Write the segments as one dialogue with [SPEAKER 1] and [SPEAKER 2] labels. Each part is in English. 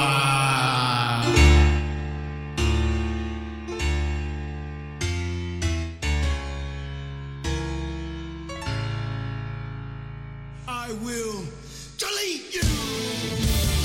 [SPEAKER 1] Yeah. I will delete you.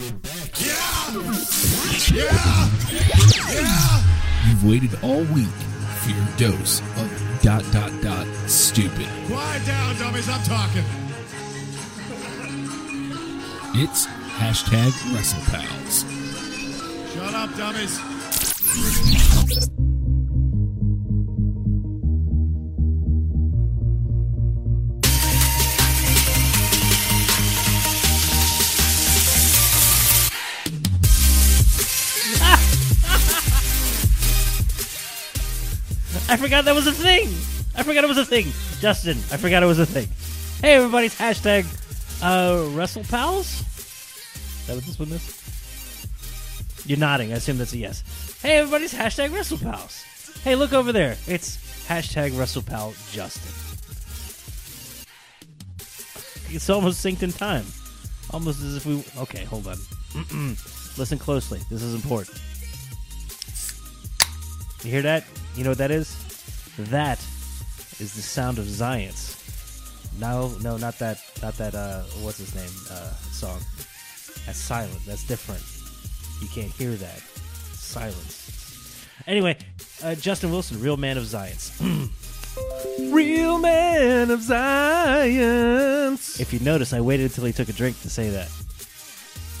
[SPEAKER 1] Yeah. Yeah. Yeah.
[SPEAKER 2] You've waited all week for your dose of dot dot dot stupid.
[SPEAKER 1] Quiet down, dummies. I'm talking.
[SPEAKER 2] It's hashtag WrestlePals.
[SPEAKER 1] Shut up, dummies.
[SPEAKER 3] I forgot that was a thing. I forgot it was a thing. Justin, I forgot it was a thing. Hey, everybody, it's hashtag uh, WrestlePals. Is that what this one is? You're nodding. I assume that's a yes. Hey, everybody, it's hashtag WrestlePals. Hey, look over there. It's hashtag WrestlePal Justin. It's almost synced in time. Almost as if we. Okay, hold on. Listen closely. This is important. You hear that? You know what that is? That is the sound of science. No, no, not that, not that. Uh, what's his name? Uh, song. That's silent. That's different. You can't hear that. Silence. Anyway, uh, Justin Wilson, real man of science. real man of science. If you notice, I waited until he took a drink to say that.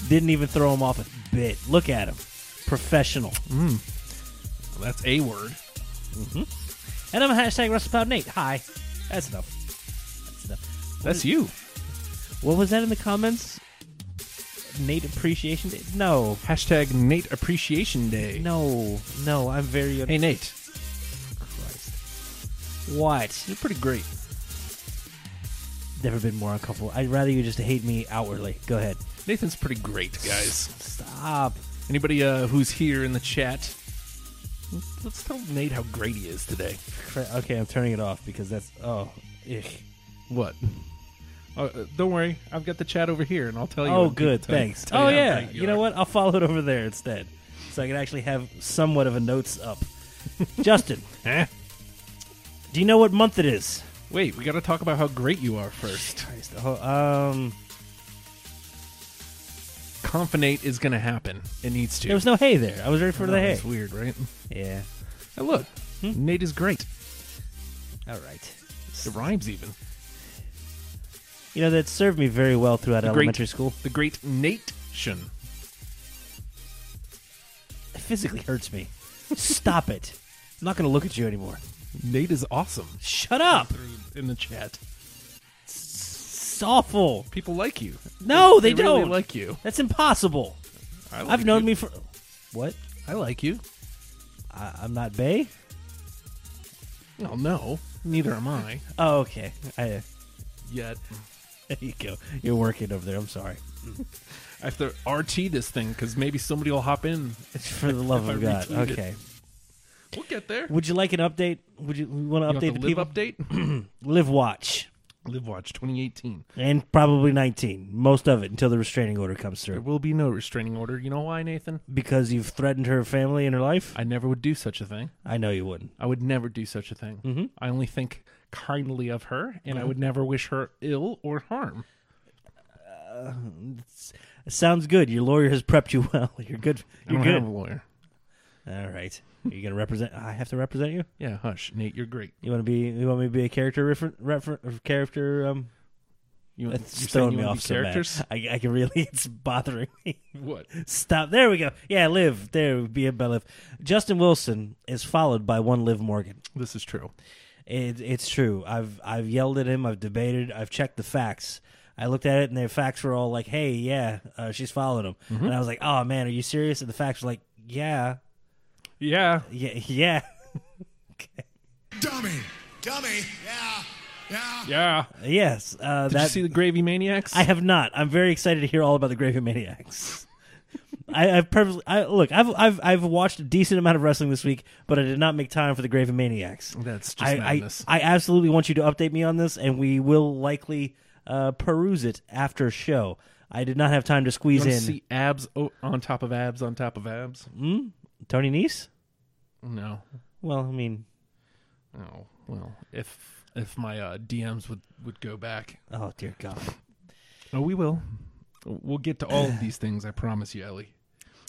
[SPEAKER 3] Didn't even throw him off a bit. Look at him, professional.
[SPEAKER 2] That's a word.
[SPEAKER 3] And I'm hashtag WrestlePound Nate. Hi. That's enough. That's enough.
[SPEAKER 2] That's you.
[SPEAKER 3] What was that in the comments? Nate Appreciation Day? No.
[SPEAKER 2] Hashtag Nate Appreciation Day.
[SPEAKER 3] No. No, I'm very...
[SPEAKER 2] Hey Nate,
[SPEAKER 3] Christ. What?
[SPEAKER 2] you're pretty great.
[SPEAKER 3] Never been more uncomfortable. I'd rather you just hate me outwardly. Go ahead.
[SPEAKER 2] Nathan's pretty great, guys.
[SPEAKER 3] Stop.
[SPEAKER 2] Anybody uh, who's here in the chat, let's tell Nate how great he is today.
[SPEAKER 3] Cra- Okay, I'm turning it off because that's... Oh. Ick.
[SPEAKER 2] What? Uh, uh, don't worry, I've got the chat over here, and I'll tell you.
[SPEAKER 3] Oh,
[SPEAKER 2] what-
[SPEAKER 3] good.
[SPEAKER 2] tell you-
[SPEAKER 3] Thanks.
[SPEAKER 2] tell
[SPEAKER 3] Oh,
[SPEAKER 2] how
[SPEAKER 3] yeah.
[SPEAKER 2] great
[SPEAKER 3] You know
[SPEAKER 2] are.
[SPEAKER 3] what? I'll follow it over there instead. So I can actually have somewhat of a notes up. Justin,
[SPEAKER 2] Eh?
[SPEAKER 3] do you know what month it is?
[SPEAKER 2] Wait, we got to talk about how great you are first.
[SPEAKER 3] Christ, oh, um,
[SPEAKER 2] Confinate is going to happen. It needs to.
[SPEAKER 3] there was no hay there. I was ready for the hay.
[SPEAKER 2] It's weird, right? Hmm?
[SPEAKER 3] Yeah.
[SPEAKER 2] Hey, look, Nate is great.
[SPEAKER 3] All right.
[SPEAKER 2] It rhymes even.
[SPEAKER 3] You know that served me very well throughout
[SPEAKER 2] The great-
[SPEAKER 3] elementary school.
[SPEAKER 2] The great Nation.
[SPEAKER 3] It physically hurts me. Stop it. I'm not going to look at you anymore.
[SPEAKER 2] Nate is awesome.
[SPEAKER 3] Shut up.
[SPEAKER 2] In the chat,
[SPEAKER 3] It's awful.
[SPEAKER 2] people like you.
[SPEAKER 3] No, they,
[SPEAKER 2] really
[SPEAKER 3] don't.
[SPEAKER 2] like you.
[SPEAKER 3] That's impossible.
[SPEAKER 2] I
[SPEAKER 3] I've known me for what?
[SPEAKER 2] I like you.
[SPEAKER 3] I, I'm not Bay.
[SPEAKER 2] Well, no, neither am I.
[SPEAKER 3] Oh, okay. I,
[SPEAKER 2] Yet
[SPEAKER 3] there you go. You're working over there. I'm sorry.
[SPEAKER 2] I have to RT this thing because maybe somebody will hop in.
[SPEAKER 3] For the love
[SPEAKER 2] If I
[SPEAKER 3] of God.
[SPEAKER 2] retweet it.
[SPEAKER 3] Okay.
[SPEAKER 2] We'll get there.
[SPEAKER 3] Would you like an update? Would you want to
[SPEAKER 2] You want
[SPEAKER 3] update
[SPEAKER 2] the
[SPEAKER 3] the people?
[SPEAKER 2] live update?
[SPEAKER 3] Live Watch.
[SPEAKER 4] Live Watch 2018.
[SPEAKER 3] and probably 19, most of it until the restraining order comes
[SPEAKER 4] There
[SPEAKER 3] through.
[SPEAKER 4] will be no restraining order. You know why, Nathan?
[SPEAKER 3] Because you've threatened her family and her life?
[SPEAKER 4] I never would do such a thing.
[SPEAKER 3] I know you wouldn't.
[SPEAKER 4] I would never do such a thing. I only think kindly of her, and I would never wish her ill or harm.
[SPEAKER 3] Sounds good. Your lawyer has prepped you well. You're good.
[SPEAKER 4] I
[SPEAKER 3] You're
[SPEAKER 4] don't have a
[SPEAKER 3] good.
[SPEAKER 4] lawyer.
[SPEAKER 3] All right. Are you gonna represent? I have to represent you.
[SPEAKER 4] Yeah, hush, Nate. You're great.
[SPEAKER 3] You want to be? You want me to be a character refer, refer, character? Um,
[SPEAKER 4] You,
[SPEAKER 3] that's
[SPEAKER 4] you're saying
[SPEAKER 3] throwing
[SPEAKER 4] you
[SPEAKER 3] me
[SPEAKER 4] wanna be
[SPEAKER 3] off so
[SPEAKER 4] characters.
[SPEAKER 3] bad. I, I can really. It's bothering me.
[SPEAKER 4] What?
[SPEAKER 3] Stop. There we go. Yeah, live. There, be a live. Justin Wilson is followed by one live Morgan.
[SPEAKER 4] This is true.
[SPEAKER 3] It, it's true. I've I've yelled at him. I've debated. I've checked the facts. I looked at it, and their facts were all like, "Hey, yeah, uh, she's following him."
[SPEAKER 4] Mm-hmm.
[SPEAKER 3] And I was like, "Oh man, are you serious?" And the facts were like, "Yeah,
[SPEAKER 4] Yeah,
[SPEAKER 3] yeah, yeah,
[SPEAKER 1] Dummy. Dummy. Yeah. Yeah.
[SPEAKER 4] yeah.
[SPEAKER 3] yes." Uh,
[SPEAKER 4] Did you see the Gravy Maniacs?
[SPEAKER 3] I have not. I'm very excited to hear all about the Gravy Maniacs. I, I've perfectly. I, look, I've I've I've watched a decent amount of wrestling this week, but I did not make time for the Gravy Maniacs.
[SPEAKER 4] That's just
[SPEAKER 3] I,
[SPEAKER 4] madness.
[SPEAKER 3] I I absolutely want you to update me on this, and we will likely uh, peruse it after show. I did not have time to
[SPEAKER 4] You
[SPEAKER 3] squeeze
[SPEAKER 4] wanna
[SPEAKER 3] in
[SPEAKER 4] see abs o- on top of abs on top of abs?
[SPEAKER 3] Tony Nese.
[SPEAKER 4] No.
[SPEAKER 3] Well, I mean,
[SPEAKER 4] Oh well, if if my uh, DMs would would go back.
[SPEAKER 3] oh dear God,
[SPEAKER 4] Oh, we will. We'll get to all of these things. I promise you, Ellie,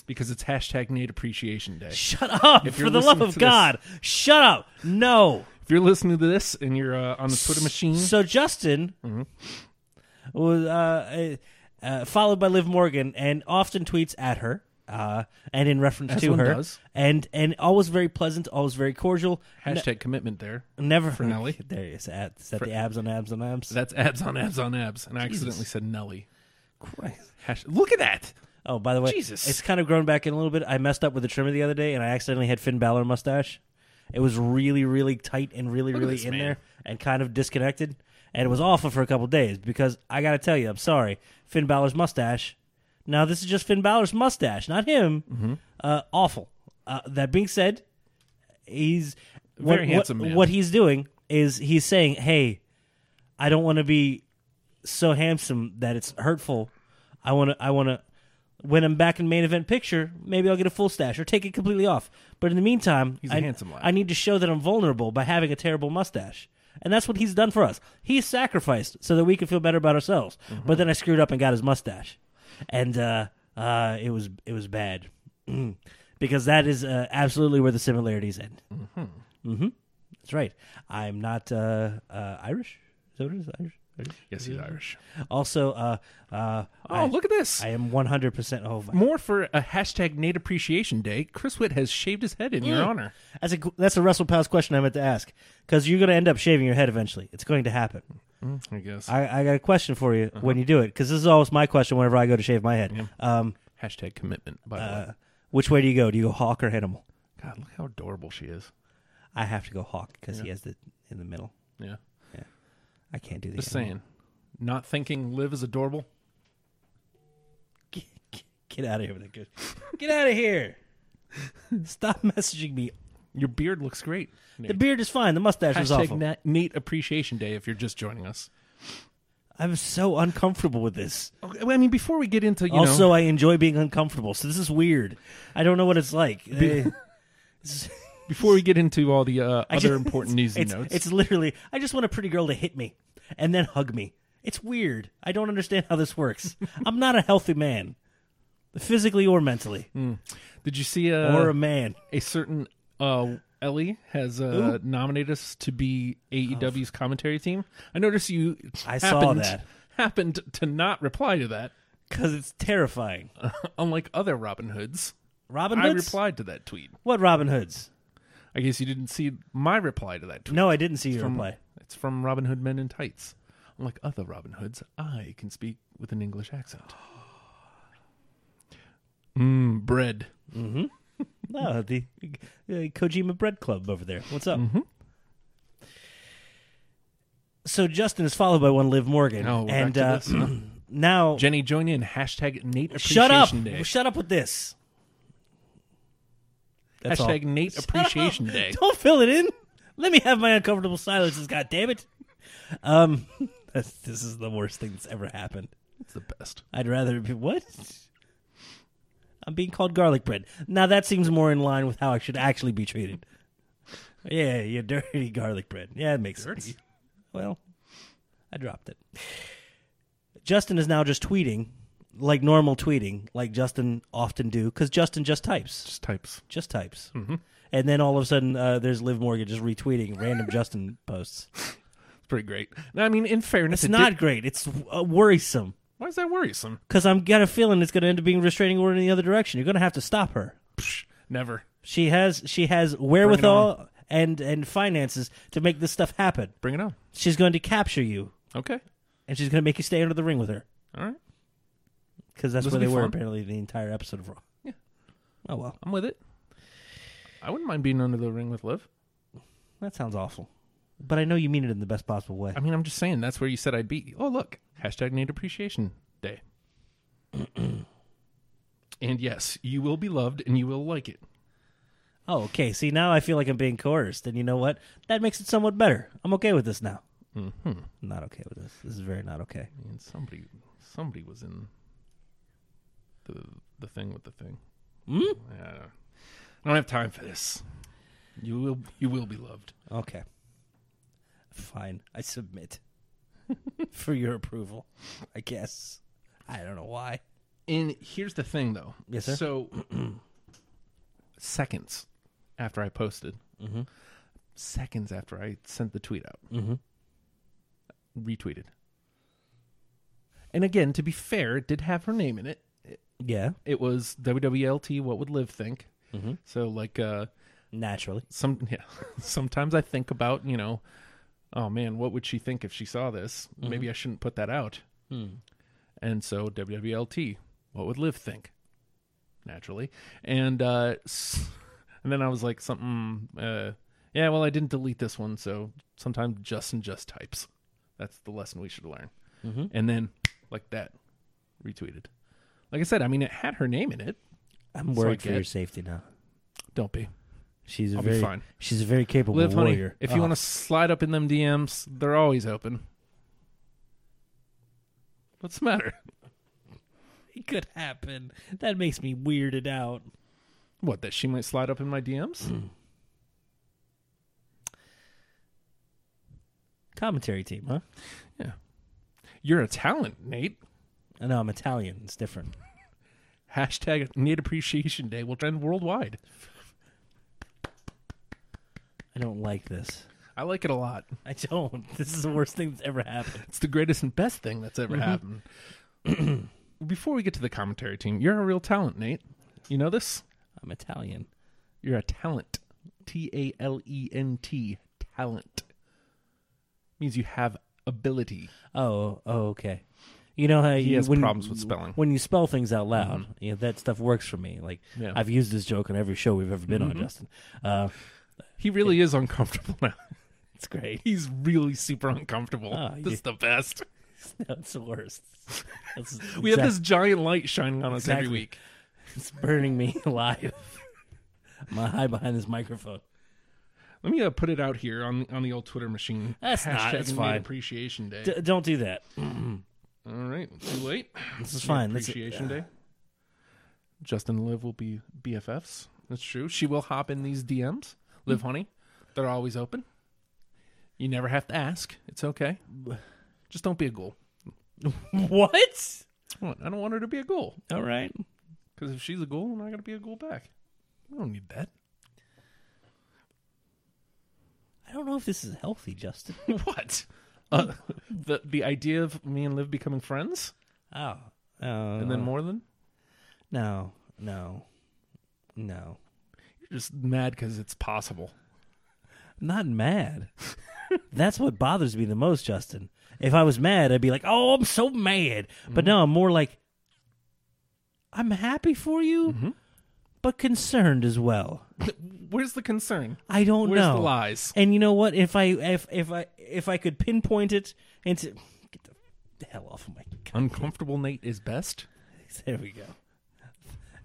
[SPEAKER 4] because it's hashtag Nate Appreciation Day.
[SPEAKER 3] shut up!
[SPEAKER 4] If
[SPEAKER 3] For
[SPEAKER 4] you're
[SPEAKER 3] the love
[SPEAKER 4] listening
[SPEAKER 3] of
[SPEAKER 4] to this-
[SPEAKER 3] God, shut up! No.
[SPEAKER 4] If you're listening to this and you're uh, on the Twitter machine,
[SPEAKER 3] So Justin
[SPEAKER 4] Mm-hmm.
[SPEAKER 3] was uh, uh, uh, followed by Liv Morgan, and often tweets at her, uh, and in reference
[SPEAKER 4] As
[SPEAKER 3] to
[SPEAKER 4] one
[SPEAKER 3] her,
[SPEAKER 4] does.
[SPEAKER 3] and and always very pleasant, always very cordial.
[SPEAKER 4] hashtag commitment there.
[SPEAKER 3] Never
[SPEAKER 4] For Nelly.
[SPEAKER 3] There he is. At, is that the abs on abs on abs?
[SPEAKER 4] That's abs on abs on abs, and I accidentally said Nelly.
[SPEAKER 3] Christ.
[SPEAKER 4] Hash- Look at that.
[SPEAKER 3] Oh, by the way,
[SPEAKER 4] Jesus.
[SPEAKER 3] it's kind of grown back in a little bit. I messed up with the trimmer the other day, and I accidentally had Finn Balor mustache. It was really, really tight and really,
[SPEAKER 4] Look at
[SPEAKER 3] really
[SPEAKER 4] this
[SPEAKER 3] in
[SPEAKER 4] man.
[SPEAKER 3] there, and kind of disconnected. And it was awful for a couple days because I gotta tell you, I'm sorry, Finn Balor's mustache. Now this is just Finn Balor's mustache, not him.
[SPEAKER 4] Mm-hmm.
[SPEAKER 3] Uh, awful. Uh, that being said, he's what-
[SPEAKER 4] Very handsome
[SPEAKER 3] what,
[SPEAKER 4] man.
[SPEAKER 3] What he's doing is he's saying, "Hey, I don't want to be so handsome that it's hurtful. I want to. I want to. When I'm back in main event picture, maybe I'll get a full stash or take it completely off. But in the meantime,
[SPEAKER 4] He's a
[SPEAKER 3] I,
[SPEAKER 4] handsome lad.
[SPEAKER 3] I need to show that I'm vulnerable by having a terrible mustache. And that's what he's done for us. He sacrificed so that we could feel better about ourselves.
[SPEAKER 4] Mm-hmm.
[SPEAKER 3] But then I screwed up and got his mustache, and uh, uh, it was it was bad because that is uh, absolutely where the similarities end. Mm-hmm. That's right. I'm not uh, uh, Irish. Is that what it is? Irish? Irish?
[SPEAKER 4] Yes, he's Irish.
[SPEAKER 3] Also, uh, uh,
[SPEAKER 4] Oh,
[SPEAKER 3] I,
[SPEAKER 4] look at this.
[SPEAKER 3] I am 100% over.
[SPEAKER 4] More for a hashtag Nate Appreciation Day. Chris Witt has shaved his head in your honor.
[SPEAKER 3] That's a that's a Russell Pals question I meant to ask because you're going to end up shaving your head eventually. It's going to happen.
[SPEAKER 4] Mm. I guess.
[SPEAKER 3] I, I got a question for you
[SPEAKER 4] Uh-huh.
[SPEAKER 3] when you do it because this is always my question whenever I go to shave my head. Um,
[SPEAKER 4] hashtag commitment. By the way,
[SPEAKER 3] uh, which way do you go? Do you go hawk or animal?
[SPEAKER 4] God, look how adorable she is.
[SPEAKER 3] I have to go hawk because he has the in the middle.
[SPEAKER 4] Yeah.
[SPEAKER 3] I can't do the
[SPEAKER 4] Just
[SPEAKER 3] animal.
[SPEAKER 4] saying. Not thinking live is adorable.
[SPEAKER 3] Get, get, get out of here with it. Get, get out of here. Stop messaging me.
[SPEAKER 4] Your beard looks great.
[SPEAKER 3] The
[SPEAKER 4] Nate.
[SPEAKER 3] beard is fine. The mustache is
[SPEAKER 4] hashtag
[SPEAKER 3] awful.
[SPEAKER 4] Na- Nate Appreciation Day. If you're just joining us.
[SPEAKER 3] I'm so uncomfortable with this.
[SPEAKER 4] Okay, well, I mean, before we get into you
[SPEAKER 3] also,
[SPEAKER 4] know,
[SPEAKER 3] I enjoy being uncomfortable, so this is weird. I don't know what it's like. Eh,
[SPEAKER 4] before we get into all the uh,
[SPEAKER 3] I
[SPEAKER 4] other
[SPEAKER 3] just-
[SPEAKER 4] important news and
[SPEAKER 3] it's,
[SPEAKER 4] notes,
[SPEAKER 3] It's literally, I just want a pretty girl to hit me and then hug me. It's weird. I don't understand how this works. I'm not a healthy man, physically or mentally,
[SPEAKER 4] did you see Mm. uh,
[SPEAKER 3] or a man.
[SPEAKER 4] a certain uh, Ellie has uh, nominated us to be AEW's commentary team. I noticed you.
[SPEAKER 3] I saw
[SPEAKER 4] happened,
[SPEAKER 3] that.
[SPEAKER 4] Happened to not reply to that,
[SPEAKER 3] Because it's terrifying.
[SPEAKER 4] unlike other Robin Hoods.
[SPEAKER 3] Robin
[SPEAKER 4] I
[SPEAKER 3] Hoods?
[SPEAKER 4] replied to that tweet.
[SPEAKER 3] What Robin Hoods?
[SPEAKER 4] I guess you didn't see my reply to that tweet.
[SPEAKER 3] No, I didn't see your
[SPEAKER 4] From-
[SPEAKER 3] reply.
[SPEAKER 4] It's from Robin Hood Men in Tights. Unlike other Robin Hoods, I can speak with an English accent.
[SPEAKER 3] Hmm.
[SPEAKER 4] Mmm, bread.
[SPEAKER 3] No, the uh, Kojima Bread Club over there. What's up?
[SPEAKER 4] Mm-hmm.
[SPEAKER 3] So Justin is followed by one Liv Morgan,
[SPEAKER 4] No, we're back
[SPEAKER 3] and
[SPEAKER 4] to
[SPEAKER 3] uh,
[SPEAKER 4] this, huh?
[SPEAKER 3] now
[SPEAKER 4] Jenny, join in. Hashtag Nate Appreciation
[SPEAKER 3] shut up,
[SPEAKER 4] Day.
[SPEAKER 3] shut up with this. That's all.
[SPEAKER 4] Hashtag Nate Appreciation Day.
[SPEAKER 3] Don't fill it in. Let me have my uncomfortable silences. God damn it. Um, That's, this is the worst thing that's ever happened.
[SPEAKER 4] It's the best.
[SPEAKER 3] I'd rather be what? I'm being called garlic bread. Now that seems more in line with how I should actually be treated. Yeah, you dirty garlic bread. Yeah, it makes sense.
[SPEAKER 4] Dirty?
[SPEAKER 3] Well, I dropped it. Justin is now just tweeting like normal tweeting, like Justin often do, because Justin just types,
[SPEAKER 4] Just types.
[SPEAKER 3] just types,
[SPEAKER 4] Mm-hmm.
[SPEAKER 3] and then all of a sudden uh, there's Liv Morgan just retweeting random Justin posts.
[SPEAKER 4] It's pretty great. Now, I mean, in fairness,
[SPEAKER 3] It's
[SPEAKER 4] it
[SPEAKER 3] not
[SPEAKER 4] did-
[SPEAKER 3] great. It's uh, worrisome.
[SPEAKER 4] why is that worrisome?
[SPEAKER 3] Because I'm got a feeling it's going to end up being a restraining order in the other direction. You're going to have to stop her.
[SPEAKER 4] Psh, never
[SPEAKER 3] She has she has wherewithal and and finances to make this stuff happen.
[SPEAKER 4] bring it on.
[SPEAKER 3] She's going to capture you,
[SPEAKER 4] Okay.
[SPEAKER 3] and she's going to make you stay under the ring with her
[SPEAKER 4] All right.
[SPEAKER 3] because that's
[SPEAKER 4] This
[SPEAKER 3] where
[SPEAKER 4] will
[SPEAKER 3] they
[SPEAKER 4] be
[SPEAKER 3] were
[SPEAKER 4] fun.
[SPEAKER 3] apparently the entire episode of Raw.
[SPEAKER 4] Yeah.
[SPEAKER 3] Oh well,
[SPEAKER 4] I'm with it. I wouldn't mind being under the ring with Liv.
[SPEAKER 3] that sounds awful, but I know you mean it in the best possible way.
[SPEAKER 4] I mean, I'm just saying that's where you said I'd be. Oh, look, hashtag Nate Appreciation Day. and yes, you will be loved and you will like it.
[SPEAKER 3] Oh, okay. See, now I feel like I'm being coerced, and you know what? That makes it somewhat better. I'm okay with this now. Mm-hmm. Not okay with this. This is very not okay.
[SPEAKER 4] And somebody, somebody was in the the thing with the thing. Yeah, I, don't, Hmm? I don't have time for this. You will, you will be loved.
[SPEAKER 3] Okay. Fine. I submit for your approval, I guess. I don't know why.
[SPEAKER 4] And here's the thing, though.
[SPEAKER 3] Yes, sir.
[SPEAKER 4] So, seconds after I posted,
[SPEAKER 3] Mm-hmm.
[SPEAKER 4] seconds after I sent the tweet out,
[SPEAKER 3] Mm-hmm.
[SPEAKER 4] retweeted. And again, to be fair, it did have her name in it.
[SPEAKER 3] Yeah,
[SPEAKER 4] It was WWLT. What would Liv think?
[SPEAKER 3] Mm-hmm.
[SPEAKER 4] So, like, uh,
[SPEAKER 3] naturally.
[SPEAKER 4] some yeah, sometimes I think about you know, oh man, what would she think if she saw this? Maybe I shouldn't put that out. And so WWLT, what would Liv think? Naturally, and uh, s- and then I was like something, uh, yeah. Well, I didn't delete this one, so sometimes Justin just types. That's the lesson we should learn. And then like that, retweeted. Like I said, I mean, it had her name in it.
[SPEAKER 3] I'm worried
[SPEAKER 4] I
[SPEAKER 3] for
[SPEAKER 4] get-
[SPEAKER 3] your safety now.
[SPEAKER 4] Don't be.
[SPEAKER 3] She's a
[SPEAKER 4] I'll be
[SPEAKER 3] very
[SPEAKER 4] fine.
[SPEAKER 3] she's a very capable
[SPEAKER 4] Liv, honey,
[SPEAKER 3] warrior. Ah. Oh.
[SPEAKER 4] if you want to slide up in them DMs, they're always open. What's the matter?
[SPEAKER 3] it could happen. That makes me weirded out.
[SPEAKER 4] What, that she might slide up in my DMs?
[SPEAKER 3] Commentary team, huh?
[SPEAKER 4] You're a talent, Nate.
[SPEAKER 3] I know I'm Italian. It's different.
[SPEAKER 4] Hashtag Nate Appreciation Day will trend worldwide.
[SPEAKER 3] I don't like this.
[SPEAKER 4] I like it a lot.
[SPEAKER 3] I don't. This is the worst thing that's ever happened.
[SPEAKER 4] It's the greatest and best thing that's ever happened. Before we get to the commentary team, you're a real talent, Nate. You know this?
[SPEAKER 3] I'm Italian.
[SPEAKER 4] You're a talent. T A L E N T. Talent. Means you have ability.
[SPEAKER 3] Oh, oh, okay. You know how you,
[SPEAKER 4] has
[SPEAKER 3] when,
[SPEAKER 4] problems with spelling. Mm-hmm.
[SPEAKER 3] When you spell things out loud, you know, that stuff works for me. Like
[SPEAKER 4] Yeah. Mm-hmm.
[SPEAKER 3] I've used this joke on every show we've ever been on, Justin. Uh,
[SPEAKER 4] He really is uncomfortable now.
[SPEAKER 3] it's great.
[SPEAKER 4] He's really super uncomfortable.
[SPEAKER 3] Ah,
[SPEAKER 4] this
[SPEAKER 3] you-
[SPEAKER 4] is the best.
[SPEAKER 3] That's the worst. That's
[SPEAKER 4] We have this giant light shining on us
[SPEAKER 3] Exactly.
[SPEAKER 4] every week.
[SPEAKER 3] It's burning me alive. My hide behind this microphone.
[SPEAKER 4] Let me uh, put it out here on on the old Twitter machine.
[SPEAKER 3] That's not-
[SPEAKER 4] Hashtag
[SPEAKER 3] that's
[SPEAKER 4] Made
[SPEAKER 3] fine.
[SPEAKER 4] Appreciation Day.
[SPEAKER 3] D- don't do that.
[SPEAKER 4] All right, too late.
[SPEAKER 3] This is fine. Let's- uh,
[SPEAKER 4] Appreciation Day. Justin and Liv will be BFFs. That's true. She will hop in these DMs. Liv,
[SPEAKER 3] Mm.
[SPEAKER 4] honey, they're always open. You never have to ask. It's okay. Just don't be a ghoul.
[SPEAKER 3] What?
[SPEAKER 4] Come on, I don't want her to be a ghoul.
[SPEAKER 3] All right.
[SPEAKER 4] Because if she's a goal, then I got to be a goal back. We don't need that.
[SPEAKER 3] I don't know if this is healthy, Justin.
[SPEAKER 4] what? Uh, the the idea of me and Liv becoming friends
[SPEAKER 3] Oh. Uh,
[SPEAKER 4] and then more than
[SPEAKER 3] no, no, no.
[SPEAKER 4] you're just mad because it's possible.
[SPEAKER 3] I'm not mad. That's what bothers me the most, Justin. If I was mad, I'd be like, "Oh, I'm so mad."
[SPEAKER 4] Mm-hmm.
[SPEAKER 3] But no, I'm more like, "I'm happy for you,
[SPEAKER 4] Mm-hmm.
[SPEAKER 3] but concerned as well."
[SPEAKER 4] Where's the concern?
[SPEAKER 3] I don't
[SPEAKER 4] Where's
[SPEAKER 3] know.
[SPEAKER 4] the lies?
[SPEAKER 3] And you know what? If I if if I if I could pinpoint it and to, get the hell off of my.
[SPEAKER 4] Uncomfortable Nate is best.
[SPEAKER 3] There we go.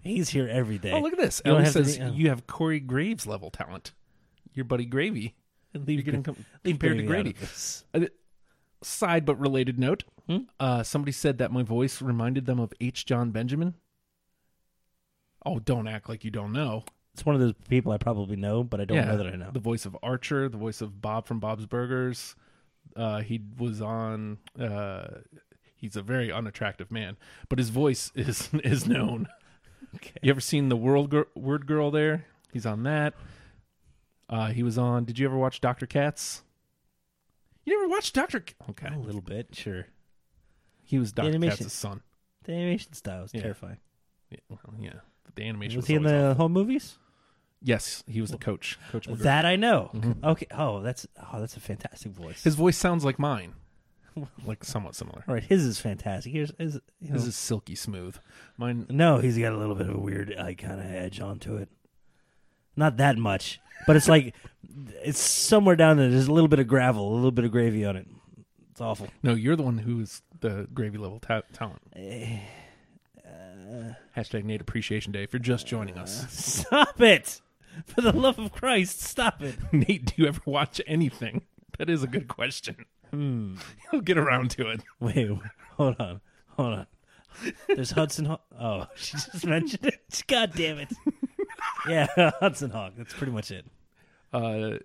[SPEAKER 3] He's here every day.
[SPEAKER 4] Oh, look at this.
[SPEAKER 3] You don't
[SPEAKER 4] Ellie
[SPEAKER 3] have to
[SPEAKER 4] says
[SPEAKER 3] be- oh.
[SPEAKER 4] you have uh, Corey Graves level talent. Your buddy Gravy.
[SPEAKER 3] Leave,
[SPEAKER 4] You're getting
[SPEAKER 3] Gra-
[SPEAKER 4] com-
[SPEAKER 3] leave
[SPEAKER 4] compared to
[SPEAKER 3] Gravy out
[SPEAKER 4] Grady.
[SPEAKER 3] of this.
[SPEAKER 4] Uh, side but related note, uh, somebody said that my voice reminded them of H. John Benjamin. Oh, don't act like you don't know.
[SPEAKER 3] It's one of those people I probably know, but I don't know that I know.
[SPEAKER 4] The voice of Archer, the voice of Bob from Bob's Burgers. Uh, he was on. Uh, he's a very unattractive man, but his voice is is known.
[SPEAKER 3] Okay.
[SPEAKER 4] You ever seen the World Gir- Word Girl? There, he's on that. Uh, he was on. Did you ever watch Doctor Katz? You never watched Doctor. Okay,
[SPEAKER 3] A little bit, sure.
[SPEAKER 4] he was Doctor
[SPEAKER 3] Oh. animation.
[SPEAKER 4] Katz's son.
[SPEAKER 3] The animation style is
[SPEAKER 4] Yeah.
[SPEAKER 3] terrifying.
[SPEAKER 4] Yeah, well, yeah. the animation
[SPEAKER 3] Was
[SPEAKER 4] was,
[SPEAKER 3] he in
[SPEAKER 4] always
[SPEAKER 3] the
[SPEAKER 4] awful.
[SPEAKER 3] home movies?
[SPEAKER 4] Yes, he was the coach. Coach McGurk.
[SPEAKER 3] That I know. Okay. Oh, that's oh, that's a fantastic voice.
[SPEAKER 4] Mm-hmm. His voice sounds like mine, like somewhat similar.
[SPEAKER 3] All right, his is fantastic. Here's his. You know,
[SPEAKER 4] This is silky smooth. Mine.
[SPEAKER 3] no, he's got a little bit of a weird like, kind of edge onto it. Not that much, but it's like it's somewhere down there. There's a little bit of gravel, a little bit of gravy on it. It's awful.
[SPEAKER 4] No, you're the one who is the gravy level ta- talent. Hashtag Nate Appreciation Day. If you're just joining us,
[SPEAKER 3] uh. Stop it! For the love of Christ, stop it!
[SPEAKER 4] Nate, do you ever watch anything? That is a good question. He'll get around to it.
[SPEAKER 3] Wait, hold on, hold on. There's Hudson. Hawk. Oh, she just mentioned it. God damn it! Yeah, Hudson Hawk. That's pretty much it.
[SPEAKER 4] Uh,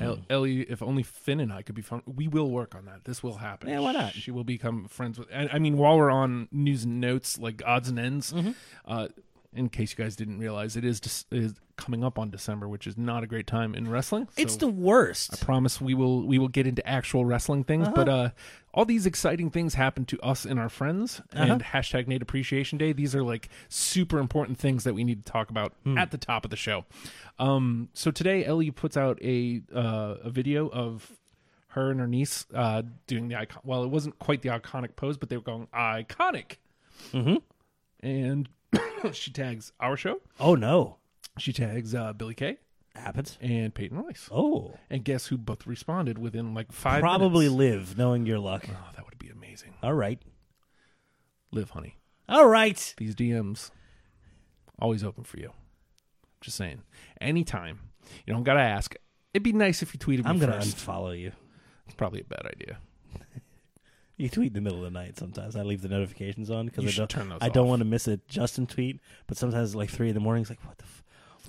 [SPEAKER 4] El-
[SPEAKER 3] Hmm.
[SPEAKER 4] Ellie, if only Finn and I could be fun. We will work on that. This will happen.
[SPEAKER 3] Yeah, why not?
[SPEAKER 4] She will become friends with. I, I mean, while we're on news and notes, like odds and ends,
[SPEAKER 3] Mm-hmm.
[SPEAKER 4] uh, in case you guys didn't realize, it is, des- is coming up on December, which is not a great time in wrestling. so-
[SPEAKER 3] It's the worst.
[SPEAKER 4] promise we will we will get into actual wrestling things but uh all these exciting things happen to us and our friends and hashtag nate appreciation day these are like super important things that we need to talk about at the top of the show um so today ellie puts out a uh a video of her and her niece uh doing the icon well it wasn't quite the iconic pose but they were going iconic and she tags our show
[SPEAKER 3] Oh no,
[SPEAKER 4] she tags uh billy kay
[SPEAKER 3] happens.
[SPEAKER 4] and peyton royce
[SPEAKER 3] Oh,
[SPEAKER 4] and guess who both responded within like five
[SPEAKER 3] probably
[SPEAKER 4] minutes?
[SPEAKER 3] live, knowing your luck.
[SPEAKER 4] Oh, that would be amazing.
[SPEAKER 3] All right,
[SPEAKER 4] Live, honey.
[SPEAKER 3] all right.
[SPEAKER 4] These DMs always open for you. Just saying. Anytime. You don't gotta ask. It'd be nice if you tweeted me
[SPEAKER 3] I'm gonna
[SPEAKER 4] first.
[SPEAKER 3] unfollow you.
[SPEAKER 4] It's probably a bad idea.
[SPEAKER 3] You tweet in the middle of the night sometimes. I leave the notifications on
[SPEAKER 4] You
[SPEAKER 3] because I
[SPEAKER 4] should
[SPEAKER 3] don't.
[SPEAKER 4] turn those
[SPEAKER 3] I don't
[SPEAKER 4] off.
[SPEAKER 3] want to miss a Justin tweet, but sometimes like three in the morning, it's like what the. F-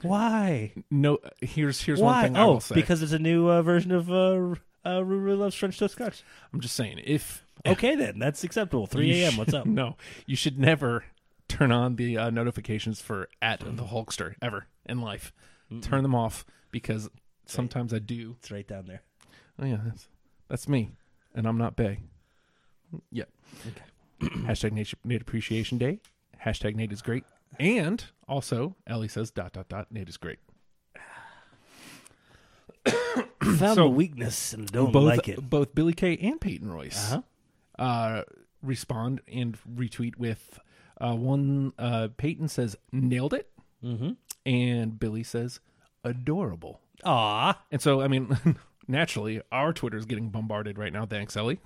[SPEAKER 3] why?
[SPEAKER 4] No here's here's
[SPEAKER 3] Why?
[SPEAKER 4] one thing I
[SPEAKER 3] oh,
[SPEAKER 4] will say.
[SPEAKER 3] because it's a new uh, version of uh, uh, Ruru loves French toast scotch.
[SPEAKER 4] I'm just saying if
[SPEAKER 3] Okay, then that's acceptable. 3
[SPEAKER 4] you
[SPEAKER 3] a.m.
[SPEAKER 4] should-
[SPEAKER 3] What's up?
[SPEAKER 4] No. You should never turn on the uh, notifications for at the Hulkster ever in life. Turn them off because sometimes I do
[SPEAKER 3] It's right down there.
[SPEAKER 4] Oh yeah, that's that's me, and I'm not big. Yeah. Hashtag Nate, Nate Appreciation Day. Hashtag Nate is great. And also, Ellie says dot dot dot. Nate is great.
[SPEAKER 3] Found
[SPEAKER 4] So-
[SPEAKER 3] a weakness and don't
[SPEAKER 4] Both
[SPEAKER 3] like it.
[SPEAKER 4] both Billy Kay and Peyton Royce
[SPEAKER 3] Uh-huh.
[SPEAKER 4] uh, respond and retweet with uh, one. Uh, Peyton says nailed it, mm-hmm. and Billy says adorable.
[SPEAKER 3] Aw,
[SPEAKER 4] And so, I mean, naturally, our Twitter is getting bombarded right now. Thanks, Ellie.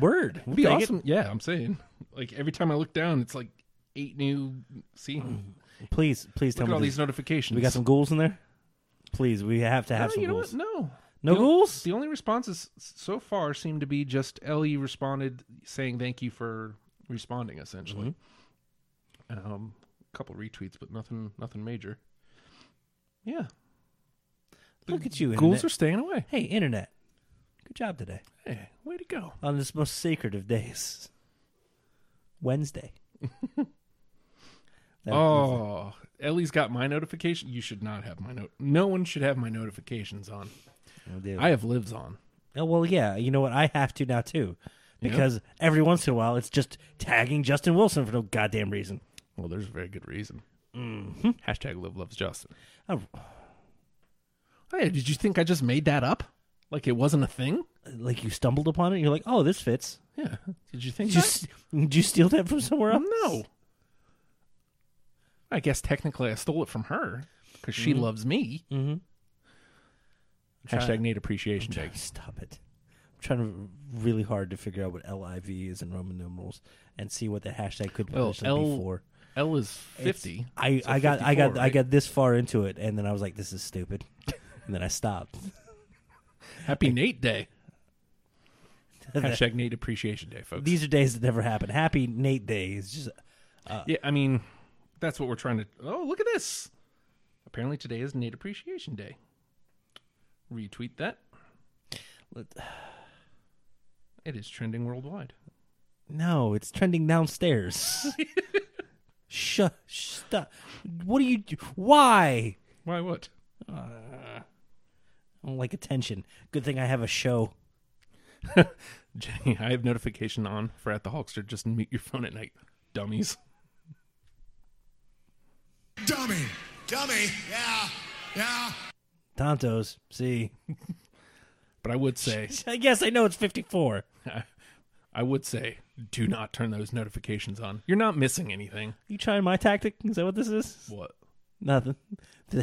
[SPEAKER 3] word.
[SPEAKER 4] It'd be
[SPEAKER 3] Take it.
[SPEAKER 4] awesome. Yeah, I'm saying. Like every time I look down, it's like eight new. See, look
[SPEAKER 3] Please, please Mm, tell
[SPEAKER 4] at
[SPEAKER 3] me
[SPEAKER 4] all
[SPEAKER 3] this-
[SPEAKER 4] these notifications.
[SPEAKER 3] We got some ghouls in there. Please, we have to
[SPEAKER 4] No,
[SPEAKER 3] have some
[SPEAKER 4] you know
[SPEAKER 3] ghouls.
[SPEAKER 4] what? No,
[SPEAKER 3] No
[SPEAKER 4] The o-
[SPEAKER 3] ghouls?
[SPEAKER 4] The only responses so far seem to be just Ellie responded saying thank you for responding. Essentially,
[SPEAKER 3] Mm-hmm.
[SPEAKER 4] um, a couple retweets, but nothing, nothing major. Yeah,
[SPEAKER 3] Look at you,
[SPEAKER 4] ghouls
[SPEAKER 3] internet.
[SPEAKER 4] are staying away.
[SPEAKER 3] Hey, internet. Good job today
[SPEAKER 4] Hey, way to go.
[SPEAKER 3] on this most sacred of days, Wednesday. That-
[SPEAKER 4] Oh, Ellie's got my notification. You should not have my note. No one should have my notifications on.
[SPEAKER 3] Oh, dude.
[SPEAKER 4] I have lives on.
[SPEAKER 3] Oh, well, yeah. You know what? I have to now too,
[SPEAKER 4] Yeah.
[SPEAKER 3] because every once in a while, it's just tagging Justin Wilson for no goddamn reason.
[SPEAKER 4] Well, there's a very good reason. Mm-hmm. Hashtag live loves Justin.
[SPEAKER 3] Oh,
[SPEAKER 4] Hey, Oh, did you think I just made that up? Like it wasn't a thing?
[SPEAKER 3] like you stumbled upon it, and you're like, "Oh, this fits."
[SPEAKER 4] Yeah. Did you think
[SPEAKER 3] Did you,
[SPEAKER 4] that?
[SPEAKER 3] s- did you steal that from somewhere else?
[SPEAKER 4] no? I guess technically I stole it from her because she loves me. Mm-hmm. Hashtag Nate Appreciation Day.
[SPEAKER 3] Stop it. I'm trying to really hard to figure out what LIV is in Roman numerals and see what the hashtag could
[SPEAKER 4] Well,
[SPEAKER 3] potentially
[SPEAKER 4] L-
[SPEAKER 3] be for.
[SPEAKER 4] L is fifty.
[SPEAKER 3] I,
[SPEAKER 4] So
[SPEAKER 3] I got I got
[SPEAKER 4] 54,
[SPEAKER 3] I
[SPEAKER 4] right?
[SPEAKER 3] got this far into it, and then I was like, "This is stupid," and then I stopped.
[SPEAKER 4] Happy Nate Day. Hashtag Nate Appreciation Day, folks.
[SPEAKER 3] These are days that never happen. Happy Nate Day is just
[SPEAKER 4] yeah, I mean, that's what we're trying to. Oh, look at this. Apparently today is Nate Appreciation Day. Retweet that.
[SPEAKER 3] Let-
[SPEAKER 4] It is trending worldwide.
[SPEAKER 3] no. It's trending downstairs. Shut. Stop. What do you? do? Why?
[SPEAKER 4] Why? What?
[SPEAKER 3] I don't like attention. Good thing I have a show.
[SPEAKER 4] Jenny, I have notification on for at the Hulkster. Just mute your phone at night, dummies.
[SPEAKER 1] Dummy. Dummy. Yeah. Yeah.
[SPEAKER 3] Tontos. See.
[SPEAKER 4] But I would say,
[SPEAKER 3] I guess I know it's fifty-four.
[SPEAKER 4] I would say, do not turn those notifications on. You're not missing anything.
[SPEAKER 3] You trying my tactic? Is that what this is?
[SPEAKER 4] What?
[SPEAKER 3] Nothing.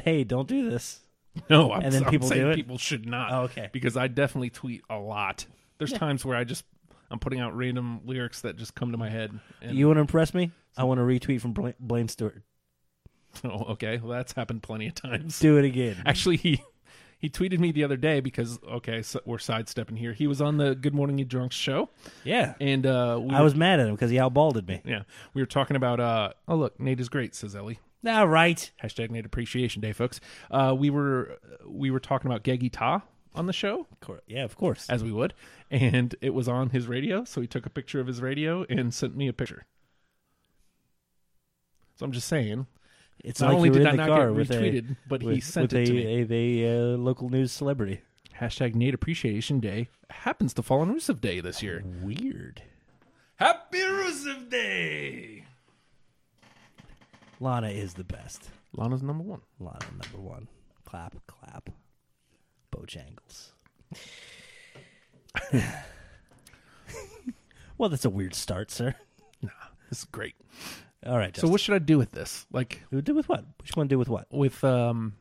[SPEAKER 3] Hey, don't do this.
[SPEAKER 4] No, I'm,
[SPEAKER 3] And then
[SPEAKER 4] I'm
[SPEAKER 3] people
[SPEAKER 4] saying
[SPEAKER 3] do it?
[SPEAKER 4] people should not.
[SPEAKER 3] Oh, okay.
[SPEAKER 4] Because I definitely tweet a lot. There's times where I just I'm putting out random lyrics that just come to my head. And,
[SPEAKER 3] You want to impress me? I want to retweet from Bla- Blame Stewart.
[SPEAKER 4] oh, okay. Well, that's happened plenty of times.
[SPEAKER 3] Do it again.
[SPEAKER 4] Actually, he he tweeted me the other day because okay, so we're sidestepping here. He was on the Good Morning You Drunks show,
[SPEAKER 3] Yeah.
[SPEAKER 4] and uh, we
[SPEAKER 3] I
[SPEAKER 4] were-
[SPEAKER 3] was mad at him because he outbalded me.
[SPEAKER 4] yeah, we were talking about uh, oh look, Nate is great, says Ellie.
[SPEAKER 3] All right.
[SPEAKER 4] Hashtag Nate Appreciation Day, folks. Uh, we were we were talking about Geggy Ta on the show.
[SPEAKER 3] Yeah, of course.
[SPEAKER 4] as we would. And it was on his radio, so he took a picture of his radio and sent me a picture. So I'm just saying,
[SPEAKER 3] It's
[SPEAKER 4] not
[SPEAKER 3] like
[SPEAKER 4] only
[SPEAKER 3] you were
[SPEAKER 4] did
[SPEAKER 3] in
[SPEAKER 4] that
[SPEAKER 3] the
[SPEAKER 4] not
[SPEAKER 3] car
[SPEAKER 4] get
[SPEAKER 3] with a-
[SPEAKER 4] retweeted, but he
[SPEAKER 3] with-
[SPEAKER 4] sent
[SPEAKER 3] with
[SPEAKER 4] it to
[SPEAKER 3] a,
[SPEAKER 4] me.
[SPEAKER 3] a- a, uh, local news celebrity.
[SPEAKER 4] Hashtag Nate Appreciation Day happens to fall on Rusev Day this year.
[SPEAKER 3] Weird.
[SPEAKER 4] Happy Rusev Day!
[SPEAKER 3] Lana is the best.
[SPEAKER 4] Lana's number one.
[SPEAKER 3] Lana number one. Clap, clap. Bojangles. well, that's a weird start, sir.
[SPEAKER 4] Nah, this is great.
[SPEAKER 3] All right.
[SPEAKER 4] So
[SPEAKER 3] Justin.
[SPEAKER 4] what should I do with this? Like
[SPEAKER 3] Who do with what? Which one do with what?
[SPEAKER 4] with um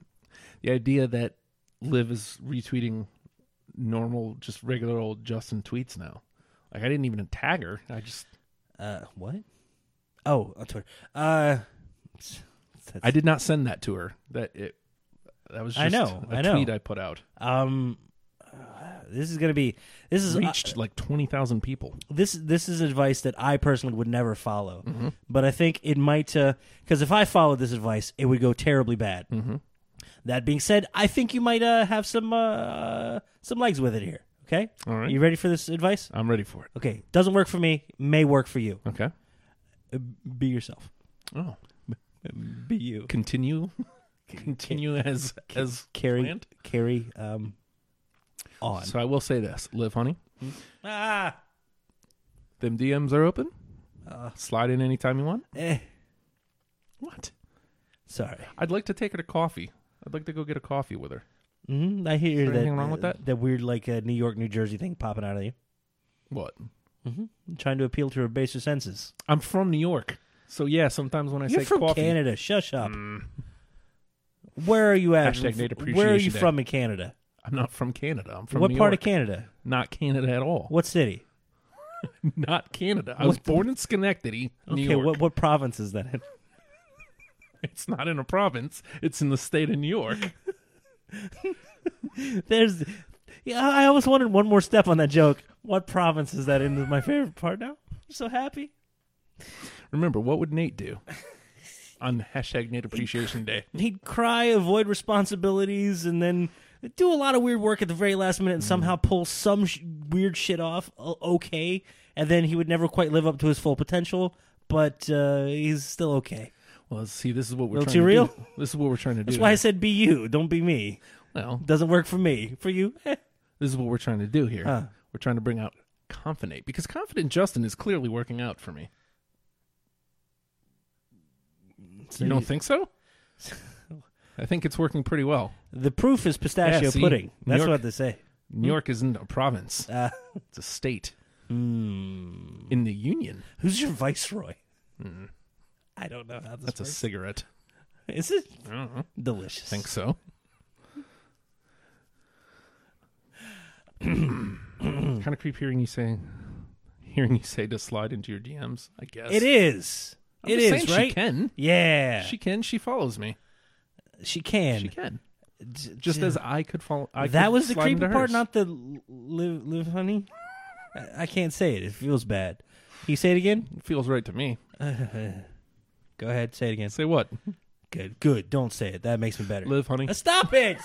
[SPEAKER 4] the idea that Liv is retweeting normal, just regular old Justin tweets now. Like I didn't even tag her. I just
[SPEAKER 3] Uh, what? Oh, on Twitter. Uh, s- that's-
[SPEAKER 4] I did not send that to her. That it that was just
[SPEAKER 3] I know,
[SPEAKER 4] a
[SPEAKER 3] I know.
[SPEAKER 4] tweet I put out.
[SPEAKER 3] um, uh, this is gonna be this is uh,
[SPEAKER 4] Reached like twenty thousand people.
[SPEAKER 3] this this is advice that I personally would never follow,
[SPEAKER 4] Mm-hmm.
[SPEAKER 3] but I think it might because if I followed this advice, it would go terribly bad. Mm-hmm. That being said, I think you might uh, have some uh, some legs with it here. Okay,
[SPEAKER 4] All right.
[SPEAKER 3] You ready for this advice?
[SPEAKER 4] I'm ready for it.
[SPEAKER 3] Okay, doesn't work for me, may work for you.
[SPEAKER 4] Okay.
[SPEAKER 3] Be yourself.
[SPEAKER 4] Oh.
[SPEAKER 3] Be you.
[SPEAKER 4] Continue continue as as
[SPEAKER 3] Carry
[SPEAKER 4] planned.
[SPEAKER 3] carry um on.
[SPEAKER 4] So I will say this, Liv honey.
[SPEAKER 3] Ah.
[SPEAKER 4] Them DMs are open. Uh, Slide in anytime you want.
[SPEAKER 3] Eh.
[SPEAKER 4] What?
[SPEAKER 3] Sorry.
[SPEAKER 4] I'd like to take her to coffee. I'd like to go get a coffee with her.
[SPEAKER 3] hmm I hear
[SPEAKER 4] there
[SPEAKER 3] that.
[SPEAKER 4] anything wrong with
[SPEAKER 3] uh,
[SPEAKER 4] that?
[SPEAKER 3] That weird, like, uh, New York, New Jersey thing popping out of you.
[SPEAKER 4] What?
[SPEAKER 3] trying to appeal to her baser senses.
[SPEAKER 4] I'm from New York. So yeah, sometimes when I
[SPEAKER 3] You're
[SPEAKER 4] say
[SPEAKER 3] from
[SPEAKER 4] coffee, Mm.
[SPEAKER 3] Canada. Shush up. Where are you at?
[SPEAKER 4] Hashtag Nate
[SPEAKER 3] Where are you
[SPEAKER 4] Appreciation Day.
[SPEAKER 3] from in Canada?
[SPEAKER 4] I'm not from Canada. I'm from
[SPEAKER 3] what
[SPEAKER 4] New
[SPEAKER 3] part
[SPEAKER 4] York.
[SPEAKER 3] of Canada?
[SPEAKER 4] Not Canada at all.
[SPEAKER 3] What city?
[SPEAKER 4] Not Canada. I was
[SPEAKER 3] What the-
[SPEAKER 4] born in Schenectady, New
[SPEAKER 3] okay,
[SPEAKER 4] York.
[SPEAKER 3] what what province is that in?
[SPEAKER 4] It's not in a province. It's in the state of New York.
[SPEAKER 3] There's Yeah, I I always wanted one more step on that joke. What province is that in? Is my favorite part now. I'm so happy.
[SPEAKER 4] Remember, what would Nate do on hashtag Nate Appreciation Day?
[SPEAKER 3] He'd cry, avoid responsibilities, and then do a lot of weird work at the very last minute and
[SPEAKER 4] Mm.
[SPEAKER 3] somehow pull some sh- weird shit off o- okay. And then he would never quite live up to his full potential, but uh, he's still okay.
[SPEAKER 4] Well, let's see, this is what we're
[SPEAKER 3] Little
[SPEAKER 4] trying
[SPEAKER 3] too
[SPEAKER 4] to
[SPEAKER 3] real?
[SPEAKER 4] do. This is what we're trying to do.
[SPEAKER 3] That's why I said be you, don't be me.
[SPEAKER 4] well,
[SPEAKER 3] Doesn't work for me. For you, eh.
[SPEAKER 4] this is what we're trying to do here. We're trying to bring out confident because confident Justin is clearly working out for me. you don't think so? I think it's working pretty well.
[SPEAKER 3] the proof is pistachio
[SPEAKER 4] Yeah, see?
[SPEAKER 3] pudding.
[SPEAKER 4] New
[SPEAKER 3] That's
[SPEAKER 4] York-
[SPEAKER 3] what they say.
[SPEAKER 4] New York isn't a province;
[SPEAKER 3] Uh,
[SPEAKER 4] it's a state
[SPEAKER 3] Hmm.
[SPEAKER 4] in the union.
[SPEAKER 3] who's your viceroy? I don't know how this
[SPEAKER 4] Mm-hmm. That's a cigarette.
[SPEAKER 3] works. Is it delicious?
[SPEAKER 4] Think so? kind of creep hearing you say, hearing you say to slide into your DMs. I guess
[SPEAKER 3] It is.
[SPEAKER 4] I'm
[SPEAKER 3] It
[SPEAKER 4] just
[SPEAKER 3] is,
[SPEAKER 4] saying
[SPEAKER 3] right?
[SPEAKER 4] She can.
[SPEAKER 3] Yeah,
[SPEAKER 4] She can. She follows me.
[SPEAKER 3] she can.
[SPEAKER 4] She can. Just as I could follow. I
[SPEAKER 3] that
[SPEAKER 4] could
[SPEAKER 3] was the
[SPEAKER 4] slide into
[SPEAKER 3] creepy part,
[SPEAKER 4] hers.
[SPEAKER 3] not the live, live, honey. I, I can't say it. It feels bad. Can you say it again?
[SPEAKER 4] It feels right to me.
[SPEAKER 3] Go ahead, say it again.
[SPEAKER 4] Say what?
[SPEAKER 3] Good, good. Don't say it. That makes me better.
[SPEAKER 4] Live, honey.
[SPEAKER 3] Uh, Stop it!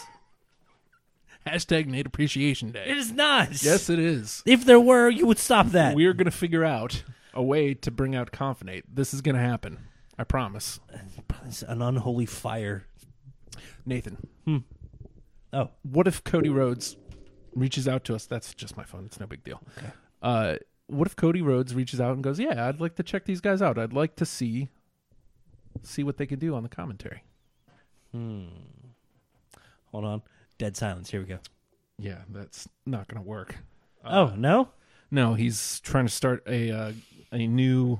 [SPEAKER 4] Hashtag Nate Appreciation
[SPEAKER 3] It
[SPEAKER 4] Day.
[SPEAKER 3] is not.
[SPEAKER 4] Yes, it is.
[SPEAKER 3] If there were, you would stop that.
[SPEAKER 4] We're going to figure out a way to bring out Confinate. This is going to happen. I promise.
[SPEAKER 3] It's an unholy fire.
[SPEAKER 4] Nathan,
[SPEAKER 3] Oh,
[SPEAKER 4] what if Cody Rhodes reaches out to us? That's just my phone. It's no big deal. Uh, what if Cody Rhodes reaches out and goes, "Yeah, I'd like to check these guys out. I'd like to see see what they can do on the commentary."
[SPEAKER 3] hold on. Dead silence. Here we go.
[SPEAKER 4] Yeah, that's not going to work.
[SPEAKER 3] oh no.
[SPEAKER 4] No, he's trying to start a uh, a new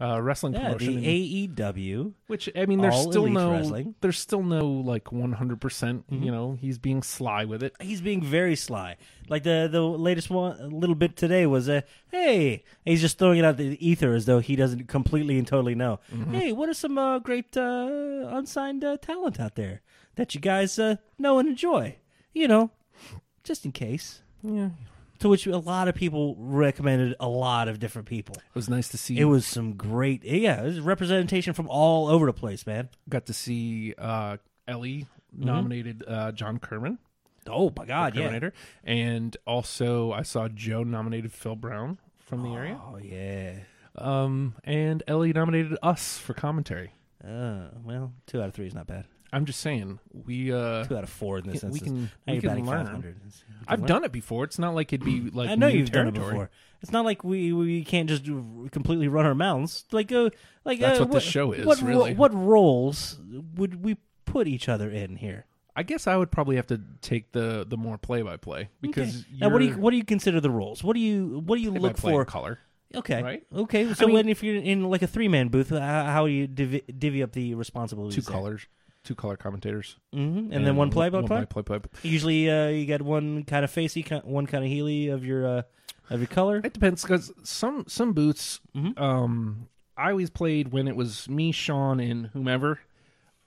[SPEAKER 4] uh, wrestling
[SPEAKER 3] Yeah,
[SPEAKER 4] promotion, in-
[SPEAKER 3] the E AEW.
[SPEAKER 4] which I mean, there's
[SPEAKER 3] All
[SPEAKER 4] still
[SPEAKER 3] Elite
[SPEAKER 4] no
[SPEAKER 3] Wrestling. Mm-hmm.
[SPEAKER 4] there's still no like 100. percent You know, he's being sly with it.
[SPEAKER 3] He's being very sly. Like the the latest one, a little bit today was a hey. He's just throwing it out the ether as though he doesn't completely and totally know.
[SPEAKER 4] Mm-hmm.
[SPEAKER 3] Hey, what are some uh, great uh, unsigned uh, talent out there that you guys uh, know and enjoy? You know, just in case.
[SPEAKER 4] Yeah,
[SPEAKER 3] To which a lot of people recommended a lot of different people.
[SPEAKER 4] it was nice to see.
[SPEAKER 3] It was some great, yeah, it was representation from all over the place, man.
[SPEAKER 4] got to see uh, Ellie
[SPEAKER 3] Mm-hmm.
[SPEAKER 4] nominated uh, John Kerman,
[SPEAKER 3] Oh my god, yeah.
[SPEAKER 4] Terminator, and also I saw Joe nominated Phil Brown from the area,
[SPEAKER 3] Oh yeah. Ah.
[SPEAKER 4] um, and Ellie nominated us for commentary.
[SPEAKER 3] Uh, well, two out of three is not bad.
[SPEAKER 4] I'm just saying we. Uh,
[SPEAKER 3] Two out of four in this
[SPEAKER 4] Yeah, we
[SPEAKER 3] instance.
[SPEAKER 4] can-
[SPEAKER 3] Now
[SPEAKER 4] we
[SPEAKER 3] you're
[SPEAKER 4] can
[SPEAKER 3] batting
[SPEAKER 4] learn.
[SPEAKER 3] 500.
[SPEAKER 4] I've done it before. It's not like it'd be like
[SPEAKER 3] I know
[SPEAKER 4] new
[SPEAKER 3] you've done it
[SPEAKER 4] territory.
[SPEAKER 3] before. It's not like we, we can't just do- completely run our mouths. Like uh, like
[SPEAKER 4] That's
[SPEAKER 3] uh,
[SPEAKER 4] what this show is,
[SPEAKER 3] What, ro-
[SPEAKER 4] really.
[SPEAKER 3] what roles would we put each other in here?
[SPEAKER 4] I guess I would probably have to take the the more play by play because
[SPEAKER 3] Okay. now, what do you
[SPEAKER 4] you're
[SPEAKER 3] what do you consider the roles? What do you what do you look
[SPEAKER 4] play-by-play
[SPEAKER 3] for?
[SPEAKER 4] color.
[SPEAKER 3] Okay,
[SPEAKER 4] right?
[SPEAKER 3] Okay, so
[SPEAKER 4] mean-
[SPEAKER 3] when if you're in like a three man booth, how, how do you divvy, divvy up the responsibilities?
[SPEAKER 4] Two colors, two color commentators,
[SPEAKER 3] hmm and, then one play by
[SPEAKER 4] one
[SPEAKER 3] play.
[SPEAKER 4] play-by-play.
[SPEAKER 3] Usually, uh, you got one kind of facey, ki- one kind of heely of your uh, of your color.
[SPEAKER 4] It depends because some some booths, um, I always played when it was me, Sean, and whomever.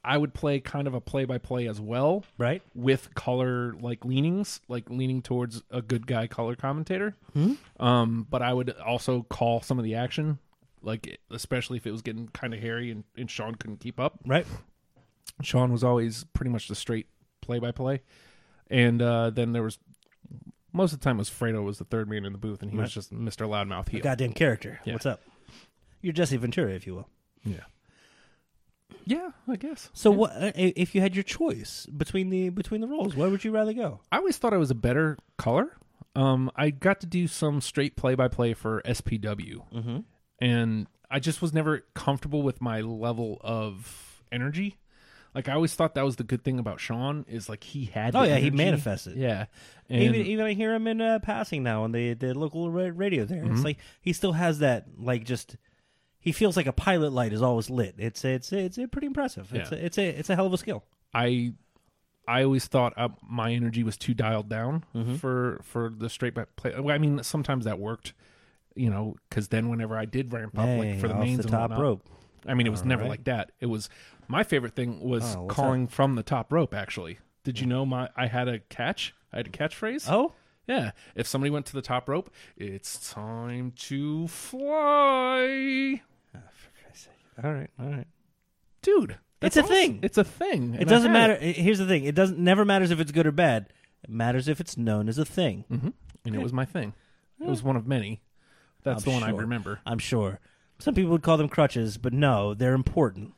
[SPEAKER 4] I would play kind of a play by play as well,
[SPEAKER 3] Right.
[SPEAKER 4] With color like leanings, like leaning towards a good guy color commentator. Um, but I would also call some of the action, like especially if it was getting kind of hairy and, and Sean couldn't keep up.
[SPEAKER 3] Right.
[SPEAKER 4] Sean was always pretty much the straight play by play, and uh, then there was most of the time it was Fredo was the third man in the booth, and he was just Mister Loudmouth heel.
[SPEAKER 3] Goddamn character.
[SPEAKER 4] Yeah.
[SPEAKER 3] What's up? You're Jesse Ventura, if you will.
[SPEAKER 4] Yeah. Yeah, I guess.
[SPEAKER 3] So what what if you had your choice between the between the roles? Where would you rather go?
[SPEAKER 4] I always thought I was a better color. Um, I got to do some straight play by play for SPW. Mm-hmm. And I just was never comfortable with my level of energy. Like I always thought that was the good thing about Sean is like he had.
[SPEAKER 3] Oh
[SPEAKER 4] the
[SPEAKER 3] yeah, he
[SPEAKER 4] energy.
[SPEAKER 3] manifested.
[SPEAKER 4] Yeah, and
[SPEAKER 3] Even even I hear him in uh, passing now on the the local ra- radio there.
[SPEAKER 4] Mm-hmm.
[SPEAKER 3] It's like he still has that like just he feels like a pilot light is always lit. It's it's it's, pretty impressive. It's
[SPEAKER 4] Yeah.
[SPEAKER 3] a, it's a it's a hell of a skill.
[SPEAKER 4] I I always thought uh, my energy was too dialed down
[SPEAKER 3] Mm-hmm.
[SPEAKER 4] for for the straight back play. Well, I mean, sometimes that worked, you know, because then whenever I did ramp up,
[SPEAKER 3] Hey,
[SPEAKER 4] like for the
[SPEAKER 3] off
[SPEAKER 4] mains
[SPEAKER 3] the
[SPEAKER 4] and
[SPEAKER 3] top
[SPEAKER 4] whatnot,
[SPEAKER 3] rope.
[SPEAKER 4] I mean, it was never
[SPEAKER 3] right.
[SPEAKER 4] like that. It was my favorite thing was
[SPEAKER 3] Oh, what's
[SPEAKER 4] calling from the top rope. Actually, did you know my I had a catch? I had a catchphrase.
[SPEAKER 3] Oh,
[SPEAKER 4] yeah. If somebody went to the top rope, it's time to fly,
[SPEAKER 3] all right, all right.
[SPEAKER 4] dude. that's
[SPEAKER 3] It's a
[SPEAKER 4] awesome.
[SPEAKER 3] thing.
[SPEAKER 4] It's a thing.
[SPEAKER 3] It doesn't matter. Here's the thing. It doesn't never matters if it's good or bad. It matters if it's known as a thing.
[SPEAKER 4] Mm-hmm. and it was my thing. It was one of many. That's the
[SPEAKER 3] I'm
[SPEAKER 4] one I
[SPEAKER 3] sure.
[SPEAKER 4] remember.
[SPEAKER 3] I'm sure. Some people would call them crutches, but no, they're important.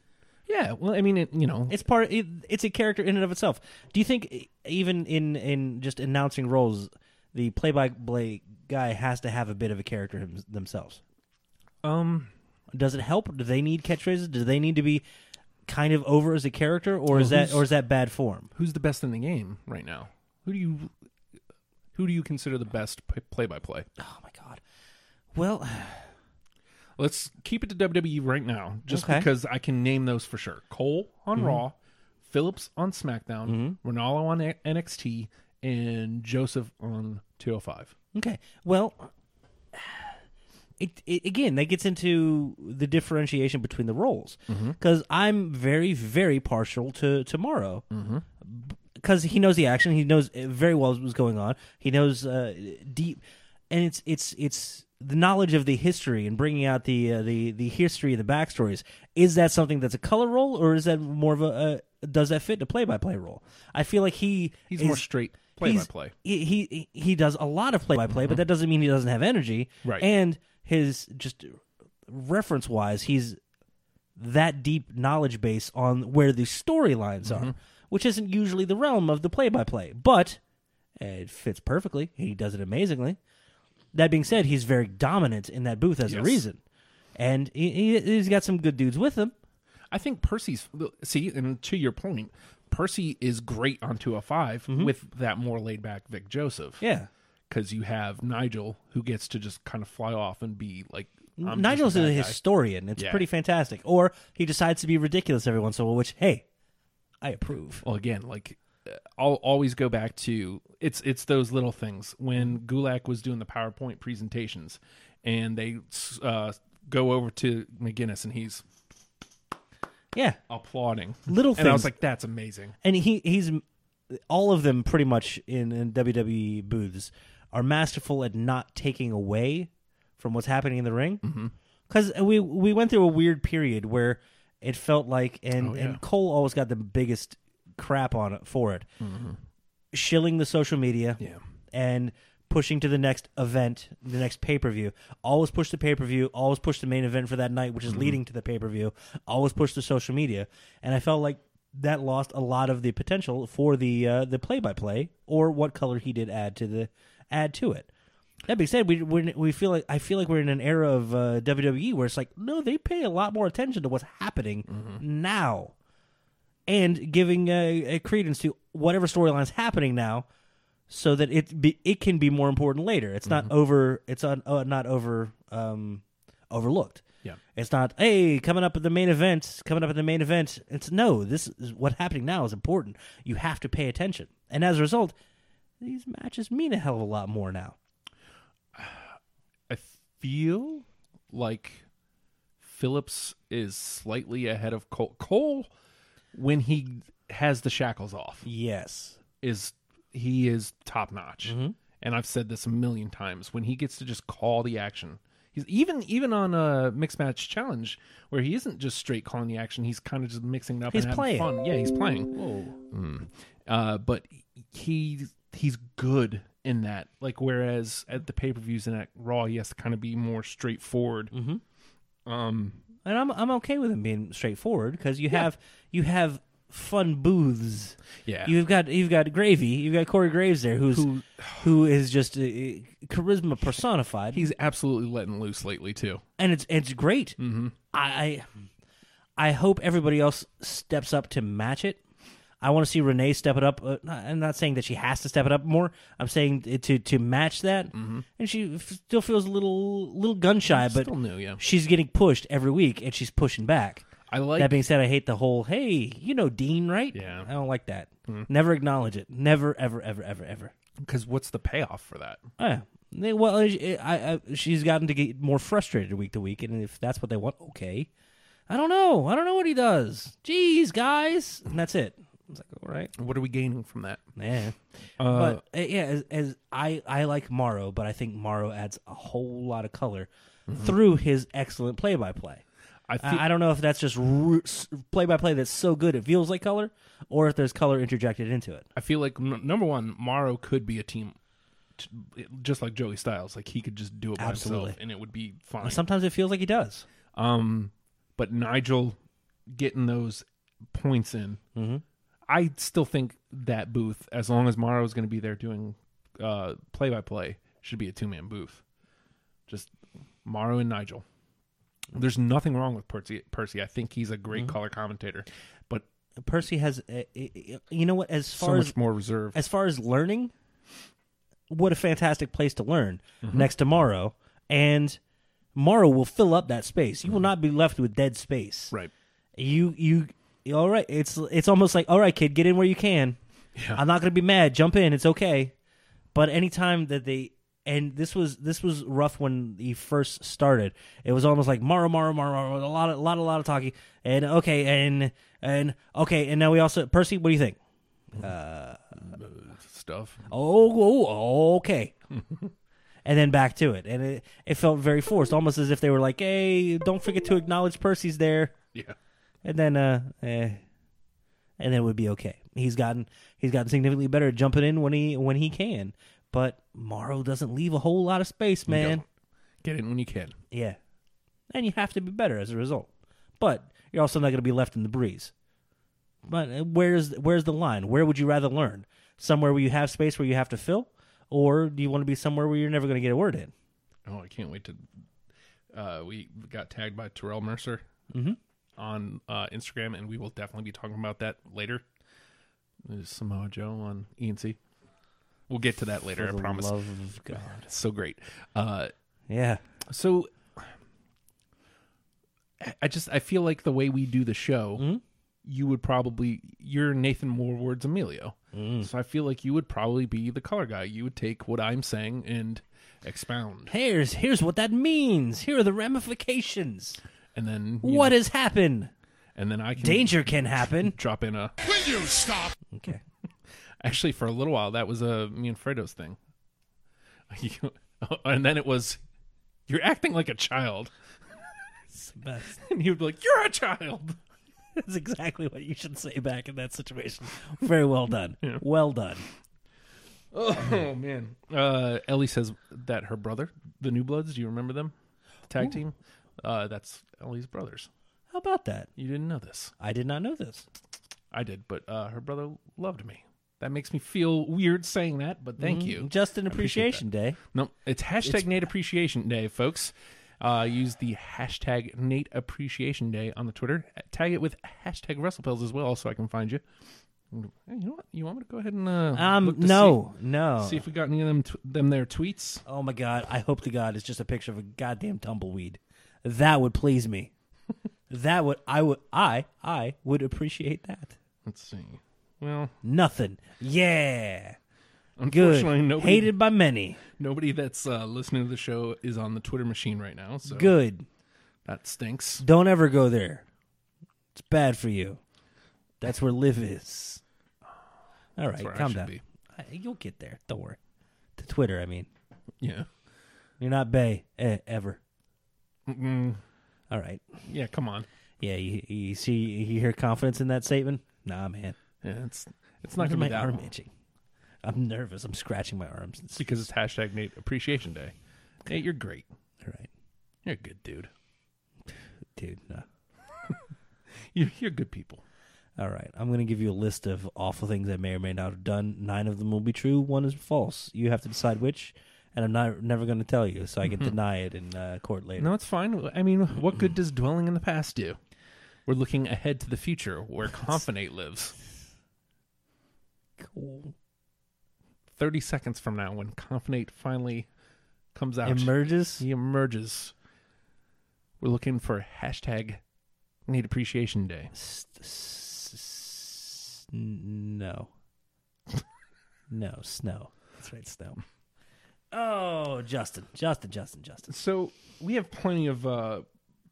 [SPEAKER 4] Yeah, well, I mean, it, you know,
[SPEAKER 3] It's part. It, it's a character in and of itself. Do you think e- even in in just announcing roles, the play by play guy has to have a bit of a character him, themselves?
[SPEAKER 4] um,
[SPEAKER 3] Does it help? Do they need catchphrases? Do they need to be kind of over as a character, or is that
[SPEAKER 4] who's-
[SPEAKER 3] or is that bad form?
[SPEAKER 4] who's the best in the game right now? Who do you, who do you consider the best p- play-by-play?
[SPEAKER 3] Oh my god. Well,
[SPEAKER 4] Let's keep it to WWE right now, just
[SPEAKER 3] Okay. Mm-hmm.
[SPEAKER 4] because I can name those for sure. Cole on Raw, Phillips on SmackDown, Ronaldo on A- NXT, and Joseph on 205.
[SPEAKER 3] Okay. Well, it, it again that gets into the differentiation between the roles
[SPEAKER 4] Mm-hmm.
[SPEAKER 3] because I'm very very partial to tomorrow
[SPEAKER 4] Mm-hmm.
[SPEAKER 3] because he knows the action. He knows uh, very well what's going on. He knows uh, deep. and it's it's it's the knowledge of the history and bringing out the uh, the the history, the backstories. Is that something that's a color role, or is that more of a, a does that fit in a play by play role? I feel like he
[SPEAKER 4] He's
[SPEAKER 3] is-
[SPEAKER 4] more straight
[SPEAKER 3] he's-
[SPEAKER 4] play-by-play. Mm-hmm.
[SPEAKER 3] He, he he does a lot of play by play, but that doesn't mean he doesn't have energy.
[SPEAKER 4] Right.
[SPEAKER 3] And his just reference wise, he's that deep knowledge base on where the storylines
[SPEAKER 4] Mm-hmm.
[SPEAKER 3] are, which isn't usually the realm of the play by play. But it fits perfectly. He does it amazingly. That being said, he's very dominant in that booth as a
[SPEAKER 4] Yes.
[SPEAKER 3] reason, and he, he, he's got some good dudes with him.
[SPEAKER 4] I think Percy's see, and to your point, Percy is great on 205 with that more laid back Vic Joseph.
[SPEAKER 3] Mm-hmm. Yeah,
[SPEAKER 4] Because you have Nigel who gets to just kind of fly off and be like I'm
[SPEAKER 3] Nigel's
[SPEAKER 4] just
[SPEAKER 3] a
[SPEAKER 4] a bad guy.
[SPEAKER 3] historian. It's
[SPEAKER 4] Yeah.
[SPEAKER 3] pretty fantastic. Or he decides to be ridiculous every once in a while, which, hey, I approve.
[SPEAKER 4] well again like uh, i'll always go back to it's it's those little things when gulak was doing the powerpoint presentations and they uh, go over to mcginnis and he's
[SPEAKER 3] Yeah.
[SPEAKER 4] applauding
[SPEAKER 3] Little
[SPEAKER 4] and i was
[SPEAKER 3] things.
[SPEAKER 4] like that's amazing
[SPEAKER 3] And he he's all of them pretty much in, in WWE booths are masterful at not taking away from what's happening in the ring. Because mm-hmm. we we went through a weird period where it felt like
[SPEAKER 4] Oh,
[SPEAKER 3] and and Cole always got the biggest crap on it for it, shilling the social media.
[SPEAKER 4] Yeah.
[SPEAKER 3] and pushing to the next event, the next pay per view. Always push the pay per view, always push the main event for that night, which is leading to the pay per view, always push the social media. And I felt like that lost a lot of the potential for the uh, the play by play or what color he did add to the add to it. That being said, we we're, we feel like I feel like we're in an era of uh, WWE where it's like no, they pay a lot more attention to what's happening now, and giving uh, uh, credence to whatever storylines happening now, so that it be, it can be more important later. It's not over. It's on, uh, not over um, overlooked.
[SPEAKER 4] Yeah.
[SPEAKER 3] It's not hey coming up at the main event. Coming up at the main event. It's no. This is what's happening now is important. You have to pay attention, and as a result, these matches mean a hell of a lot more now.
[SPEAKER 4] i feel like phillips is slightly ahead of cole cole when he has the shackles off
[SPEAKER 3] Yes.
[SPEAKER 4] is he is top notch.
[SPEAKER 3] Mm-hmm.
[SPEAKER 4] And I've said this a million times when he gets to just call the action. He's even even on a mixed match challenge where he isn't just straight calling the action. He's kind of just mixing it up.
[SPEAKER 3] He's
[SPEAKER 4] and
[SPEAKER 3] playing.
[SPEAKER 4] Having fun. Yeah, he's playing.
[SPEAKER 3] Whoa.
[SPEAKER 4] Uh, but he he's good in that. Like whereas at the pay per views and at Raw, he has to kind of be more
[SPEAKER 3] Mm-hmm.
[SPEAKER 4] straightforward.
[SPEAKER 3] And I'm I'm okay with him being straightforward because you have you have fun booths.
[SPEAKER 4] Yeah.
[SPEAKER 3] You've got you've got gravy. You've got Corey Graves there, who's who, who is just uh, charisma personified.
[SPEAKER 4] He's absolutely letting loose lately too.
[SPEAKER 3] and it's it's great. Mm-hmm. I, I I hope everybody else steps up to match it. I want to see Renee step it up. Uh, not- I'm not saying that she has to step it up more. I'm saying it to to match that, and she f- still feels a little little gun shy, but
[SPEAKER 4] Mm-hmm. Still new, yeah.
[SPEAKER 3] she's getting pushed every week, and she's pushing back.
[SPEAKER 4] I like
[SPEAKER 3] that being said, I hate the whole "Hey, you know Dean, right?"
[SPEAKER 4] Yeah.
[SPEAKER 3] I don't like that. Never acknowledge it. Never, ever, ever, ever, ever.
[SPEAKER 4] because what's the payoff for that?
[SPEAKER 3] Oh, Yeah. They, well, I, I, I- she's gotten to get more frustrated week to week, and if that's what they want, okay. I don't know. I don't know what he does. Jeez, guys, and that's it. I was like, all right,
[SPEAKER 4] What are we gaining from that?
[SPEAKER 3] yeah. but uh, yeah, as, as I, I like Morrow, but I think Morrow adds a whole lot of color through his excellent play-by-play.
[SPEAKER 4] I feel,
[SPEAKER 3] Uh, I, I don't know if that's just ru- s- play-by-play that's so good it feels like color, or if there's color interjected into it.
[SPEAKER 4] I feel like n- number one, Morrow could be a team, t- just like Joey Styles. Like he could just do it by
[SPEAKER 3] Absolutely.
[SPEAKER 4] himself, and it would be fine.
[SPEAKER 3] Sometimes it feels like he does.
[SPEAKER 4] um, but Nigel getting those points in,
[SPEAKER 3] Mm-hmm.
[SPEAKER 4] I still think that booth, as long as Morrow's going to be there doing play by play, should be a two man booth. Just Morrow and Nigel. There's nothing wrong with Percy. Percy, I think he's a great
[SPEAKER 3] Mm-hmm.
[SPEAKER 4] color commentator, but
[SPEAKER 3] Percy has, uh, you know what? As
[SPEAKER 4] so
[SPEAKER 3] far as
[SPEAKER 4] much more reserved.
[SPEAKER 3] as far as learning, what a fantastic place to learn
[SPEAKER 4] Mm-hmm.
[SPEAKER 3] next to Morrow. And Morrow will fill up that space. You
[SPEAKER 4] Mm-hmm.
[SPEAKER 3] will not be left with dead space.
[SPEAKER 4] right.
[SPEAKER 3] You you all right. It's it's almost like all right, kid, get in where you can. I'm not gonna be mad. Jump in. It's okay. But anytime that they and this was this was rough when he first started. It was almost like Morrow, Morrow, Morrow, a lot, of, a lot, a lot of talking. And okay, and and okay, and now we also Percy. What do you think?
[SPEAKER 4] Stuff.
[SPEAKER 3] Oh, oh okay. and then back to it, and it it felt very forced, almost as if they were like, "Hey, don't forget to acknowledge Percy's there,"
[SPEAKER 4] Yeah.
[SPEAKER 3] and then uh, eh, and then it would be okay. He's gotten he's gotten significantly better at jumping in when he when he can, but Morrow doesn't leave a whole lot of space, man.
[SPEAKER 4] don't. Get in when you can.
[SPEAKER 3] Yeah. And you have to be better as a result. But you're also not going to be left in the breeze. But uh, where's where's the line? Where would you rather learn? Somewhere where you have space where you have to fill, or do you want to be somewhere where you're never going to get a word in?
[SPEAKER 4] Oh, I can't wait to. Uh, we got tagged by Terrell Mercer on uh, Instagram, and we will definitely be talking about that later. There's Samoa Joe on ENC. We'll get to that later, I
[SPEAKER 3] For the
[SPEAKER 4] promise.
[SPEAKER 3] love of God.
[SPEAKER 4] It's so great. Uh,
[SPEAKER 3] Yeah.
[SPEAKER 4] so I- I just I feel like the way we do the show, you would probably you're Nathan Warward's Emilio, so I feel like you would probably be the color guy. You would take what I'm saying and expound,
[SPEAKER 3] Here's here's what that means. Here are the ramifications.
[SPEAKER 4] and then you
[SPEAKER 3] What
[SPEAKER 4] know,
[SPEAKER 3] has happened?
[SPEAKER 4] and then I can
[SPEAKER 3] Danger can happen.
[SPEAKER 4] drop in a
[SPEAKER 1] Will you stop?
[SPEAKER 3] Okay.
[SPEAKER 4] actually for a little while that was a me and Fredo's thing, oh, and then it was you're acting like a child,
[SPEAKER 3] That's,
[SPEAKER 4] and he would be like you're a child.
[SPEAKER 3] that's exactly what you should say back in that situation. Very well done. Well done.
[SPEAKER 4] Oh man. Uh, Ellie says that her brother, the New Bloods, do you remember them? Tag team? Uh, that's Ellie's brothers.
[SPEAKER 3] How about that?
[SPEAKER 4] You didn't know this.
[SPEAKER 3] I did not know this.
[SPEAKER 4] I did, but uh, her brother loved me. That makes me feel weird saying that, but thank you.
[SPEAKER 3] Mm, Just an
[SPEAKER 4] appreciate
[SPEAKER 3] appreciation day.
[SPEAKER 4] No, it's hashtag Nate Appreciation Day, folks. Uh, use the hashtag Nate Appreciation Day on the Twitter. Tag it with hashtag WrestlePills as well, so I can find you. Hey, you know what? You want me to go ahead and uh,
[SPEAKER 3] Um,
[SPEAKER 4] look to
[SPEAKER 3] no, no.
[SPEAKER 4] see, see if we got any of them tw- them there tweets?
[SPEAKER 3] oh my god! I hope to God it's just a picture of a goddamn tumbleweed. That would please me. that would I would I I would appreciate that.
[SPEAKER 4] Let's see. Well,
[SPEAKER 3] Nothing. Yeah. Good.
[SPEAKER 4] Unfortunately, nobody,
[SPEAKER 3] Hated by many.
[SPEAKER 4] nobody that's uh, listening to the show is on the Twitter machine right now, so
[SPEAKER 3] Good.
[SPEAKER 4] that stinks.
[SPEAKER 3] Don't ever go there. It's bad for you. That's where live is. All right,
[SPEAKER 4] where I
[SPEAKER 3] calm
[SPEAKER 4] should
[SPEAKER 3] down.
[SPEAKER 4] be.
[SPEAKER 3] I, you'll get there. Don't worry. To Twitter, I mean.
[SPEAKER 4] Yeah,
[SPEAKER 3] You're not Bay eh, ever. All right.
[SPEAKER 4] yeah. Come on,
[SPEAKER 3] Yeah, you, you see, you hear confidence in that statement? Nah, man.
[SPEAKER 4] yeah, it's it's not
[SPEAKER 3] Look at
[SPEAKER 4] gonna
[SPEAKER 3] my
[SPEAKER 4] be that
[SPEAKER 3] arm
[SPEAKER 4] long.
[SPEAKER 3] itching. I'm nervous. I'm scratching my arms.
[SPEAKER 4] It's
[SPEAKER 3] It's,
[SPEAKER 4] because it's hashtag Nate Appreciation Day. Nate, you're great.
[SPEAKER 3] all right,
[SPEAKER 4] You're a good dude.
[SPEAKER 3] dude. No.
[SPEAKER 4] You're, you're good people.
[SPEAKER 3] All right, I'm gonna give you a list of awful things I may or may not have done. Nine of them will be true. One is false. You have to decide which, and I'm not never gonna tell you, so I can deny it in uh, court later.
[SPEAKER 4] No, it's fine. I mean, what good does dwelling in the past do? We're looking ahead to the future, where Confinate lives.
[SPEAKER 3] Cool.
[SPEAKER 4] Thirty seconds from now, when Confinate finally comes out,
[SPEAKER 3] Emerges.
[SPEAKER 4] he emerges. We're looking for hashtag Nate Appreciation Day.
[SPEAKER 3] S- s- s- n- no. no, snow. That's right, snow. Oh, Justin, Justin, Justin, Justin.
[SPEAKER 4] So we have plenty of uh,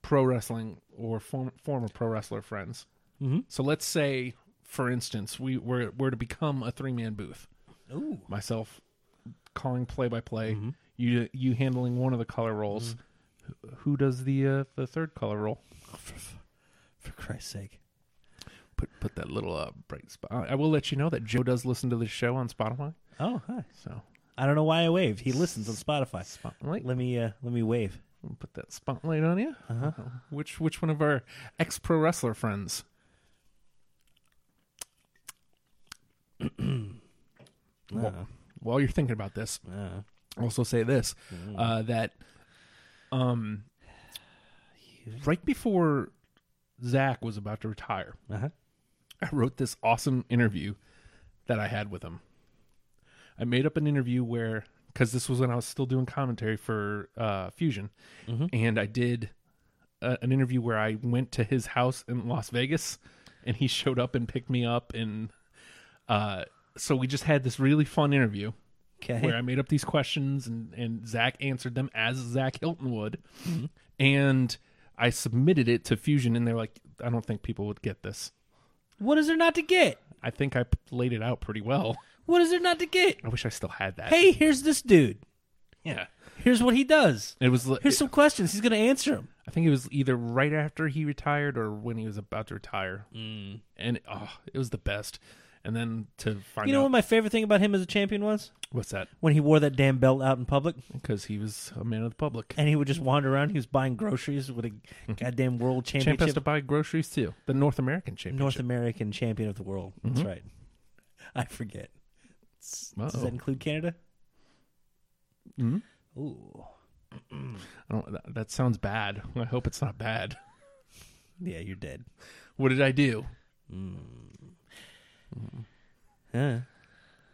[SPEAKER 4] pro wrestling or form, former pro wrestler friends. Mm-hmm. So let's say, for instance, we were, were to become a three man booth.
[SPEAKER 3] Ooh.
[SPEAKER 4] Myself calling play by play, you you handling one of the color roles. Who- Who does the uh, the third color role?
[SPEAKER 3] For Christ's sake.
[SPEAKER 4] Put put that little uh, bright spot. I will let you know that Joe does listen to this show on Spotify.
[SPEAKER 3] Oh, hi.
[SPEAKER 4] So
[SPEAKER 3] I don't know why I waved. He listens on Spotify.
[SPEAKER 4] Spotlight.
[SPEAKER 3] Let me uh, let me wave.
[SPEAKER 4] We'll put that spotlight on you. Uh, Which which one of our ex pro wrestler friends? while, while you're thinking about this,
[SPEAKER 3] Uh,
[SPEAKER 4] also say this uh, that um, right before Zach was about to retire,
[SPEAKER 3] uh-huh.
[SPEAKER 4] I wrote this awesome interview that I had with him. I made up an interview where, because this was when I was still doing commentary for uh, Fusion, and I did a, an interview where I went to his house in Las Vegas, and he showed up and picked me up, and uh, so we just had this really fun interview
[SPEAKER 3] Okay.
[SPEAKER 4] where I made up these questions and, and Zach answered them as Zach Hilton would. And I submitted it to Fusion and they're like, I don't think people would get this.
[SPEAKER 3] What is there not to get?
[SPEAKER 4] I think I p- laid it out pretty well.
[SPEAKER 3] What is there not to get?
[SPEAKER 4] I wish I still had that.
[SPEAKER 3] Hey, here's this dude.
[SPEAKER 4] Yeah.
[SPEAKER 3] Here's what he does.
[SPEAKER 4] It was. li-
[SPEAKER 3] Here's some questions. He's going to answer them.
[SPEAKER 4] I think it was either right after he retired or when he was about to retire. Mm. And oh, it was the best. And then to find
[SPEAKER 3] You know
[SPEAKER 4] out
[SPEAKER 3] what my favorite thing about him as a champion was?
[SPEAKER 4] what's that?
[SPEAKER 3] When he wore that damn belt out in public
[SPEAKER 4] Because he was a man of the public.
[SPEAKER 3] and he would just wander around. He was buying groceries with
[SPEAKER 4] Mm-hmm.
[SPEAKER 3] a goddamn world
[SPEAKER 4] Champ has to
[SPEAKER 3] championship.
[SPEAKER 4] buy groceries too. The North American
[SPEAKER 3] North
[SPEAKER 4] championship. Mm-hmm.
[SPEAKER 3] American champion of the world. That's right. I forget.
[SPEAKER 4] North
[SPEAKER 3] Does that include Canada?
[SPEAKER 4] Mhm.
[SPEAKER 3] Ooh.
[SPEAKER 4] I don't, that, that sounds bad. I hope it's not bad.
[SPEAKER 3] Yeah, you're dead.
[SPEAKER 4] What did I do?
[SPEAKER 3] Huh.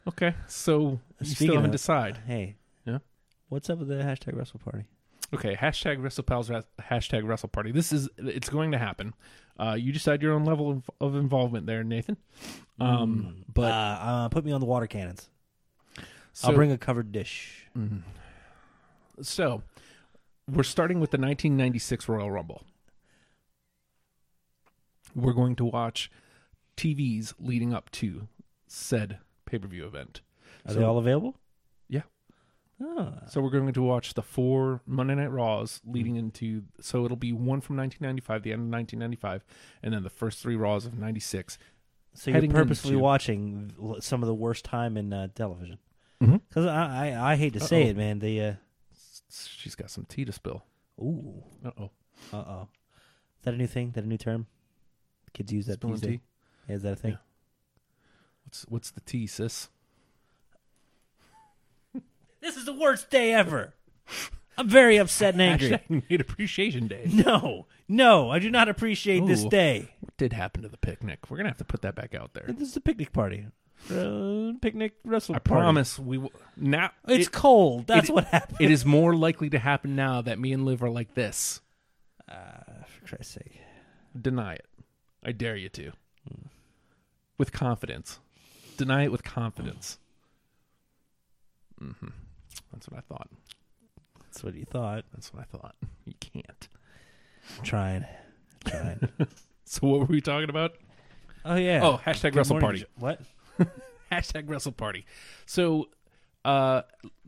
[SPEAKER 4] Okay, so you
[SPEAKER 3] Speaking
[SPEAKER 4] still haven't
[SPEAKER 3] of-
[SPEAKER 4] decided.
[SPEAKER 3] Hey.
[SPEAKER 4] Yeah?
[SPEAKER 3] What's up with the hashtag wrestle party?
[SPEAKER 4] Okay, hashtag WrestlePals, ra- hashtag Wrestle Party. This is it's going to happen. Uh, you decide your own level of, of involvement there, Nathan. Um,
[SPEAKER 3] Uh,
[SPEAKER 4] but
[SPEAKER 3] uh, put me on the water cannons.
[SPEAKER 4] so, Mm.
[SPEAKER 3] I'll bring a covered dish.
[SPEAKER 4] so we're starting with the 1996 Royal Rumble. We're going to watch TVs leading up to said pay per view event.
[SPEAKER 3] Are they all available?
[SPEAKER 4] Yeah.
[SPEAKER 3] Oh,
[SPEAKER 4] So we're going to watch the four Monday Night Raws leading
[SPEAKER 3] Mm-hmm.
[SPEAKER 4] into. So it'll be one from 1995, the end of 1995, and then the first three Raws of 96.
[SPEAKER 3] so you're
[SPEAKER 4] Heading
[SPEAKER 3] purposely
[SPEAKER 4] into-
[SPEAKER 3] watching l- some of the worst time in uh, television.
[SPEAKER 4] Mhm.
[SPEAKER 3] Because I, I, I hate to say it, man. The uh,
[SPEAKER 4] She's got some tea to spill.
[SPEAKER 3] ooh,
[SPEAKER 4] Uh oh.
[SPEAKER 3] uh oh, is that a new thing? Is that a new term? Kids use that
[SPEAKER 4] Spilling
[SPEAKER 3] these days?
[SPEAKER 4] tea.
[SPEAKER 3] Yeah, is that a thing?
[SPEAKER 4] What's what's the tea, sis?
[SPEAKER 3] This is the worst day ever. I'm very upset and angry.
[SPEAKER 4] Hashtag Made Appreciation Day.
[SPEAKER 3] no, no, I do not appreciate this
[SPEAKER 4] Ooh.
[SPEAKER 3] day.
[SPEAKER 4] What did happen to the picnic? We're gonna have to put that back out there.
[SPEAKER 3] This is a picnic party. Uh, picnic wrestle.
[SPEAKER 4] I
[SPEAKER 3] party.
[SPEAKER 4] promise we will. Now
[SPEAKER 3] It's
[SPEAKER 4] it-
[SPEAKER 3] cold. That's
[SPEAKER 4] it-
[SPEAKER 3] what happened.
[SPEAKER 4] It is more likely to happen now that me and Liv are like this.
[SPEAKER 3] For Christ's sake.
[SPEAKER 4] Deny it. I dare you to. With confidence. Deny it with confidence. hmm That's what I thought.
[SPEAKER 3] That's what you thought.
[SPEAKER 4] That's what I thought. You can't.
[SPEAKER 3] I'm trying. I'm trying.
[SPEAKER 4] So what were we talking about?
[SPEAKER 3] Oh yeah.
[SPEAKER 4] Oh, hashtag
[SPEAKER 3] Good
[SPEAKER 4] wrestle
[SPEAKER 3] morning,
[SPEAKER 4] party.
[SPEAKER 3] Jo- What?
[SPEAKER 4] Hashtag wrestle party. So uh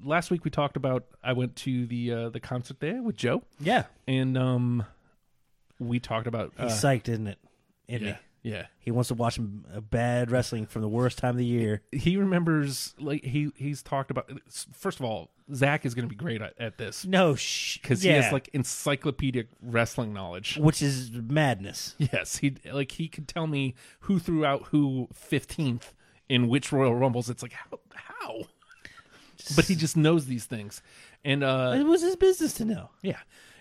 [SPEAKER 4] last week we talked about I went to the uh the concert there with Joe
[SPEAKER 3] Yeah.
[SPEAKER 4] and um we talked about uh,
[SPEAKER 3] He's psyched, isn't it? Isn't
[SPEAKER 4] yeah,
[SPEAKER 3] he?
[SPEAKER 4] yeah.
[SPEAKER 3] He wants to watch m- uh, bad wrestling from the worst time of the year.
[SPEAKER 4] he remembers like he he's talked about first of all zach is going to be great at, at this
[SPEAKER 3] No, shh.
[SPEAKER 4] because
[SPEAKER 3] yeah.
[SPEAKER 4] he has like encyclopedic wrestling knowledge
[SPEAKER 3] which is madness.
[SPEAKER 4] yes he like he could tell me who threw out who 15th in which royal rumbles it's like how how but he just knows these things and uh
[SPEAKER 3] It was his business to know.
[SPEAKER 4] yeah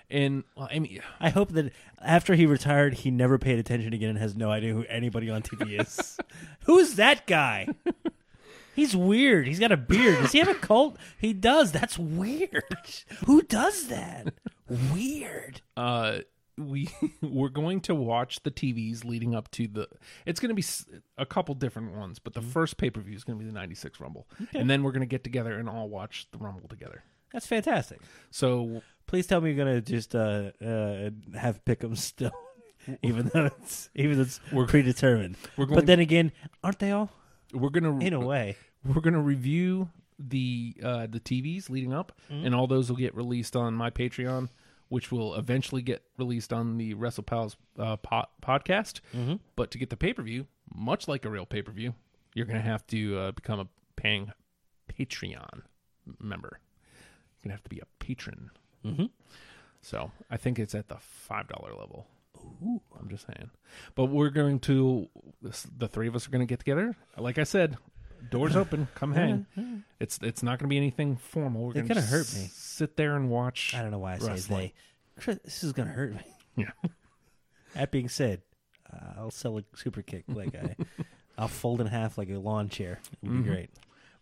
[SPEAKER 4] and well, i mean
[SPEAKER 3] I hope that after he retired, he never paid attention again and has no idea who anybody on TV is. Who's that guy? He's weird. He's got a beard. Does he have a cult? He does. That's weird. Who does that? Weird.
[SPEAKER 4] uh we we're going to watch the TVs leading up to the. It's going to be s- a couple different ones, but the first pay per view is going to be the '96 Rumble, and then we're going to get together and all watch the Rumble together.
[SPEAKER 3] That's fantastic.
[SPEAKER 4] So
[SPEAKER 3] Please tell me you're gonna just uh, uh, have Pick'em still, even though it's even though it's
[SPEAKER 4] We're-
[SPEAKER 3] predetermined.
[SPEAKER 4] we're going-
[SPEAKER 3] but then again, aren't they all
[SPEAKER 4] we're gonna
[SPEAKER 3] in a way?
[SPEAKER 4] we're gonna review the uh, the TVs leading up, and all those will get released on my Patreon, which will eventually get released on the Wrestle Pals uh, po- podcast. But to get the pay per view, much like a real pay per view, you're gonna have to uh, become a paying Patreon member. You're gonna have to be a patron.
[SPEAKER 3] Mm-hmm.
[SPEAKER 4] So I think it's at the five dollar level. I'm just saying, but we're going to this, the three of us are going to get together. Like I said, doors open, come hang. It's it's not going to be anything formal. We're
[SPEAKER 3] They're
[SPEAKER 4] going
[SPEAKER 3] gonna
[SPEAKER 4] to
[SPEAKER 3] hurt me.
[SPEAKER 4] Sit there and watch.
[SPEAKER 3] I don't know why I say
[SPEAKER 4] Wrestling.
[SPEAKER 3] they. Chris, This is gonna hurt me.
[SPEAKER 4] Yeah.
[SPEAKER 3] That being said, I'll sell a super kick like I, I'll fold in half like a lawn chair. It would
[SPEAKER 4] Mm-hmm.
[SPEAKER 3] be great.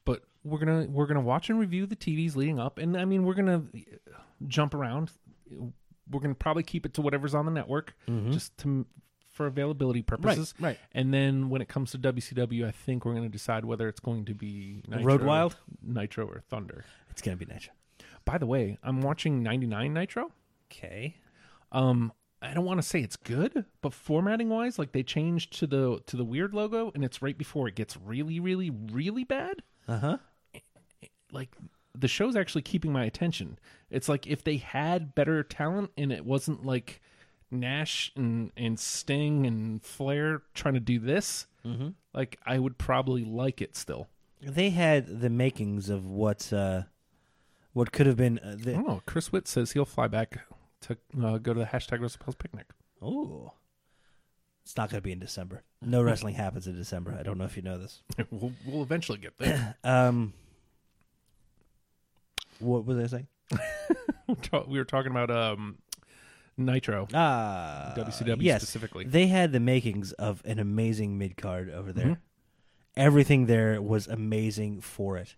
[SPEAKER 4] but we're gonna we're gonna watch and review the TVs leading up, and I mean we're gonna uh, jump around. We're gonna probably keep it to whatever's on the network, just to for availability purposes.
[SPEAKER 3] Mm-hmm. right.
[SPEAKER 4] And then when it comes to WCW, I think we're gonna decide whether it's going to be Nitro,
[SPEAKER 3] Road Wild?
[SPEAKER 4] Nitro, or Thunder.
[SPEAKER 3] It's gonna be nitro.
[SPEAKER 4] By the way, I'm watching 99 Nitro.
[SPEAKER 3] Okay.
[SPEAKER 4] Um, I don't want to say it's good, but formatting wise, like they changed to the to the weird logo, and it's right before it gets really, really, really bad.
[SPEAKER 3] Uh huh.
[SPEAKER 4] Like the show's actually keeping my attention. It's like if they had better talent and it wasn't like Nash and, and Sting and Flair trying to do this, like I would probably like it still.
[SPEAKER 3] They had the makings of what uh, what could have been. Uh, the,
[SPEAKER 4] Oh, Chris Witt says he'll fly back to uh, go to the hashtag Roosevelt picnic.
[SPEAKER 3] oh, it's not going to be in December. No wrestling happens in December. I don't know if you know this.
[SPEAKER 4] we'll, we'll eventually get there.
[SPEAKER 3] Um, what was I saying?
[SPEAKER 4] we were ta- we were talking about um, Nitro.
[SPEAKER 3] Ah,
[SPEAKER 4] WCW
[SPEAKER 3] yes.
[SPEAKER 4] specifically.
[SPEAKER 3] They had the makings of an amazing mid card over there. Everything there was amazing for it,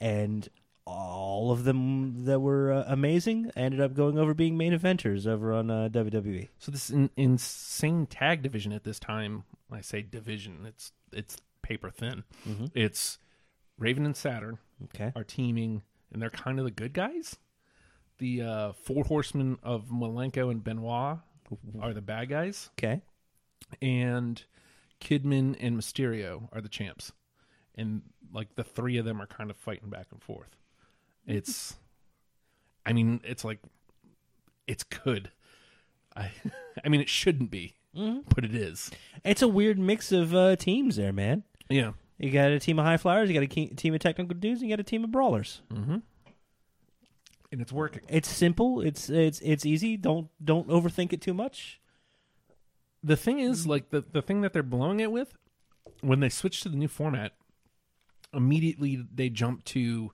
[SPEAKER 3] and all of them that were uh, amazing ended up going over being main eventers over on uh, WWE.
[SPEAKER 4] So this in, insane tag division at this time. when I say division. It's it's paper thin. It's Raven and Saturn
[SPEAKER 3] Okay,
[SPEAKER 4] are teaming, and they're kind of the good guys. The uh, Four Horsemen of Malenko and Benoit are the bad guys,
[SPEAKER 3] okay,
[SPEAKER 4] and Kidman and Mysterio are the champs. And like the three of them are kind of fighting back and forth. It's, I mean, it's like, it's good. I, I mean, it shouldn't be, but it is.
[SPEAKER 3] it's a weird mix of uh, teams there, man.
[SPEAKER 4] Yeah.
[SPEAKER 3] You got a team of high flyers, you got a ke- team of technical dudes, and you got a team of brawlers.
[SPEAKER 4] And it's working.
[SPEAKER 3] It's simple. It's it's it's easy. Don't don't overthink it too much.
[SPEAKER 4] the thing is like the, the thing that they're blowing it with when they switch to the new format immediately they jump to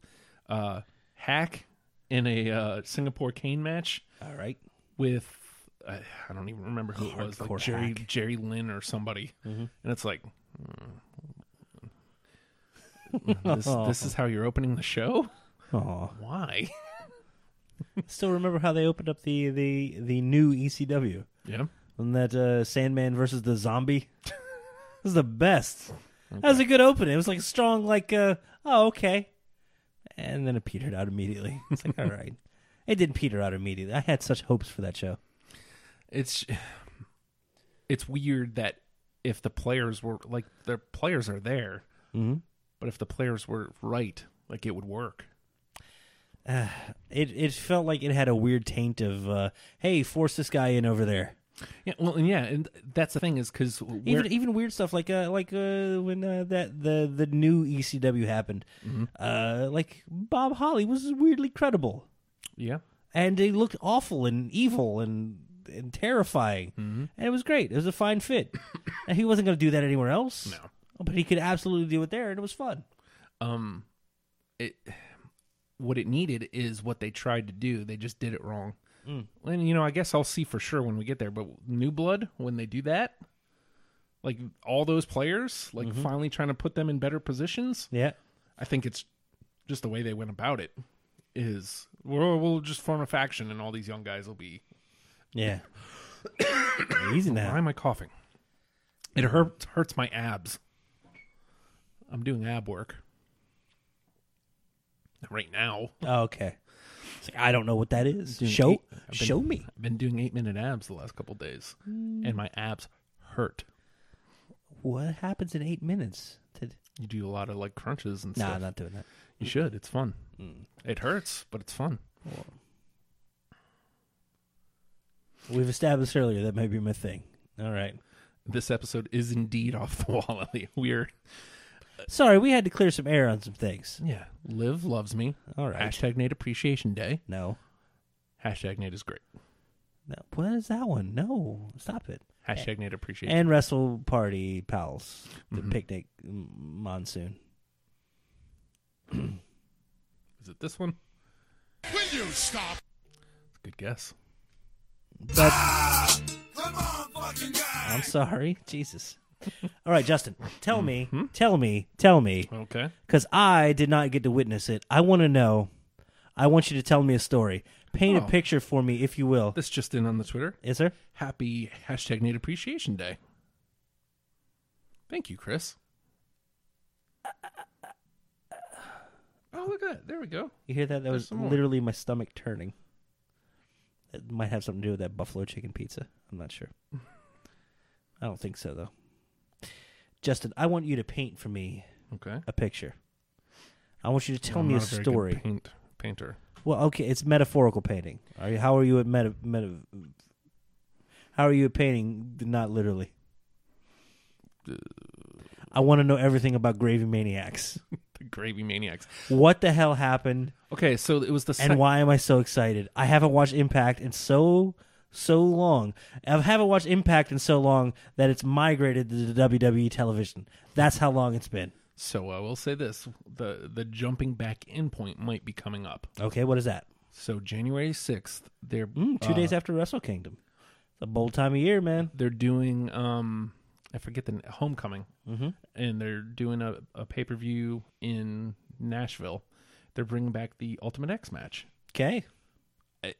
[SPEAKER 4] uh, hack in a uh, singapore cane match
[SPEAKER 3] All right.
[SPEAKER 4] with uh, i don't even remember who it was like
[SPEAKER 3] Hardcore
[SPEAKER 4] jerry
[SPEAKER 3] Hack.
[SPEAKER 4] jerry lynn or somebody and it's like mm, this, this is how you're opening the show
[SPEAKER 3] Aw.
[SPEAKER 4] why
[SPEAKER 3] Still remember how they opened up the the the new E ECW
[SPEAKER 4] yeah
[SPEAKER 3] and that uh, Sandman versus the Zombie. this is the best. That was a good opening. It was like strong, like uh, oh okay, and then it petered out immediately. It's like all right, it didn't peter out immediately. I had such hopes for that show.
[SPEAKER 4] it's it's weird that if the players were like their players are there, but if the players were right, like it would work.
[SPEAKER 3] It it felt like it had a weird taint of uh, hey, force this guy in over there.
[SPEAKER 4] Yeah, well, and yeah, and that's the thing is because
[SPEAKER 3] Even even weird stuff like uh like uh when uh, that the the new ECW happened,
[SPEAKER 4] Mm-hmm.
[SPEAKER 3] uh like Bob Holly was weirdly credible.
[SPEAKER 4] yeah,
[SPEAKER 3] and they looked awful and evil and and terrifying.
[SPEAKER 4] Mm-hmm.
[SPEAKER 3] And it was great. It was a fine fit. and he wasn't going to do that anywhere else.
[SPEAKER 4] No.
[SPEAKER 3] But he could absolutely do it there, and it was fun.
[SPEAKER 4] um, it what it needed is what they tried to do. They just did it wrong. And you know, I guess I'll see for sure when we get there. But New Blood, when they do that, like all those players, like finally trying to put them in better positions,
[SPEAKER 3] Yeah.
[SPEAKER 4] I think it's just the way they went about it is we'll, we'll just form a faction and all these young guys will be.
[SPEAKER 3] Yeah. Easy
[SPEAKER 4] Why
[SPEAKER 3] now.
[SPEAKER 4] am I coughing? It hurts hurts my abs. I'm doing ab work right now.
[SPEAKER 3] Oh, okay. It's like, I don't know what that is.
[SPEAKER 4] Doing
[SPEAKER 3] Show
[SPEAKER 4] eight- I've been-
[SPEAKER 3] show me.
[SPEAKER 4] I've been doing eight minute abs the last couple days, and my abs hurt.
[SPEAKER 3] What happens in eight minutes? To...
[SPEAKER 4] You do a lot of like crunches and
[SPEAKER 3] Nah, Mm.
[SPEAKER 4] stuff.
[SPEAKER 3] I'm not doing that.
[SPEAKER 4] You should. It's fun. It hurts, but it's fun.
[SPEAKER 3] We've established earlier that might be my thing. All right.
[SPEAKER 4] This episode is indeed off the wall, Elliot. We're
[SPEAKER 3] Sorry, we had to clear some air on some things.
[SPEAKER 4] yeah. Liv loves me.
[SPEAKER 3] All right.
[SPEAKER 4] Hashtag Nate Appreciation Day.
[SPEAKER 3] No.
[SPEAKER 4] Hashtag Nate is great.
[SPEAKER 3] No. What is that one? No. Stop it.
[SPEAKER 4] Hashtag Nate Appreciation.
[SPEAKER 3] and wrestle party pals the picnic m- monsoon
[SPEAKER 4] Is it this one?
[SPEAKER 1] Will you stop?
[SPEAKER 4] Good guess.
[SPEAKER 3] but
[SPEAKER 1] Come on, fucking guy.
[SPEAKER 3] i'm sorry jesus all right justin tell me tell me tell me
[SPEAKER 4] Okay.
[SPEAKER 3] because i did not get to witness it i want to know i want you to tell me a story paint
[SPEAKER 4] Oh.
[SPEAKER 3] a picture for me if you will
[SPEAKER 4] This just in on the Twitter.
[SPEAKER 3] is there
[SPEAKER 4] Happy hashtag Nate Appreciation Day. Thank you, Chris. Oh, look at that. There we go.
[SPEAKER 3] you hear that that was
[SPEAKER 4] some more.
[SPEAKER 3] literally my stomach turning it might have something to do with that buffalo chicken pizza i'm not sure i don't think so though justin i want you to paint for me
[SPEAKER 4] Okay.
[SPEAKER 3] a picture. I want you to tell
[SPEAKER 4] I'm
[SPEAKER 3] me a
[SPEAKER 4] not very good
[SPEAKER 3] story.
[SPEAKER 4] paint, painter.
[SPEAKER 3] Well, okay, it's metaphorical painting. Are you, how are you at meta, meta? How are you at painting? Not literally.
[SPEAKER 4] Uh,
[SPEAKER 3] I want to know everything about Gravy Maniacs.
[SPEAKER 4] The Gravy Maniacs.
[SPEAKER 3] What the hell happened,
[SPEAKER 4] Okay, so it was the
[SPEAKER 3] and
[SPEAKER 4] sec-
[SPEAKER 3] why am I so excited? I haven't watched Impact in so so long. I haven't watched Impact in so long that it's migrated to the WWE television. That's how long it's been.
[SPEAKER 4] So I will say this: the the jumping back in point might be coming up.
[SPEAKER 3] Okay, what is that?
[SPEAKER 4] So January sixth, they're
[SPEAKER 3] Mm, two days after Wrestle Kingdom. It's a bold time of year, man.
[SPEAKER 4] they're doing um I forget the n- homecoming, mm-hmm. and they're doing a, a pay per view in Nashville. They're bringing back the Ultimate X match.
[SPEAKER 3] Okay.
[SPEAKER 4] I-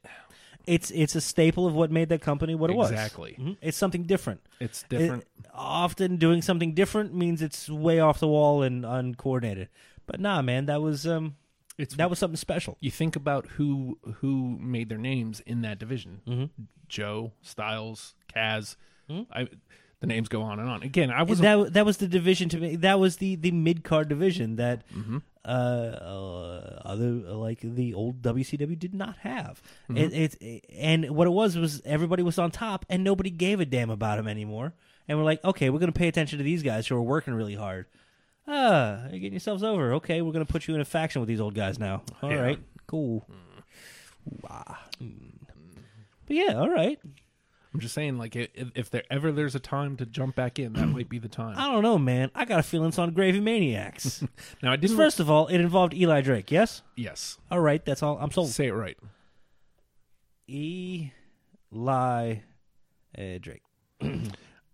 [SPEAKER 3] It's it's a staple of what made that company what it was.
[SPEAKER 4] Exactly.
[SPEAKER 3] Mhm. It's something different.
[SPEAKER 4] It's
[SPEAKER 3] It-
[SPEAKER 4] different.
[SPEAKER 3] often doing something different means it's way off the wall and uncoordinated. But nah, man, that was um
[SPEAKER 4] it's
[SPEAKER 3] that was something special.
[SPEAKER 4] you think about who who made their names in that division:
[SPEAKER 3] Mm-hmm.
[SPEAKER 4] Joe Styles, Kaz. I, the names go on and on. Again, I was
[SPEAKER 3] That that was the division to me. That was the the mid card division that
[SPEAKER 4] Mm-hmm.
[SPEAKER 3] uh, uh, other like the old WCW did not have.
[SPEAKER 4] Mm-hmm.
[SPEAKER 3] It, it's and what it was was everybody was on top and nobody gave a damn about him anymore. And we're like, okay, we're gonna pay attention to these guys who are working really hard. Ah, you're getting yourselves over. Okay, we're gonna put you in a faction with these old guys now. All right,
[SPEAKER 4] Yeah. Mm.
[SPEAKER 3] cool. Wah. But yeah, all right.
[SPEAKER 4] I'm just saying, like, if, if there ever there's a time to jump back in, that might be the time.
[SPEAKER 3] I don't know, man. I got a feeling it's on Gravy Maniacs.
[SPEAKER 4] Now, I didn't.
[SPEAKER 3] First of all, it involved Eli Drake. Yes.
[SPEAKER 4] yes,
[SPEAKER 3] All right. That's all. I'm sold.
[SPEAKER 4] say it right.
[SPEAKER 3] Eli uh, Drake.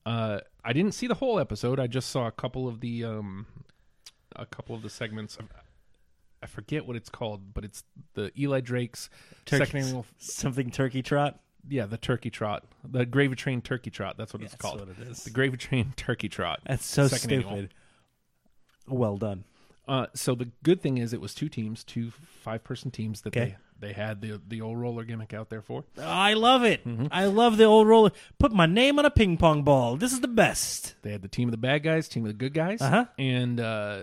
[SPEAKER 4] Uh, I didn't see the whole episode. I just saw a couple of the um, a couple of the segments. I- I forget what it's called, but it's the Eli Drake's second annual.
[SPEAKER 3] something turkey trot.
[SPEAKER 4] Yeah, the Turkey Trot, the Gravy Train Turkey Trot. That's what it's
[SPEAKER 3] That's
[SPEAKER 4] called.
[SPEAKER 3] what it is.
[SPEAKER 4] The Gravy Train Turkey Trot.
[SPEAKER 3] That's so
[SPEAKER 4] Second
[SPEAKER 3] stupid.
[SPEAKER 4] annual.
[SPEAKER 3] Well done.
[SPEAKER 4] Uh, so the good thing is, it was two teams, two five person teams that
[SPEAKER 3] Okay.
[SPEAKER 4] they they had the the old roller gimmick out there for.
[SPEAKER 3] I love it. I love the old roller. Put my name on a ping pong ball. This is the best.
[SPEAKER 4] They had the team of the bad guys, team of the good guys,
[SPEAKER 3] Uh-huh.
[SPEAKER 4] and uh,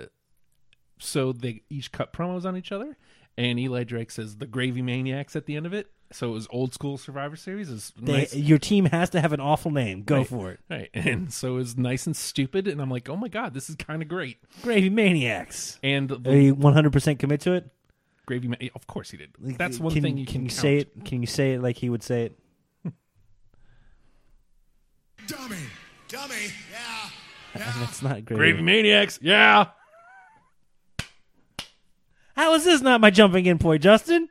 [SPEAKER 4] so they each cut promos on each other. And Eli Drake says the Gravy Maniacs at the end of it. So it was old school Survivor Series. Is
[SPEAKER 3] They,
[SPEAKER 4] nice,
[SPEAKER 3] Your team has to have an awful name. Go
[SPEAKER 4] Right.
[SPEAKER 3] for it.
[SPEAKER 4] right? And so it was nice and stupid. And I'm like, oh my god, this is kind of great.
[SPEAKER 3] Gravy Maniacs.
[SPEAKER 4] And the
[SPEAKER 3] Are you 100% commit to it?
[SPEAKER 4] Gravy, Ma- of course he did. That's one
[SPEAKER 3] uh, Can-
[SPEAKER 4] thing you can,
[SPEAKER 3] can you
[SPEAKER 4] count.
[SPEAKER 3] say it? Can you say it like he would say it?
[SPEAKER 1] Dummy. Dummy. Yeah.
[SPEAKER 3] And it's not Gravy.
[SPEAKER 4] Gravy Maniacs, yeah.
[SPEAKER 3] How is this not my jumping in point, Justin?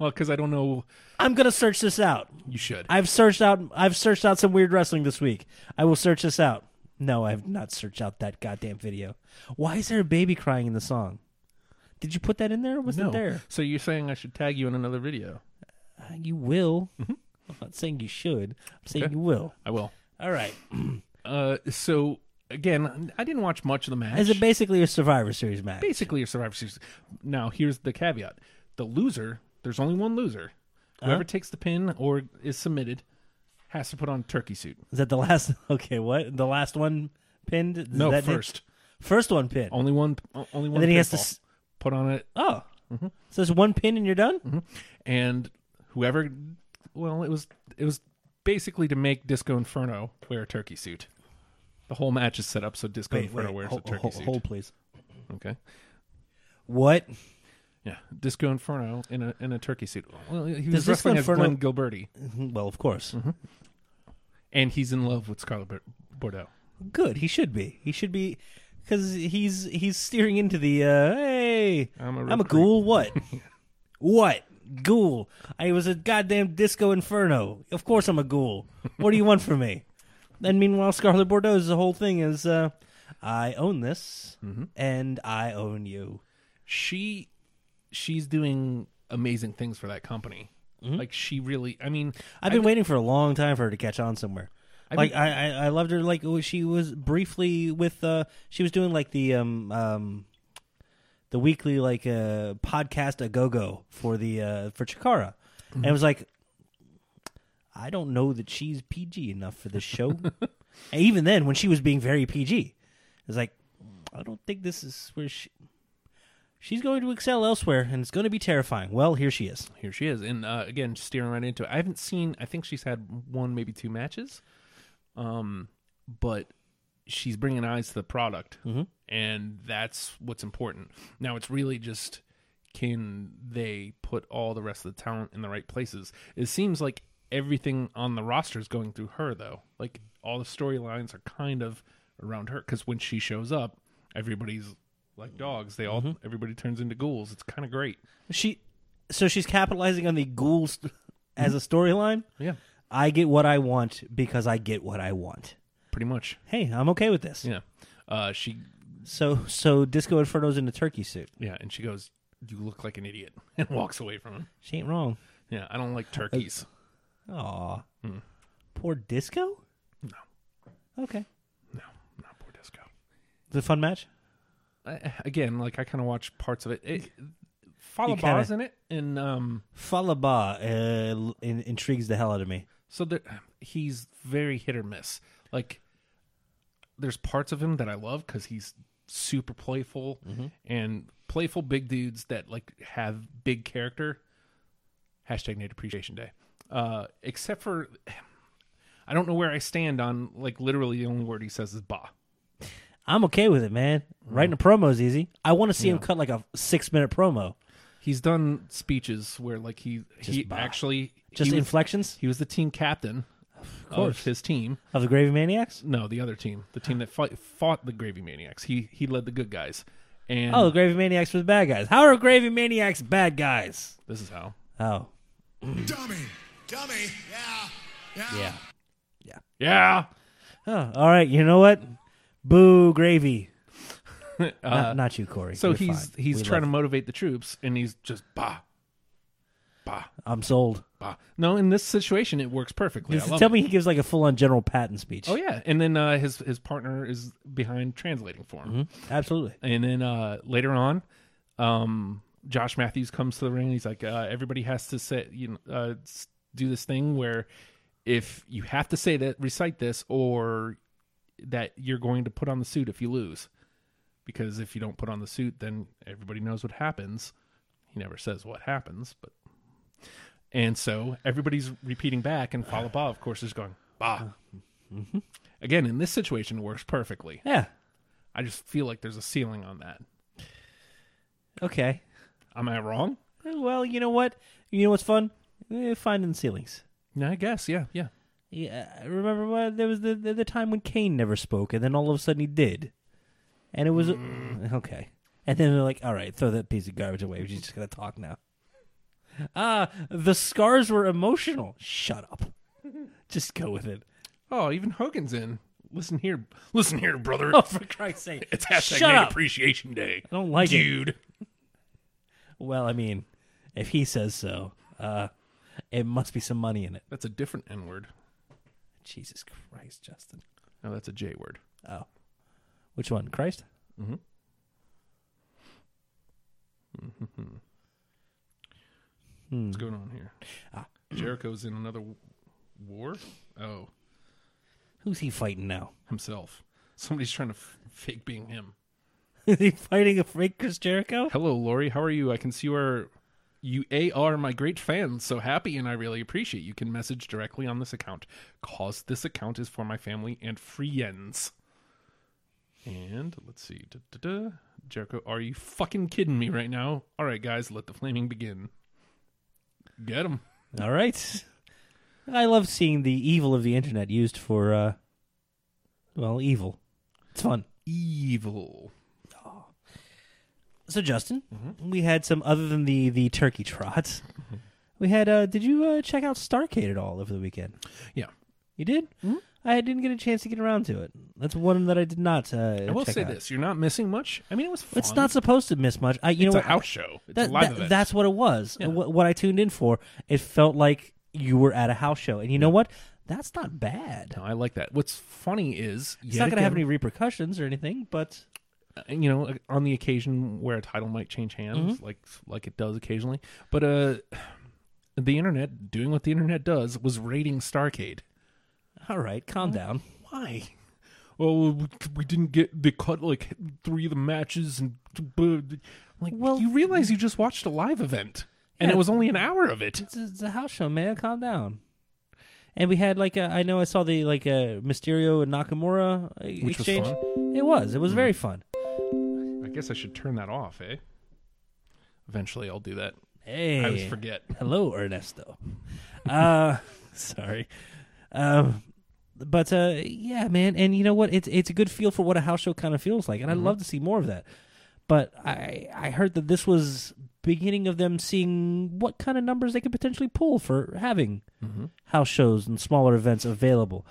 [SPEAKER 4] Well, because I don't know.
[SPEAKER 3] I'm gonna search this out.
[SPEAKER 4] You should.
[SPEAKER 3] I've searched out. I've searched out some weird wrestling this week. I will search this out. No, I have not searched out that goddamn video. Why is there a baby crying in the song? Did you put that in there? Or was
[SPEAKER 4] no.
[SPEAKER 3] it there?
[SPEAKER 4] So you're saying I should tag you in another video?
[SPEAKER 3] Uh, You will. I'm not saying you should. I'm saying
[SPEAKER 4] Okay.
[SPEAKER 3] you will.
[SPEAKER 4] I will.
[SPEAKER 3] All right.
[SPEAKER 4] Uh, so again, I didn't watch much of the match.
[SPEAKER 3] Is it basically a Survivor Series match?
[SPEAKER 4] basically a Survivor Series. Now, here's the caveat: the loser, there's only one loser. Whoever takes the pin or is submitted has to put on a turkey suit.
[SPEAKER 3] Is that the last? Okay, what? The last one pinned? Is
[SPEAKER 4] No,
[SPEAKER 3] that it?
[SPEAKER 4] first,
[SPEAKER 3] First one pinned.
[SPEAKER 4] only one, o- only one.
[SPEAKER 3] then he has to
[SPEAKER 4] pinfall. Mm-hmm.
[SPEAKER 3] s-
[SPEAKER 4] put on it,
[SPEAKER 3] Oh. So there's one pin and you're done?
[SPEAKER 4] Mm-hmm. and whoever. Well, it was it was basically to make Disco Inferno wear a turkey suit. The whole match is set up so Disco Inferno wears
[SPEAKER 3] Hold,
[SPEAKER 4] a turkey
[SPEAKER 3] hold-
[SPEAKER 4] suit.
[SPEAKER 3] hold, please.
[SPEAKER 4] Okay.
[SPEAKER 3] What?
[SPEAKER 4] Yeah, Disco Inferno in a in a turkey suit. Well, he was
[SPEAKER 3] Does Disco
[SPEAKER 4] wrestling
[SPEAKER 3] Inferno-
[SPEAKER 4] as Glenn Gilberti,
[SPEAKER 3] Well, of course.
[SPEAKER 4] and he's in love with Scarlett Bor- Bordeaux.
[SPEAKER 3] Good. He should be. He should be because he's he's steering into the uh, hey.
[SPEAKER 4] I'm a recruit.
[SPEAKER 3] ghoul. What? what ghoul? I was a goddamn disco inferno. Of course I'm a ghoul. What do you want from me? And meanwhile, Scarlet Bordeaux's whole thing is uh, I own this
[SPEAKER 4] Mm-hmm.
[SPEAKER 3] and I own you.
[SPEAKER 4] she she's doing amazing things for that company. Like she really, I mean,
[SPEAKER 3] I've been waiting for a long time for her to catch on somewhere.
[SPEAKER 4] I've
[SPEAKER 3] like
[SPEAKER 4] been-
[SPEAKER 3] I, I, I loved her. Like oh, she was briefly with. Uh, she was doing like the um um, the weekly like uh podcast a go go for the uh for Chikara, and it was like, I don't know that she's PG enough for this show. and even then, when she was being very PG, it's like I don't think this is where she. She's going to excel elsewhere, and it's going to be terrifying. Well, here she is.
[SPEAKER 4] Here she is, and uh, again, steering right into it. I haven't seen. I think she's had one, maybe two matches, um, but she's bringing eyes to the product, and that's what's important. Now, it's really just can they put all the rest of the talent in the right places? It seems like everything on the roster is going through her, though. Like all the storylines are kind of around her because when she shows up, everybody's like dogs. They all everybody turns into ghouls. It's kind of great.
[SPEAKER 3] She, so she's capitalizing on the ghouls as a storyline.
[SPEAKER 4] Yeah,
[SPEAKER 3] I get what I want because I get what I want.
[SPEAKER 4] pretty much.
[SPEAKER 3] Hey, I'm okay with this.
[SPEAKER 4] Yeah. Uh, she,
[SPEAKER 3] So, so Disco Inferno's in a turkey suit.
[SPEAKER 4] yeah, and she goes, "You look like an idiot," and walks away from him.
[SPEAKER 3] She ain't wrong.
[SPEAKER 4] Yeah, I don't like turkeys.
[SPEAKER 3] Aw. Poor Disco?
[SPEAKER 4] Hmm. No.
[SPEAKER 3] Okay.
[SPEAKER 4] No, not poor disco.
[SPEAKER 3] The fun match?
[SPEAKER 4] I, again, like I kind of watch parts of it. it
[SPEAKER 3] You
[SPEAKER 4] Fala
[SPEAKER 3] kinda-
[SPEAKER 4] Ba's in it, and um,
[SPEAKER 3] Falaba uh, l- in- intrigues the hell out of me.
[SPEAKER 4] so there, he's very hit or miss. Like, there's parts of him that I love because he's super playful
[SPEAKER 3] Mm-hmm.
[SPEAKER 4] and playful big dudes that like have big character. Hashtag Nate Appreciation Day. Uh, except for, I don't know where I stand on like literally the only word he says is "ba."
[SPEAKER 3] I'm okay with it, man.
[SPEAKER 4] Hmm.
[SPEAKER 3] Writing a promo is easy. I want to see him cut like a six minute promo.
[SPEAKER 4] He's done speeches where like he he
[SPEAKER 3] "Bah."
[SPEAKER 4] actually
[SPEAKER 3] Just
[SPEAKER 4] he was,
[SPEAKER 3] inflections
[SPEAKER 4] he was the team captain of,
[SPEAKER 3] course.
[SPEAKER 4] his team.
[SPEAKER 3] of the Gravy Maniacs?
[SPEAKER 4] No, the other team, the team that fought, fought the Gravy Maniacs. He he led the good guys, and
[SPEAKER 3] Oh, the Gravy Maniacs were the bad guys. How are Gravy Maniacs bad guys?
[SPEAKER 4] this is how.
[SPEAKER 3] Oh.
[SPEAKER 1] Dummy. Dummy. Yeah. Yeah.
[SPEAKER 3] Yeah.
[SPEAKER 4] Yeah,
[SPEAKER 3] Oh, all right. You know what? Boo, Gravy.
[SPEAKER 4] Uh,
[SPEAKER 3] not, not you, Corey.
[SPEAKER 4] so
[SPEAKER 3] You're
[SPEAKER 4] he's
[SPEAKER 3] fine.
[SPEAKER 4] he's
[SPEAKER 3] We
[SPEAKER 4] trying to
[SPEAKER 3] love-
[SPEAKER 4] motivate the troops, and he's just bah, bah,
[SPEAKER 3] I'm sold.
[SPEAKER 4] bah. No, in this situation, it works perfectly. I
[SPEAKER 3] Just
[SPEAKER 4] love
[SPEAKER 3] tell
[SPEAKER 4] it.
[SPEAKER 3] me he gives like a full on General Patton speech.
[SPEAKER 4] Oh yeah, and then uh, his his partner is behind translating for
[SPEAKER 3] Mm-hmm.
[SPEAKER 4] him.
[SPEAKER 3] Absolutely.
[SPEAKER 4] And then uh, later on, um, Josh Matthews comes to the ring. And he's like, uh, everybody has to say, you know, uh, s- do this thing where if you have to say that, recite this, or that you're going to put on the suit if you lose, because if you don't put on the suit, then everybody knows what happens. He never says what happens, but and so everybody's repeating back, and Falaba, of course, is going bah. Again, in this situation, it works perfectly.
[SPEAKER 3] Yeah.
[SPEAKER 4] I just feel like there's a ceiling on that.
[SPEAKER 3] Okay.
[SPEAKER 4] Am I wrong?
[SPEAKER 3] Eh, Well, you know what? You know what's fun? Eh, finding ceilings.
[SPEAKER 4] No, I guess. Yeah, yeah.
[SPEAKER 3] Yeah, I remember what there was the, the the time when Kane never spoke, and then all of a sudden he did, and it was okay. And then they're like, "All right, throw that piece of garbage away. We're just gonna talk now." Ah, the scars were emotional. Shut up. Just go with it.
[SPEAKER 4] Oh, even Hogan's in. Listen here, listen here, brother.
[SPEAKER 3] Oh, for Christ's sake!
[SPEAKER 4] it's hashtag
[SPEAKER 3] Shut
[SPEAKER 4] Nate
[SPEAKER 3] up.
[SPEAKER 4] Appreciation Day. I
[SPEAKER 3] don't like it.
[SPEAKER 4] dude.
[SPEAKER 3] Well, I mean, if he says so, uh, it must be some money in it.
[SPEAKER 4] That's a different N word.
[SPEAKER 3] Jesus Christ, Justin.
[SPEAKER 4] No, that's a J word.
[SPEAKER 3] Oh, which one, Christ? Hmm.
[SPEAKER 4] What's going on here?
[SPEAKER 3] Ah.
[SPEAKER 4] Jericho's in another w- war. Oh,
[SPEAKER 3] Who's he fighting now?
[SPEAKER 4] himself. Somebody's trying to f- fake being him.
[SPEAKER 3] Is he fighting a fake Chris Jericho?
[SPEAKER 4] Hello, Lori. How are you? I can see you are. You A are my great fan, so happy, and I really appreciate. You can message directly on this account. Cause this account is for my family and friends. And let's see, da, da, da. Jericho, are you fucking kidding me right now? All right, guys, let the flaming begin. Get him.
[SPEAKER 3] All right. I love seeing the evil of the internet used for, uh, well, evil. It's fun.
[SPEAKER 4] Evil.
[SPEAKER 3] So, Justin,
[SPEAKER 4] Mm-hmm.
[SPEAKER 3] we had some other than the the turkey trot. We had. uh Did you uh, check out Starcade at all over the weekend?
[SPEAKER 4] Yeah,
[SPEAKER 3] You did.
[SPEAKER 4] Hmm?
[SPEAKER 3] I didn't get a chance to get around to it. That's one that I did not. Uh,
[SPEAKER 4] I will
[SPEAKER 3] check
[SPEAKER 4] say
[SPEAKER 3] out.
[SPEAKER 4] this: you're not missing much. I mean, it was fun.
[SPEAKER 3] It's not supposed to miss much. I, you
[SPEAKER 4] It's
[SPEAKER 3] know
[SPEAKER 4] a
[SPEAKER 3] what?
[SPEAKER 4] house show. It's
[SPEAKER 3] That-
[SPEAKER 4] a live
[SPEAKER 3] that-
[SPEAKER 4] event.
[SPEAKER 3] That's what it was. What, what I tuned in for. It felt like you were at a house show, and you know what? That's not bad.
[SPEAKER 4] No, I like that. What's funny is
[SPEAKER 3] It's not going to have any repercussions or anything, but
[SPEAKER 4] and, you know on the occasion where a title might change hands
[SPEAKER 3] Mm-hmm.
[SPEAKER 4] like like it does occasionally but uh the internet doing what the internet does was rating starcade
[SPEAKER 3] all right, calm down.
[SPEAKER 4] why oh, we, we didn't get they cut like three of the matches and like
[SPEAKER 3] Well-
[SPEAKER 4] you realize you just watched a live event and
[SPEAKER 3] Yeah.
[SPEAKER 4] it was only an hour of it.
[SPEAKER 3] It's a, it's a house show, man. Calm down. And we had like a, I know I saw the like a Mysterio and Nakamura uh,
[SPEAKER 4] Which was Mm-hmm.
[SPEAKER 3] exchange. It was. It was very fun.
[SPEAKER 4] I guess I should turn that off, eh? Eventually, I'll do that.
[SPEAKER 3] Hey,
[SPEAKER 4] I always forget.
[SPEAKER 3] Hello, Ernesto. uh, sorry. Um, but uh, yeah, man, and you know what? It's it's a good feel for what a house show kind of feels like, and I'd love to see more of that. But I I heard that this was beginning of them seeing what kind of numbers they could potentially pull for having house shows and smaller events available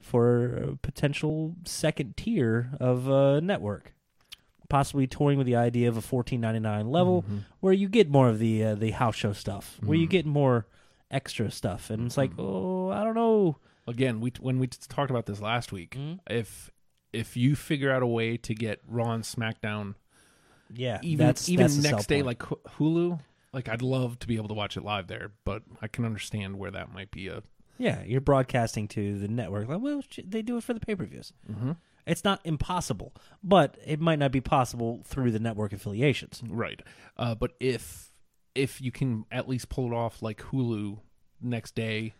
[SPEAKER 3] for a potential second tier of uh, network possibly touring with the idea of a fourteen ninety nine level where you get more of the uh, the house show stuff, where you get more extra stuff, and it's like, oh, I don't know.
[SPEAKER 4] Again, we when we talked about this last week, if if you figure out a way to get Raw and SmackDown
[SPEAKER 3] Yeah,
[SPEAKER 4] even
[SPEAKER 3] that's
[SPEAKER 4] even
[SPEAKER 3] that's the sell
[SPEAKER 4] next day
[SPEAKER 3] point.
[SPEAKER 4] like Hu- Hulu, like I'd love to be able to watch it live there, but I can understand where that might be a
[SPEAKER 3] yeah, you're broadcasting to the network. Like, well, sh- they do it for the pay per views. Mm-hmm. It's not impossible, but it might not be possible through the network affiliations.
[SPEAKER 4] Right. Uh, but if if you can at least pull it off like Hulu next day,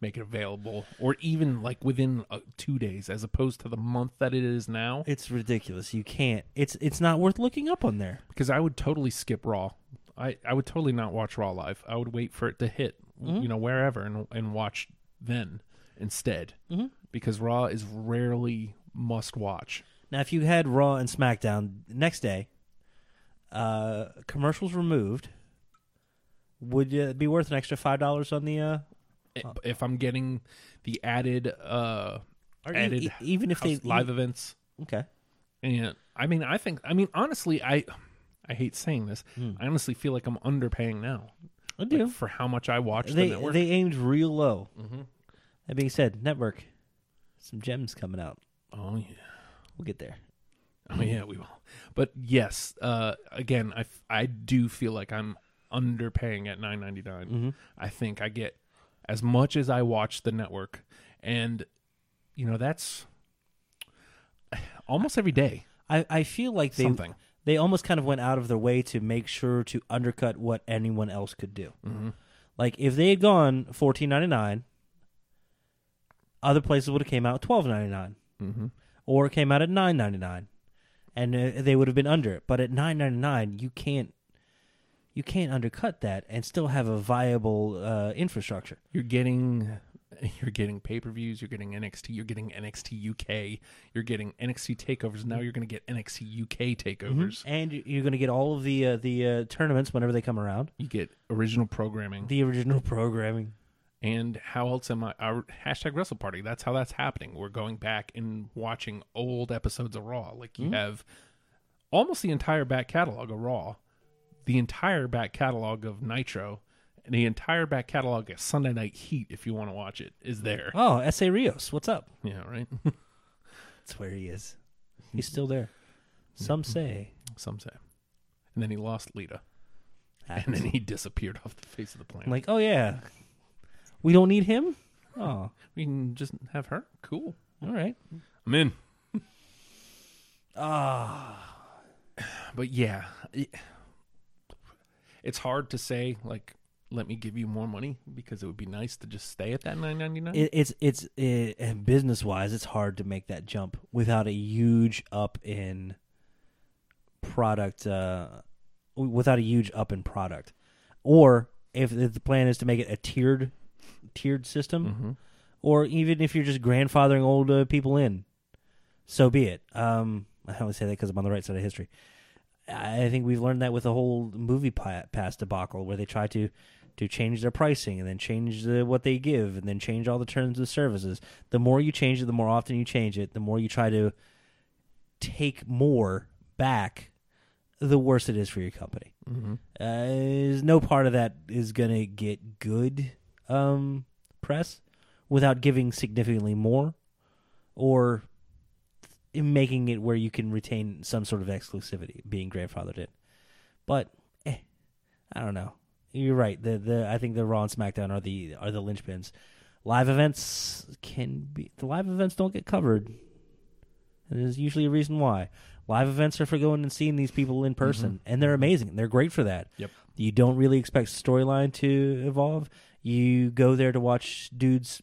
[SPEAKER 4] make it available, or even like within uh, two days, as opposed to the month that it is now,
[SPEAKER 3] It's ridiculous. You can't. It's it's not worth looking up on there.
[SPEAKER 4] because I would totally skip Raw. I, I would totally not watch Raw live. I would wait for it to hit,
[SPEAKER 3] Mm-hmm.
[SPEAKER 4] you know, wherever and and watch then instead, mm-hmm. because Raw is rarely must watch.
[SPEAKER 3] Now, if you had Raw and SmackDown next day, uh, commercials removed, would uh, be worth an extra five dollars on the. Uh,
[SPEAKER 4] I- If I'm getting the added uh
[SPEAKER 3] Or e-
[SPEAKER 4] added
[SPEAKER 3] e- even if they-
[SPEAKER 4] house- live events,
[SPEAKER 3] okay,
[SPEAKER 4] And I mean, I think, I mean, honestly, I, I hate saying this. I honestly feel like I'm underpaying now. I
[SPEAKER 3] Hmm. do.
[SPEAKER 4] for how much I watch
[SPEAKER 3] they
[SPEAKER 4] the network. Mm-hmm.
[SPEAKER 3] they aimed real low. That being said, network, some gems coming out.
[SPEAKER 4] oh yeah,
[SPEAKER 3] We'll get there.
[SPEAKER 4] oh yeah, we will. But yes, uh, again, I, f- I do feel like I'm underpaying at 9.99. I think I get as much as I watch the network, and you know that's almost every day.
[SPEAKER 3] I, I feel like they
[SPEAKER 4] Something.
[SPEAKER 3] they almost kind of went out of their way to make sure to undercut what anyone else could do. Like if they had gone fourteen ninety nine, other places would have came out twelve ninety nine, or it came out at nine ninety nine, and uh, they would have been under it. But at nine ninety nine, you can't you can't undercut that and still have a viable uh, infrastructure.
[SPEAKER 4] You're getting you're getting pay-per-views, you're getting NXT, you're getting NXT UK, you're getting NXT takeovers. Now you're going to get NXT UK takeovers.
[SPEAKER 3] and you- you're going to get all of the uh, the uh, tournaments whenever they come around.
[SPEAKER 4] You get original programming.
[SPEAKER 3] The original programming.
[SPEAKER 4] and how else am I our hashtag wrestle party? That's how that's happening. We're going back and watching old episodes of Raw. Like you
[SPEAKER 3] Hmm.
[SPEAKER 4] have almost the entire back catalog of Raw, the entire back catalog of Nitro, and the entire back catalog of Sunday Night Heat if you want to watch it is there.
[SPEAKER 3] Oh, S. A. Rios, what's up?
[SPEAKER 4] Yeah, right.
[SPEAKER 3] That's where he is. He's still there. Some say.
[SPEAKER 4] Some say. And then he lost Lita. and
[SPEAKER 3] Happens.
[SPEAKER 4] then he disappeared off the face of the planet.
[SPEAKER 3] I'm like, oh yeah, we don't need him. Oh, all
[SPEAKER 4] we can just have her. Cool.
[SPEAKER 3] right.
[SPEAKER 4] I'm in. Ah, but yeah, it- it's hard to say. Like, let me give you more money because it would be nice to just stay at that nine ninety nine.
[SPEAKER 3] It, it's it's uh business wise, it's hard to make that jump without a huge up in product. Uh, w- without a huge up in product, or if, if the plan is to make it a tiered tiered system, or even if you're just grandfathering old uh, people in, so be it. Um, I only say that because I'm on the right side of history. I think we've learned that with the whole movie pa- pass debacle, where they try to to change their pricing and then change the, what they give and then change all the terms of services. The more you change it, the more often you change it, the more you try to take more back, the worse it is for your company. Mm-hmm. Uh, there's no part of that is going to get good um, press without giving significantly more or in making it where you can retain some sort of exclusivity being grandfathered in. But eh, I don't know. You're right. The the I think the Raw and SmackDown are the are the linchpins. Live events can be the live events don't get covered And there's usually a reason why. Live events are for going and seeing these people in person, and they're amazing. They're great for that.
[SPEAKER 4] Yep.
[SPEAKER 3] You don't really expect storyline to evolve. You go there to watch dudes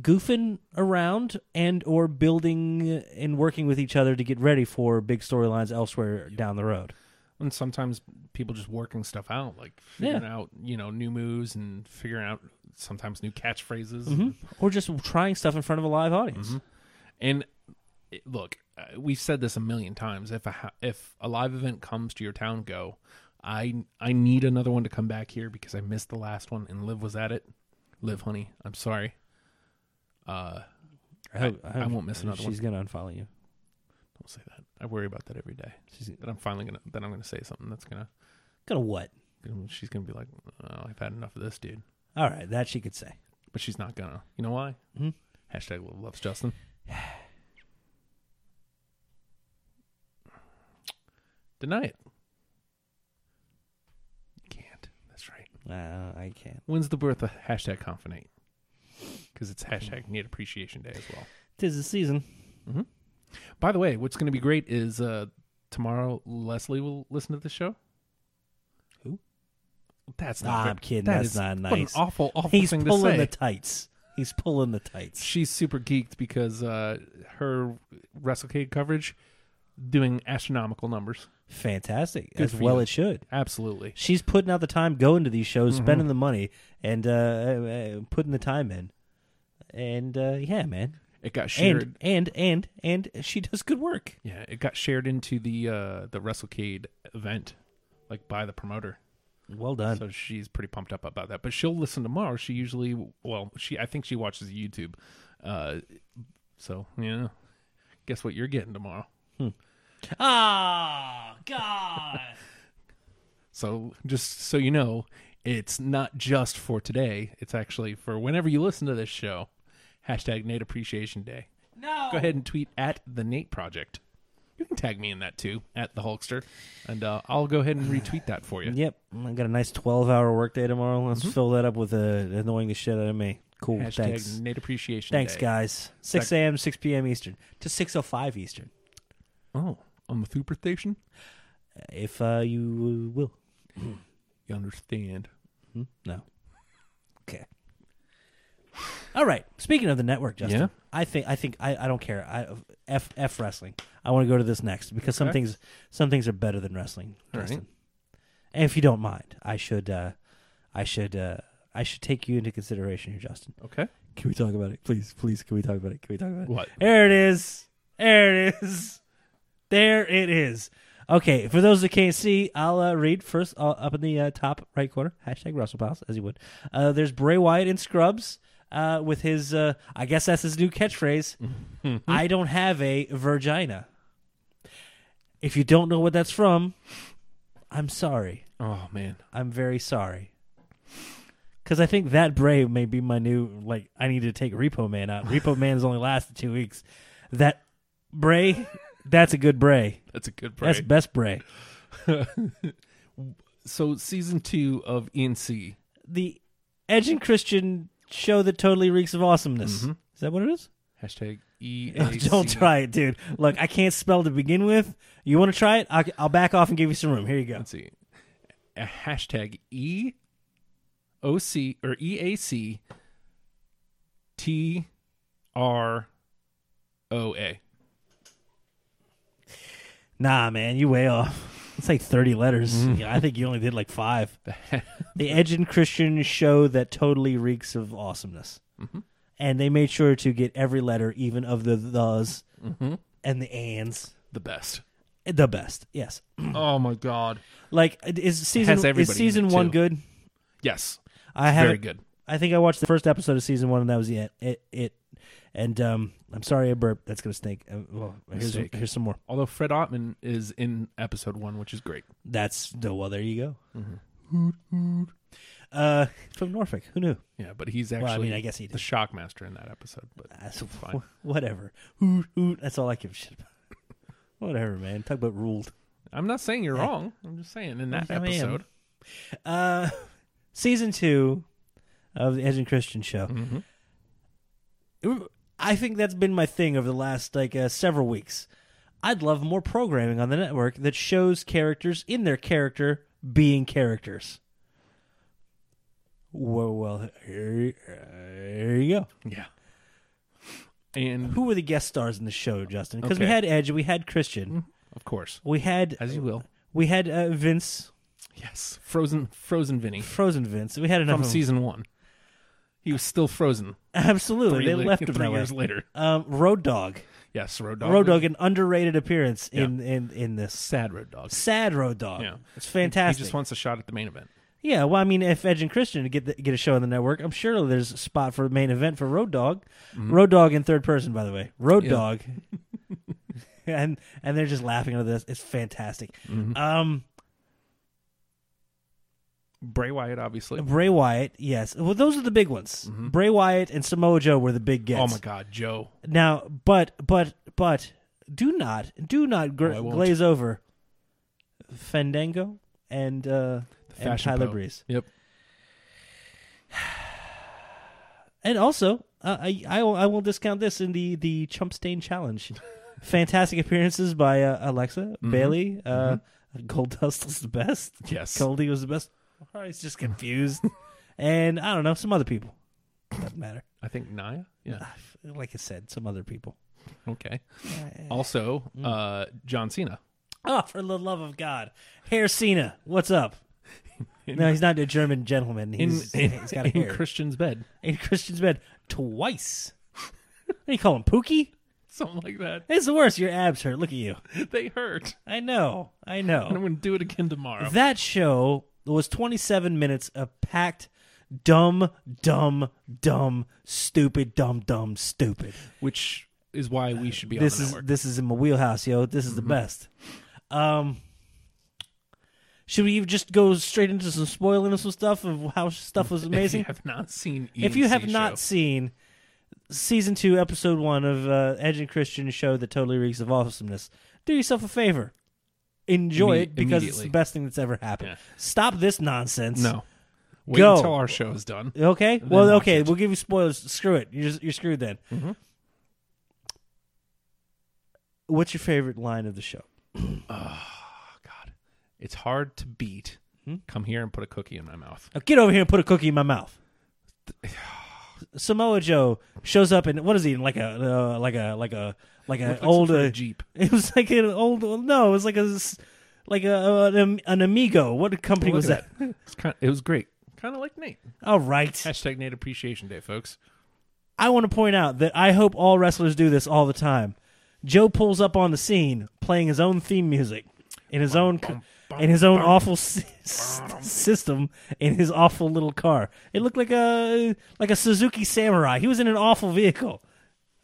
[SPEAKER 3] goofing around and or building and working with each other to get ready for big storylines elsewhere down the road.
[SPEAKER 4] And sometimes people just working stuff out, like figuring
[SPEAKER 3] Yeah.
[SPEAKER 4] out you know new moves and figuring out sometimes new catchphrases.
[SPEAKER 3] Mm-hmm. Or just trying stuff in front of a live audience.
[SPEAKER 4] Mm-hmm. And it- look, uh, we've said this a million times. If a ho- if a live event comes to your town, go. I I need another one to come back here because I missed the last one and Liv was at it. Liv, honey, I'm sorry. Uh,
[SPEAKER 3] I, hope,
[SPEAKER 4] I won't miss another
[SPEAKER 3] she's
[SPEAKER 4] one.
[SPEAKER 3] She's gonna unfollow you.
[SPEAKER 4] Don't say that. I worry about that every day.
[SPEAKER 3] She's
[SPEAKER 4] That I'm finally gonna that I'm gonna say something that's gonna
[SPEAKER 3] gonna what?
[SPEAKER 4] gonna- she's gonna be like, oh, I've had enough of this dude.
[SPEAKER 3] All right, that she could say.
[SPEAKER 4] But she's not gonna. You know why?
[SPEAKER 3] Mhm.
[SPEAKER 4] Hashtag Liv loves Justin. Deny it. Can't. That's right.
[SPEAKER 3] Uh, I can't.
[SPEAKER 4] When's the birth of hashtag Confinate? Because it's hashtag Need Appreciation Day as well.
[SPEAKER 3] Tis the season.
[SPEAKER 4] By the way, what's going to be great is uh, tomorrow Leslie will listen to the show.
[SPEAKER 3] Who?
[SPEAKER 4] That's
[SPEAKER 3] Nah,
[SPEAKER 4] not. fair.
[SPEAKER 3] I'm kidding.
[SPEAKER 4] That
[SPEAKER 3] That's
[SPEAKER 4] is-
[SPEAKER 3] not
[SPEAKER 4] What an
[SPEAKER 3] nice.
[SPEAKER 4] awful, awful
[SPEAKER 3] He's
[SPEAKER 4] thing to
[SPEAKER 3] pulling
[SPEAKER 4] say.
[SPEAKER 3] the tights. He's pulling the tights.
[SPEAKER 4] She's super geeked because uh, her WrestleCade coverage doing astronomical numbers.
[SPEAKER 3] Fantastic.
[SPEAKER 4] Good
[SPEAKER 3] As
[SPEAKER 4] for
[SPEAKER 3] well,
[SPEAKER 4] you.
[SPEAKER 3] it should.
[SPEAKER 4] Absolutely.
[SPEAKER 3] She's putting out the time, going to these shows,
[SPEAKER 4] Mm-hmm.
[SPEAKER 3] spending the money, and uh, uh, uh, putting the time in. And uh, yeah, man.
[SPEAKER 4] It got shared.
[SPEAKER 3] And and and and she does good work.
[SPEAKER 4] yeah, it got shared into the uh, the WrestleCade event, like by the promoter.
[SPEAKER 3] Well done.
[SPEAKER 4] so she's pretty pumped up about that. But she'll listen tomorrow. She usually, well, she I think she watches YouTube. Uh, so yeah, guess what you're getting tomorrow.
[SPEAKER 3] Ah, God.
[SPEAKER 4] So just so you know, it's not just for today. It's actually for whenever you listen to this show. Hashtag Nate Appreciation Day.
[SPEAKER 3] no.
[SPEAKER 4] Go ahead and tweet at the Nate Project. You can tag me in that too at the Hulkster, and uh, I'll go ahead and retweet that for you.
[SPEAKER 3] Yep, I got a nice twelve-hour workday tomorrow. Let's fill that up with uh, annoying the shit out of me. Cool.
[SPEAKER 4] Hashtag
[SPEAKER 3] thanks.
[SPEAKER 4] Nate Appreciation
[SPEAKER 3] Thanks,
[SPEAKER 4] Day.
[SPEAKER 3] guys. Six a.m., six p.m. Eastern to six o five Eastern,
[SPEAKER 4] Oh, on the Super Station,
[SPEAKER 3] if uh, you will.
[SPEAKER 4] you understand.
[SPEAKER 3] No. Okay. All right. Speaking of the network, Justin,
[SPEAKER 4] Yeah?
[SPEAKER 3] I think I think I, I don't care. I f f wrestling. I want to go to this next because some
[SPEAKER 4] Okay.
[SPEAKER 3] things some things are better than wrestling,
[SPEAKER 4] All right.
[SPEAKER 3] Justin. And if you don't mind, I should uh, I should uh, I should take you into consideration here, Justin.
[SPEAKER 4] Okay.
[SPEAKER 3] Can we talk about it, please? Please, can we talk about it? Can we talk about it?
[SPEAKER 4] What?
[SPEAKER 3] There it is. There it is. There it is. Okay, for those that can't see, I'll uh, read first uh, up in the uh, top right corner. Hashtag Russell Pals, as you would. Uh, there's Bray Wyatt in Scrubs uh, with his, uh, I guess that's his new catchphrase I don't have a vagina. If you don't know what that's from, I'm sorry.
[SPEAKER 4] Oh man.
[SPEAKER 3] I'm very sorry. Because I think that Bray may be my new, like, I need to take Repo Man out. Repo Man's only lasted two weeks. That Bray, that's a good Bray.
[SPEAKER 4] That's a good
[SPEAKER 3] That's
[SPEAKER 4] break.
[SPEAKER 3] best Bray.
[SPEAKER 4] so season two of ENC.
[SPEAKER 3] The Edge and Christian show that totally reeks of awesomeness. Is that what it is?
[SPEAKER 4] Hashtag E.
[SPEAKER 3] Don't try it, dude. Look, I can't spell to begin with. You want to try it? I'll, I'll back off and give you some room. Here you go.
[SPEAKER 4] Let's see. A hashtag E O C or E A C T R O A.
[SPEAKER 3] Nah, man, you way off. It's like 30 letters.
[SPEAKER 4] Mm.
[SPEAKER 3] Yeah, I think you only did like five. the Edge and Christian show that totally reeks of awesomeness.
[SPEAKER 4] Mm-hmm.
[SPEAKER 3] And they made sure to get every letter, even of the thes
[SPEAKER 4] Mm-hmm.
[SPEAKER 3] and the ands.
[SPEAKER 4] The best.
[SPEAKER 3] The best, yes.
[SPEAKER 4] oh my god.
[SPEAKER 3] Like, is season
[SPEAKER 4] has everybody
[SPEAKER 3] is
[SPEAKER 4] in
[SPEAKER 3] season
[SPEAKER 4] it,
[SPEAKER 3] one
[SPEAKER 4] too.
[SPEAKER 3] good?
[SPEAKER 4] Yes.
[SPEAKER 3] I
[SPEAKER 4] Very
[SPEAKER 3] haven't.
[SPEAKER 4] good.
[SPEAKER 3] I think I watched the first episode of season one, and that was it. It. it and um, I'm sorry I burped. That's gonna stink. Uh, well, here's
[SPEAKER 4] Mistake.
[SPEAKER 3] here's some more.
[SPEAKER 4] Although Fred Ottman is in episode one, which is great.
[SPEAKER 3] That's oh, well. There you go. Uh, from Norfolk. Who knew?
[SPEAKER 4] Yeah, but he's
[SPEAKER 3] I
[SPEAKER 4] actually
[SPEAKER 3] mean, I guess he
[SPEAKER 4] the
[SPEAKER 3] did. Uh,
[SPEAKER 4] Shockmaster in that episode. But
[SPEAKER 3] That's
[SPEAKER 4] fine.
[SPEAKER 3] Whatever. Hoot, hoot. That's all I give a shit about. whatever, man. Talk about ruled.
[SPEAKER 4] I'm not saying you're wrong. I'm just saying in that
[SPEAKER 3] I am.
[SPEAKER 4] episode.
[SPEAKER 3] Uh, season two of the Edge and Christian show. I think that's been my thing over the last like uh, several weeks. I'd love more programming on the network that shows characters in their character being characters. Well, well, here, here you go.
[SPEAKER 4] Yeah. And
[SPEAKER 3] Who were the guest stars in the show, Justin? Because we
[SPEAKER 4] Okay.
[SPEAKER 3] had Edge, we had Christian,
[SPEAKER 4] of course,
[SPEAKER 3] we had
[SPEAKER 4] as you will.
[SPEAKER 3] we had uh, Vince,
[SPEAKER 4] Yes, Frozen, Frozen Vinny
[SPEAKER 3] Frozen Vince. We had enough
[SPEAKER 4] from
[SPEAKER 3] of 'em.
[SPEAKER 4] season one. He was still frozen.
[SPEAKER 3] Absolutely,
[SPEAKER 4] Three,
[SPEAKER 3] they
[SPEAKER 4] li-
[SPEAKER 3] left him
[SPEAKER 4] three
[SPEAKER 3] that
[SPEAKER 4] years
[SPEAKER 3] way.
[SPEAKER 4] later.
[SPEAKER 3] Um, Road Dog.
[SPEAKER 4] Yes, Road Dog.
[SPEAKER 3] Road Dog, an underrated appearance in, in, in this.
[SPEAKER 4] Sad Road Dog.
[SPEAKER 3] Sad Road Dog.
[SPEAKER 4] Yeah.
[SPEAKER 3] It's
[SPEAKER 4] He
[SPEAKER 3] fantastic.
[SPEAKER 4] just wants a shot at the main event.
[SPEAKER 3] yeah, well, I mean, if Edge and Christian get the, get a show on the network, I'm sure there's a spot for a main event for Road Dog. Road Dog in third person, by the way. Road
[SPEAKER 4] Mm-hmm. Yeah.
[SPEAKER 3] Dog. and and they're just laughing at this. It's fantastic.
[SPEAKER 4] Mm-hmm.
[SPEAKER 3] Um,
[SPEAKER 4] Bray Wyatt, obviously.
[SPEAKER 3] Bray Wyatt, yes. Well, those are the big ones. Bray Wyatt and Samoa Joe were the big gets.
[SPEAKER 4] Mm-hmm. Oh my God, Joe.
[SPEAKER 3] Now, but but but do not do not gr-
[SPEAKER 4] Oh, I won't.
[SPEAKER 3] glaze over Fandango and uh and
[SPEAKER 4] Fashion
[SPEAKER 3] Tyler
[SPEAKER 4] Poe.
[SPEAKER 3] Breeze.
[SPEAKER 4] Yep.
[SPEAKER 3] And also, uh, I I will, I will discount this in the the Chump Stain Challenge. Fantastic appearances by uh, Alexa
[SPEAKER 4] Mm-hmm.
[SPEAKER 3] Bailey. Uh, Gold Dust was the best.
[SPEAKER 4] Yes.
[SPEAKER 3] Goldie was the best. I was just confused, and I don't know some other people. Doesn't matter.
[SPEAKER 4] I think Naya. Yeah.
[SPEAKER 3] Like I said, some other people. Uh,
[SPEAKER 4] Okay. Also,
[SPEAKER 3] Mm.
[SPEAKER 4] uh, John Cena.
[SPEAKER 3] Oh, for the love of God. Hair Cena, what's up? no, he's not a German gentleman.
[SPEAKER 4] In,
[SPEAKER 3] He's,
[SPEAKER 4] in,
[SPEAKER 3] he's got a
[SPEAKER 4] in
[SPEAKER 3] hair.
[SPEAKER 4] Christian's bed.
[SPEAKER 3] in Christian's bed twice. what do you call him, Pookie?
[SPEAKER 4] Something like that.
[SPEAKER 3] It's the worst. Your abs hurt. Look at you.
[SPEAKER 4] They hurt.
[SPEAKER 3] I know. I
[SPEAKER 4] And I'm
[SPEAKER 3] know.
[SPEAKER 4] going to do it again tomorrow.
[SPEAKER 3] That show was 27 minutes of packed dumb, dumb, dumb, stupid, dumb, dumb, stupid.
[SPEAKER 4] which is why we should be on
[SPEAKER 3] this
[SPEAKER 4] the Mm-hmm.
[SPEAKER 3] is
[SPEAKER 4] network.
[SPEAKER 3] this is in my wheelhouse, yo. This is the best. Um, should we just go straight into some spoiling and some stuff of how stuff was
[SPEAKER 4] If you
[SPEAKER 3] amazing?
[SPEAKER 4] have not seen,
[SPEAKER 3] if you
[SPEAKER 4] ENC
[SPEAKER 3] have not
[SPEAKER 4] show,
[SPEAKER 3] seen season two, episode one of uh, Edge and Christian show that totally reeks of awesomeness, do yourself a favor. Enjoy
[SPEAKER 4] Imme-
[SPEAKER 3] it because it's the
[SPEAKER 4] immediately.
[SPEAKER 3] best thing that's ever happened.
[SPEAKER 4] Yeah.
[SPEAKER 3] Stop this nonsense.
[SPEAKER 4] no, wait
[SPEAKER 3] Go.
[SPEAKER 4] until our show is done.
[SPEAKER 3] Okay. Well,
[SPEAKER 4] watch
[SPEAKER 3] okay.
[SPEAKER 4] it. Mm-hmm.
[SPEAKER 3] We'll give you spoilers. Screw it. You're just, you're screwed then. What's your favorite line of the show?
[SPEAKER 4] Oh, God, it's hard to beat.
[SPEAKER 3] Hmm?
[SPEAKER 4] Come here and put a cookie in my mouth.
[SPEAKER 3] Now get over here and put a cookie in my mouth. Samoa Joe shows up and what is he in like a uh, like a like a like an
[SPEAKER 4] Looks like some
[SPEAKER 3] old
[SPEAKER 4] sort of
[SPEAKER 3] uh,
[SPEAKER 4] Jeep.
[SPEAKER 3] It was like an old no, it was like a s- like a uh, an, an amigo. What company was
[SPEAKER 4] Look
[SPEAKER 3] that?
[SPEAKER 4] at it. It's kind it was great. Kind of like Nate.
[SPEAKER 3] All right.
[SPEAKER 4] Hashtag Nate Appreciation Day, folks.
[SPEAKER 3] I want to point out that I hope all wrestlers do this all the time. Joe pulls up on the scene playing his own theme music in his own co- in his own awful s- s- system in his awful little car. It looked like a like a Suzuki Samurai. He was in an awful vehicle.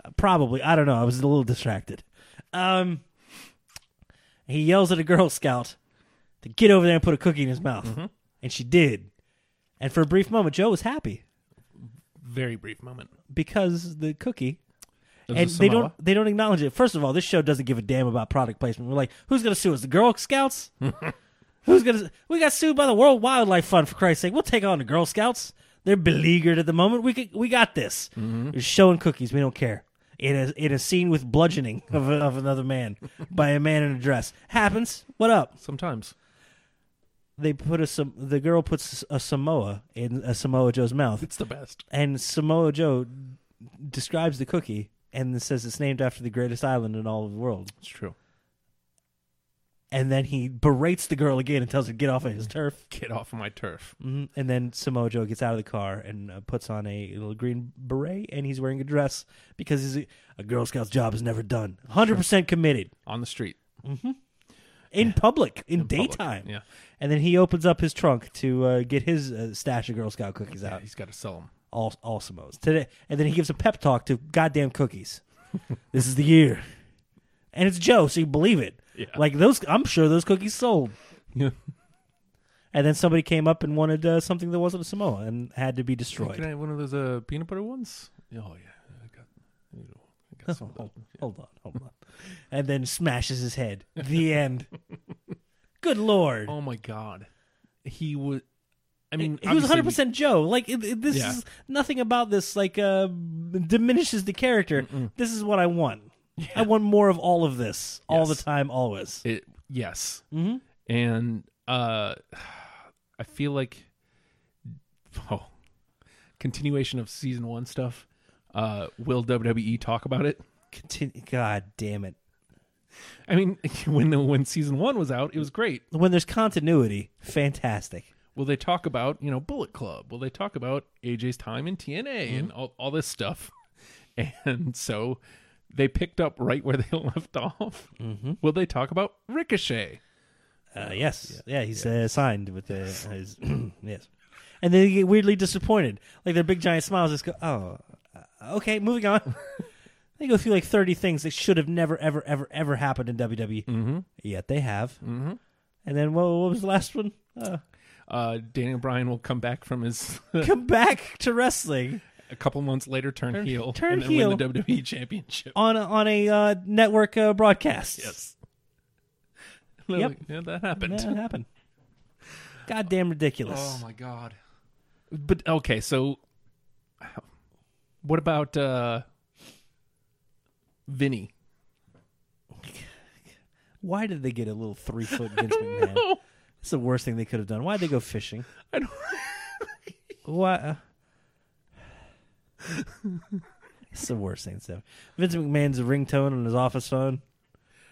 [SPEAKER 3] Uh, Probably, I don't know. I was a little distracted. Um, he yells at a Girl Scout to get over there and put a cookie in his mouth, and she did. And for a brief moment, Joe was happy
[SPEAKER 4] Very brief moment.
[SPEAKER 3] because the cookie
[SPEAKER 4] It was
[SPEAKER 3] and
[SPEAKER 4] a
[SPEAKER 3] they
[SPEAKER 4] Samoa.
[SPEAKER 3] don't they don't acknowledge it. First of all, this show doesn't give a damn about product placement. We're like, who's gonna sue us? The Girl Scouts? who's gonna? We got sued by the World Wildlife Fund for Christ's sake. We'll take on the Girl Scouts. They're beleaguered at the moment. We could, we got this.
[SPEAKER 4] Mm-hmm.
[SPEAKER 3] You're showing cookies. We don't care. In a in a scene with bludgeoning of, a- of another man by a man in a dress happens. What up?
[SPEAKER 4] Sometimes.
[SPEAKER 3] They put a Sam- the girl puts a Samoa in a Samoa Joe's mouth
[SPEAKER 4] It's the best.
[SPEAKER 3] and Samoa Joe describes the cookie and says it's named after the greatest island in all of the world.
[SPEAKER 4] It's true.
[SPEAKER 3] And then he berates the girl again and tells her to get off of his turf.
[SPEAKER 4] Get off my turf.
[SPEAKER 3] hmm And then Samoa Joe gets out of the car and uh, puts on a little green beret and he's wearing a dress because he's a, a Girl Scout's job is never done. 100% committed
[SPEAKER 4] On the street.
[SPEAKER 3] in public, in,
[SPEAKER 4] Public.
[SPEAKER 3] daytime.
[SPEAKER 4] Yeah.
[SPEAKER 3] And then he opens up his trunk to uh, get his uh, stash of Girl Scout cookies
[SPEAKER 4] yeah
[SPEAKER 3] out.
[SPEAKER 4] he's got to sell them.
[SPEAKER 3] all all Samoas today, and then he gives a pep talk to goddamn cookies. this is the year, and it's Joe, so you believe it.
[SPEAKER 4] Yeah.
[SPEAKER 3] Like those, I'm sure those cookies sold.
[SPEAKER 4] Yeah.
[SPEAKER 3] And then somebody came up and wanted uh, something that wasn't a Samoa and had to be
[SPEAKER 4] Can I
[SPEAKER 3] destroyed.
[SPEAKER 4] have one of those uh, peanut butter ones? Oh, yeah. I got, I got some of
[SPEAKER 3] hold,
[SPEAKER 4] those.
[SPEAKER 3] hold on, hold on, and then smashes his head. The end. Good lord.
[SPEAKER 4] Oh my god, Oh he was. I mean,
[SPEAKER 3] he was
[SPEAKER 4] obviously
[SPEAKER 3] 100 percent Joe. Like it, it- this
[SPEAKER 4] Yeah.
[SPEAKER 3] is nothing about this like uh, diminishes the character. This is what I want. I want more of all of this, all the
[SPEAKER 4] Yes.
[SPEAKER 3] time, always.
[SPEAKER 4] It yes, mm-hmm. and uh, I feel like oh, continuation of season one stuff. Uh, will WWE talk about it?
[SPEAKER 3] Continue. God damn it!
[SPEAKER 4] I mean, when the, when season one was out, it was great.
[SPEAKER 3] When there's continuity, fantastic.
[SPEAKER 4] Will they talk about you know Bullet Club? Will they talk about AJ's time in TNA
[SPEAKER 3] Mm-hmm.
[SPEAKER 4] and all, all this stuff? And so they picked up right where they left off.
[SPEAKER 3] Mm-hmm.
[SPEAKER 4] Will they talk about Ricochet?
[SPEAKER 3] Uh, yes, yeah, he's Uh, signed with the his yes, and then they get weirdly disappointed. Like their big giant smiles just go, oh, uh, okay, moving on. they go through like thirty things that should have never, ever, ever, ever happened in WWE. Mm-hmm. Yet they have. Mm-hmm. And then what, what was the last one? Uh,
[SPEAKER 4] Uh, Daniel Bryan will come back from his
[SPEAKER 3] come back to wrestling
[SPEAKER 4] a couple months later turn, heel
[SPEAKER 3] turn
[SPEAKER 4] and then
[SPEAKER 3] heel.
[SPEAKER 4] win the WWE championship.
[SPEAKER 3] on a, on a uh, network uh, broadcast.
[SPEAKER 4] Yes.
[SPEAKER 3] Yep.
[SPEAKER 4] Yeah, that happened.
[SPEAKER 3] that happened. Goddamn ridiculous.
[SPEAKER 4] Oh my god. But okay, so what about uh Vinny?
[SPEAKER 3] Why did they get a little three foot Vince McMahon? It's the worst thing they could have done. Why'd they go fishing?
[SPEAKER 4] I don't
[SPEAKER 3] What? uh, it's the worst thing that's ever. Vince McMahon's ringtone on his office phone.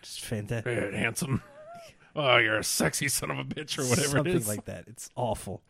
[SPEAKER 3] Just fantastic.
[SPEAKER 4] Eh, handsome. Oh, you're a sexy son of a bitch or whatever
[SPEAKER 3] Something
[SPEAKER 4] it is.
[SPEAKER 3] like that. It's awful.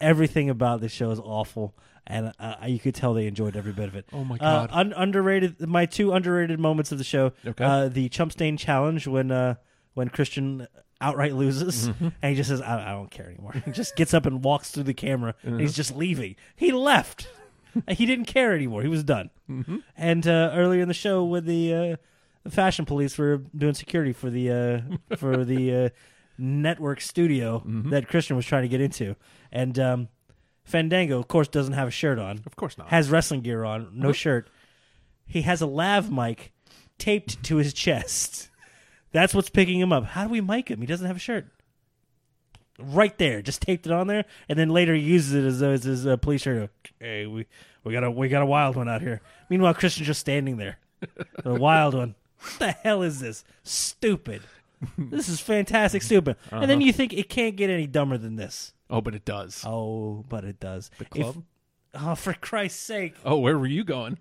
[SPEAKER 3] Everything about this show is awful, and uh, you could tell they enjoyed every bit of it.
[SPEAKER 4] Oh my
[SPEAKER 3] Uh,
[SPEAKER 4] God.
[SPEAKER 3] un- underrated. My two underrated moments of the show:
[SPEAKER 4] Okay.
[SPEAKER 3] uh, the Chump Stain Challenge when uh, when Christian outright loses,
[SPEAKER 4] Mm-hmm.
[SPEAKER 3] and he just says, I-, "I don't care anymore." He just gets up and walks through the camera,
[SPEAKER 4] Mm-hmm.
[SPEAKER 3] and he's just leaving. He left. he didn't care anymore. He was done.
[SPEAKER 4] Mm-hmm.
[SPEAKER 3] And uh, earlier in the show, when the uh, the fashion police were doing security for the uh, for the uh, network studio
[SPEAKER 4] Mm-hmm.
[SPEAKER 3] that Christian was trying to get into, and um, Fandango, of course, doesn't have a shirt on.
[SPEAKER 4] Of course not. Uh-huh.
[SPEAKER 3] Has wrestling gear on, no shirt. He has a lav mic taped to his chest. That's what's picking him up. How do we mic him? He doesn't have a shirt. Right there, just taped it on there, and then later he uses it as though it's his uh, police shirt. Hey, we we got a we got a wild one out here. Meanwhile, Christian's just standing there, the wild one. What the hell is this? Stupid. This is fantastic, stupid. And then you think it can't get any dumber than this.
[SPEAKER 4] oh, but it does.
[SPEAKER 3] Oh, but it does. The
[SPEAKER 4] club?
[SPEAKER 3] oh, for Christ's sake.
[SPEAKER 4] Oh, where were you going?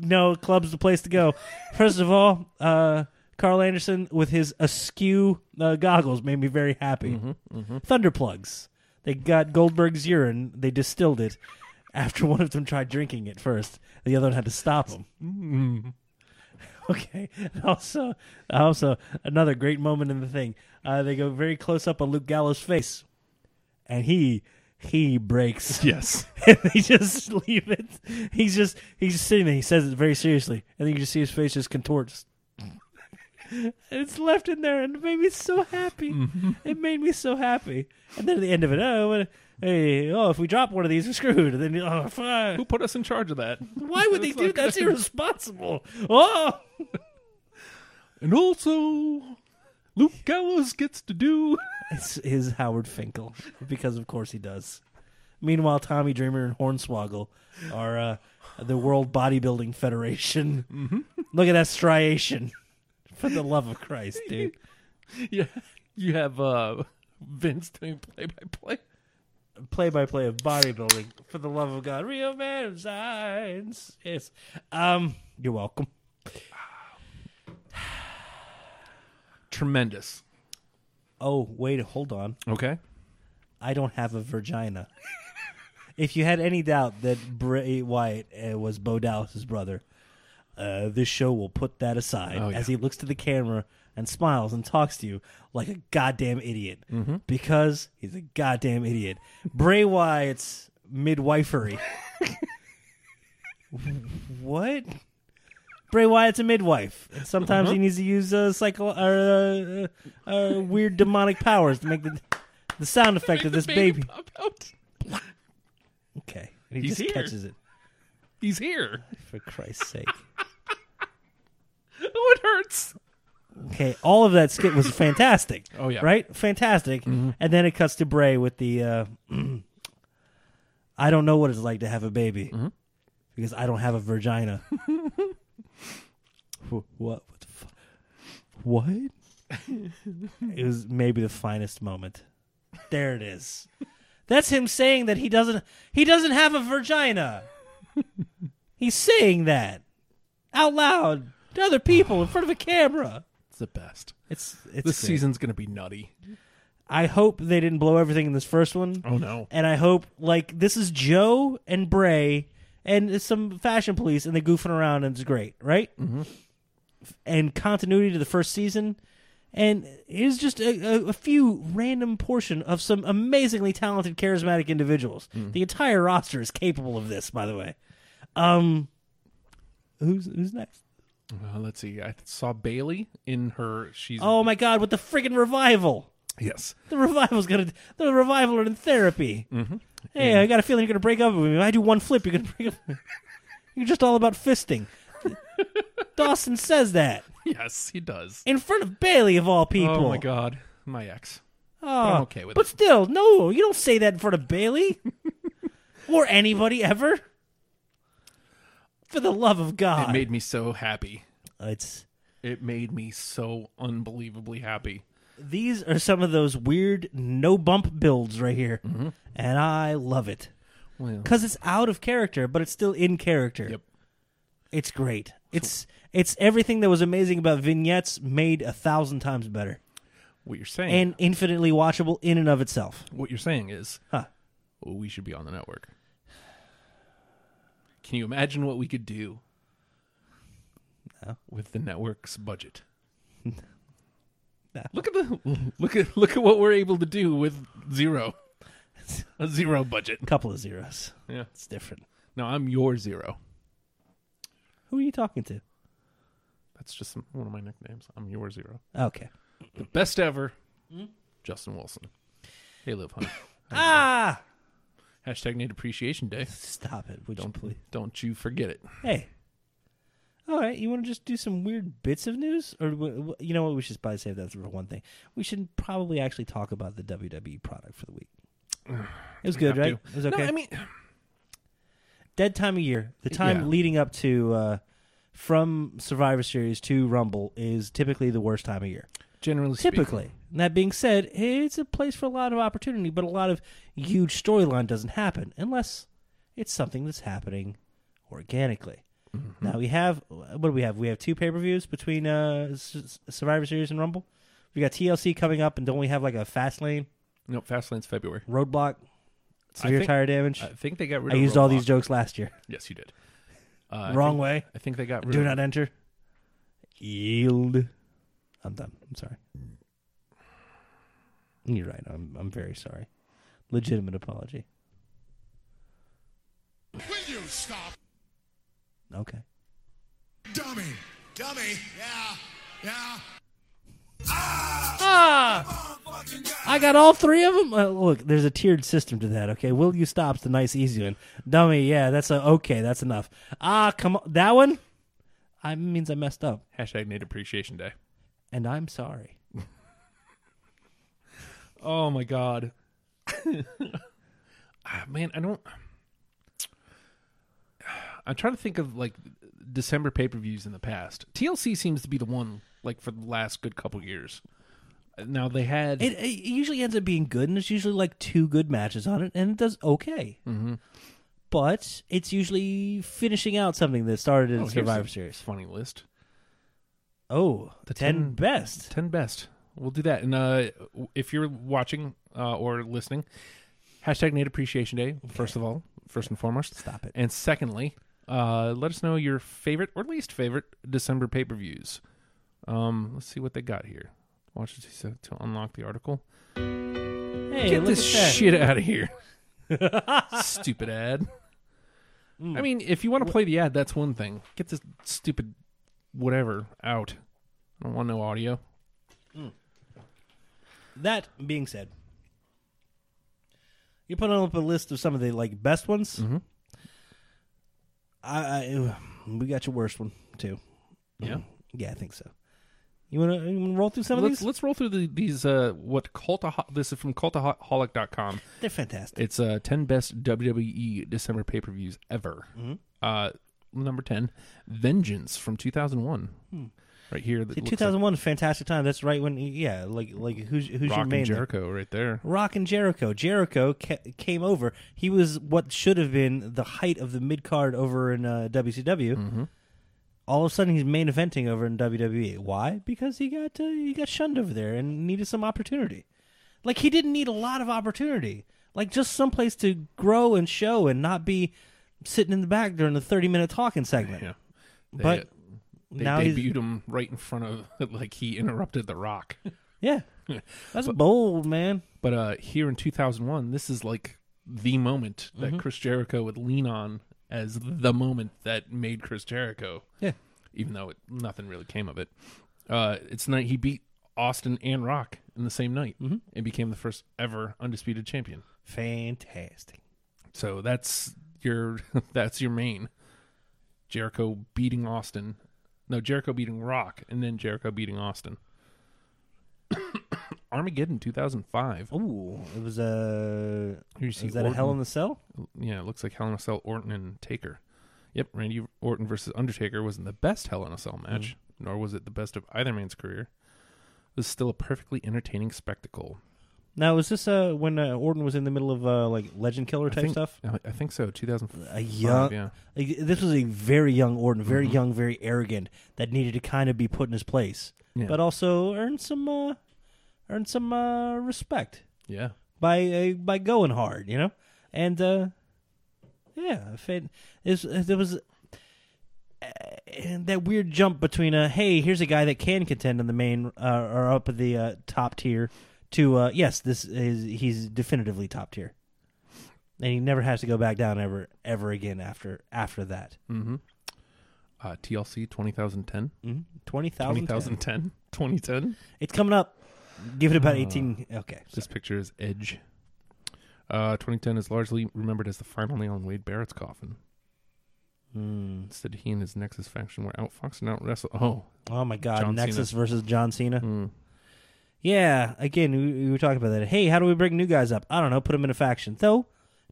[SPEAKER 3] No, club's the place to go. First of all, uh, Carl Anderson with his askew uh, goggles made me very happy. Thunderplugs. They got Goldberg's urine, they distilled it after one of them tried drinking it first. The other one had to stop him. Okay. And also, also another great moment in the thing. Uh, they go very close up on Luke Gallows' face, and he he breaks
[SPEAKER 4] Yes.
[SPEAKER 3] and they just leave it. He's just he's just sitting there. He says it very seriously, and then you just see his face just contorts. And it's left in there, and it made me so happy.
[SPEAKER 4] Mm-hmm.
[SPEAKER 3] It made me so happy. And then at the end of it, oh, what- hey, oh, if we drop one of these, we're screwed. And then, oh, fuck.
[SPEAKER 4] Who put us in charge of that?
[SPEAKER 3] why would they
[SPEAKER 4] That's
[SPEAKER 3] do
[SPEAKER 4] not
[SPEAKER 3] that? That's
[SPEAKER 4] good.
[SPEAKER 3] irresponsible. Oh,
[SPEAKER 4] And also, Luke Gallows gets to do.
[SPEAKER 3] it's his Howard Finkel because, of course, he does. Meanwhile, Tommy Dreamer and Hornswoggle are uh, the World Bodybuilding Federation. Look at that striation! For the love of Christ, dude!
[SPEAKER 4] Yeah, you have uh, Vince doing play by play.
[SPEAKER 3] Play by play of bodybuilding. For the love of God, real man of science. Yes. Um. You're welcome.
[SPEAKER 4] Tremendous.
[SPEAKER 3] Oh wait, hold on.
[SPEAKER 4] Okay.
[SPEAKER 3] I don't have a vagina. if you had any doubt that Bray Wyatt uh, was Bo Dallas's brother, uh, this show will put that aside
[SPEAKER 4] Oh, yeah.
[SPEAKER 3] as he looks to the camera and smiles and talks to you like a goddamn idiot
[SPEAKER 4] Mm-hmm.
[SPEAKER 3] because he's a goddamn idiot. Bray Wyatt's midwifery. what? Bray Wyatt's a midwife. And sometimes
[SPEAKER 4] Uh-huh.
[SPEAKER 3] he needs to use uh, psycho or uh, uh, weird demonic powers to make the the sound effect of this baby.
[SPEAKER 4] pop out.
[SPEAKER 3] Okay, and he
[SPEAKER 4] He's
[SPEAKER 3] just
[SPEAKER 4] here.
[SPEAKER 3] catches it.
[SPEAKER 4] He's here.
[SPEAKER 3] For Christ's sake.
[SPEAKER 4] Oh, it hurts.
[SPEAKER 3] Okay, all of that skit was fantastic.
[SPEAKER 4] Oh, yeah. Mm-hmm.
[SPEAKER 3] right, fantastic. And then it cuts to Bray with the, uh, I don't know what it's like to have a baby
[SPEAKER 4] Mm-hmm.
[SPEAKER 3] because I don't have a vagina. Wh- what? What the fuck? What? it was maybe the finest moment. There it is. That's him saying that he doesn't he doesn't have a vagina. He's saying that out loud to other people in front of a camera.
[SPEAKER 4] It's the best.
[SPEAKER 3] It's it's
[SPEAKER 4] This
[SPEAKER 3] great.
[SPEAKER 4] season's gonna be nutty.
[SPEAKER 3] I hope they didn't blow everything in this first one.
[SPEAKER 4] Oh no.
[SPEAKER 3] And I hope like this is Joe and Bray and some fashion police and they goofing around and it's great, right? Mm-hmm. And continuity to the first season. And it is just a, a, a few random portion of some amazingly talented, charismatic individuals. The entire roster is capable of this, by the way. Um, who's who's next?
[SPEAKER 4] Uh, let's see. I saw Bailey in her. She's
[SPEAKER 3] Oh my God! With the friggin' revival.
[SPEAKER 4] yes.
[SPEAKER 3] The revival's gonna. The revival are in therapy.
[SPEAKER 4] Mm-hmm.
[SPEAKER 3] Hey, I got a feeling you're gonna break up with me. If I do one flip, you're gonna break up. with me. You're just all about fisting. Dawson says that
[SPEAKER 4] Yes, he does.
[SPEAKER 3] in front of Bailey of all people.
[SPEAKER 4] Oh my god, my ex.
[SPEAKER 3] Oh,
[SPEAKER 4] I'm okay with
[SPEAKER 3] But
[SPEAKER 4] it.
[SPEAKER 3] still, no, you don't say that in front of Bailey or anybody ever. For the love of
[SPEAKER 4] It
[SPEAKER 3] God,
[SPEAKER 4] made me so happy.
[SPEAKER 3] it's
[SPEAKER 4] It made me so unbelievably happy.
[SPEAKER 3] these are some of those weird no bump builds right here, and I love it.
[SPEAKER 4] Mm-hmm. Well,
[SPEAKER 3] because it's out of character, but it's still in character.
[SPEAKER 4] Yep.
[SPEAKER 3] It's great. It's it's everything that was amazing about vignettes made a thousand times better
[SPEAKER 4] what you're saying,
[SPEAKER 3] and infinitely watchable in and of itself.
[SPEAKER 4] what you're saying is,
[SPEAKER 3] Huh.
[SPEAKER 4] we should be on the network. Can you imagine what we could do
[SPEAKER 3] No.
[SPEAKER 4] with the network's budget?
[SPEAKER 3] No.
[SPEAKER 4] Look at the look at look at what we're able to do with zero, a zero budget.
[SPEAKER 3] couple of zeros.
[SPEAKER 4] Yeah.
[SPEAKER 3] It's different.
[SPEAKER 4] No, I'm your zero.
[SPEAKER 3] Who are you talking to?
[SPEAKER 4] That's just one of my nicknames. I'm your zero.
[SPEAKER 3] Okay.
[SPEAKER 4] The best ever, Justin Wilson. Hey, live, honey.
[SPEAKER 3] Ah,
[SPEAKER 4] Hashtag Nate Appreciation Day.
[SPEAKER 3] stop it! Would you please?
[SPEAKER 4] Don't you forget it.
[SPEAKER 3] Hey. All right, you want to just do some weird bits of news, or w- w- you know what? We should probably save that for one thing. We should probably actually talk about the WWE product for the week. It was good,
[SPEAKER 4] Have
[SPEAKER 3] right?
[SPEAKER 4] to.
[SPEAKER 3] It was okay.
[SPEAKER 4] No, I mean,
[SPEAKER 3] dead time of year. The time
[SPEAKER 4] Yeah.
[SPEAKER 3] leading up to uh, from Survivor Series to Rumble is typically the worst time of year.
[SPEAKER 4] generally speaking,
[SPEAKER 3] Typically. And that being said, it's a place for a lot of opportunity, but a lot of huge storyline doesn't happen unless it's something that's happening organically.
[SPEAKER 4] Mm-hmm.
[SPEAKER 3] Now we have what do we have? We have two pay per views between uh, S- S- Survivor Series and Rumble. We got TLC coming up, and don't we have like a fast lane
[SPEAKER 4] no. Fastlane's February.
[SPEAKER 3] roadblock? Severe
[SPEAKER 4] think-
[SPEAKER 3] tire damage.
[SPEAKER 4] I think they got rid.
[SPEAKER 3] I
[SPEAKER 4] of
[SPEAKER 3] used all
[SPEAKER 4] Roadblock.
[SPEAKER 3] these jokes last year.
[SPEAKER 4] Yes, you did. Uh, I
[SPEAKER 3] Wrong
[SPEAKER 4] think-
[SPEAKER 3] way.
[SPEAKER 4] I think they got rid.
[SPEAKER 3] Do
[SPEAKER 4] of,
[SPEAKER 3] not enter. Yield. I'm done. I'm sorry. You're right. I'm I'm very sorry. Legitimate apology.
[SPEAKER 1] Will you stop?
[SPEAKER 3] Okay.
[SPEAKER 1] Dummy. Dummy. Yeah. Yeah.
[SPEAKER 3] Ah! I got all three of them. Uh, look, there's a tiered system to that. Okay, will you stop's the nice easy one. Dummy, yeah, that's a okay. That's enough. Ah, come on, that one. I means I messed up,
[SPEAKER 4] Hashtag Nate Appreciation Day.
[SPEAKER 3] and I'm sorry.
[SPEAKER 4] Oh my god. Ah, Man, I don't. I'm trying to think of like December pay per views in the past. TLC seems to be the one like for the last good couple years. Now they had
[SPEAKER 3] It, it usually ends up being good, and it's usually like two good matches on it, and it does okay. Mm-hmm. But it's usually finishing out something that started in
[SPEAKER 4] Oh, here's
[SPEAKER 3] Survivor
[SPEAKER 4] a
[SPEAKER 3] Series.
[SPEAKER 4] funny list.
[SPEAKER 3] Oh, the 10,
[SPEAKER 4] 10
[SPEAKER 3] best.
[SPEAKER 4] 10 best. We'll do that. And uh, if you're watching uh, or listening, hashtag Nate Appreciation Day, first of all, first and foremost.
[SPEAKER 3] Stop it.
[SPEAKER 4] And secondly, uh, let us know your favorite or least favorite December pay per views. Um, let's see what they got here. Watch this he said, to unlock the article.
[SPEAKER 3] Hey,
[SPEAKER 4] Get
[SPEAKER 3] look
[SPEAKER 4] this
[SPEAKER 3] at that.
[SPEAKER 4] shit out of here. stupid ad.
[SPEAKER 3] Mm.
[SPEAKER 4] I mean, if you want to play the ad, that's one thing. Get this stupid whatever out. I don't want no audio.
[SPEAKER 3] That being said, you put up a list of some of the like best ones. I, I we got your worst one too.
[SPEAKER 4] Yeah.
[SPEAKER 3] Mm. Yeah, I think so. You want to roll through some of
[SPEAKER 4] Let's
[SPEAKER 3] these?
[SPEAKER 4] let's roll through the, these. Uh, what cultaho- This is from cultaholic.com.
[SPEAKER 3] They're fantastic.
[SPEAKER 4] It's uh, 10 best WWE December pay per views ever.
[SPEAKER 3] Mm-hmm.
[SPEAKER 4] Uh, number 10, Vengeance from 2001.
[SPEAKER 3] Hmm.
[SPEAKER 4] Right here. That
[SPEAKER 3] See,
[SPEAKER 4] looks
[SPEAKER 3] 2001, fantastic time. That's right when, yeah, like like who's who's
[SPEAKER 4] like
[SPEAKER 3] your
[SPEAKER 4] Rock
[SPEAKER 3] main?
[SPEAKER 4] and Jericho right there.
[SPEAKER 3] Rock and Jericho. Jericho ca- came over. He was what should have been the height of the mid card over in uh, WCW.
[SPEAKER 4] Mm-hmm.
[SPEAKER 3] All of a sudden, he's main eventing over in WWE. Why? Because he got uh, he got shunned over there and needed some opportunity. Like he didn't need a lot of opportunity. Like just someplace to grow and show and not be sitting in the back during the thirty minute talking segment.
[SPEAKER 4] Yeah. They, uh,
[SPEAKER 3] But
[SPEAKER 4] they
[SPEAKER 3] now he's-
[SPEAKER 4] debuted him right in front of, like, he interrupted The Rock.
[SPEAKER 3] Yeah, that's bold, man.
[SPEAKER 4] But uh, here in 2001, this is like the moment that
[SPEAKER 3] Mm-hmm.
[SPEAKER 4] Chris Jericho would lean on as the moment that made Chris Jericho.
[SPEAKER 3] Yeah.
[SPEAKER 4] Even though it, nothing really came of it. Uh, it's night he beat Austin and Rock in the same night
[SPEAKER 3] Mm-hmm.
[SPEAKER 4] and became the first ever undisputed champion.
[SPEAKER 3] Fantastic.
[SPEAKER 4] So that's your that's your main Jericho beating Austin. No, Jericho beating Rock and then Jericho beating Austin. Armageddon 2005.
[SPEAKER 3] Ooh, it was a.
[SPEAKER 4] Here you see
[SPEAKER 3] Is that a Hell in the Cell?
[SPEAKER 4] yeah, it looks like Hell in a Cell, Orton and Taker. Yep, Randy Orton versus Undertaker wasn't the best Hell in a Cell match,
[SPEAKER 3] Mm-hmm.
[SPEAKER 4] nor was it the best of either man's career. It was still a perfectly entertaining spectacle.
[SPEAKER 3] Now, was this uh, when uh, Orton was in the middle of uh, like Legend Killer
[SPEAKER 4] I
[SPEAKER 3] type
[SPEAKER 4] think,
[SPEAKER 3] stuff?
[SPEAKER 4] I, I think so. 2005.
[SPEAKER 3] A young,
[SPEAKER 4] yeah. Mm-hmm.
[SPEAKER 3] like, this was a very young Orton, very young, very arrogant, that needed to kind of be put in his place,
[SPEAKER 4] Yeah.
[SPEAKER 3] but also earn some, uh, earn some uh, respect
[SPEAKER 4] Yeah.
[SPEAKER 3] by uh, by going hard, you know. And uh, yeah, if it, it's, there was uh, and that weird jump between uh, hey, here's a guy that can contend in the main uh, or up at the uh, top tier to uh, yes, this is he's definitively top tier, and he never has to go back down ever ever again after after that.
[SPEAKER 4] Uh, TLC 20,010.
[SPEAKER 3] Mm-hmm. Twenty thousand.
[SPEAKER 4] 20,010. 2010.
[SPEAKER 3] It's coming up. Give it about eighteen. Okay.
[SPEAKER 4] This picture is Edge. Uh, 2010 is largely remembered as the final nail in Wade Barrett's coffin.
[SPEAKER 3] Hmm.
[SPEAKER 4] Instead, he and his Nexus faction were outfoxed and out wrestled. Oh,
[SPEAKER 3] Oh my God,
[SPEAKER 4] John Hmm.
[SPEAKER 3] Nexus versus John Cena. Yeah, again, we, we were talking about that. Hey, how do we bring new guys up? I don't know. Put them in a faction, though.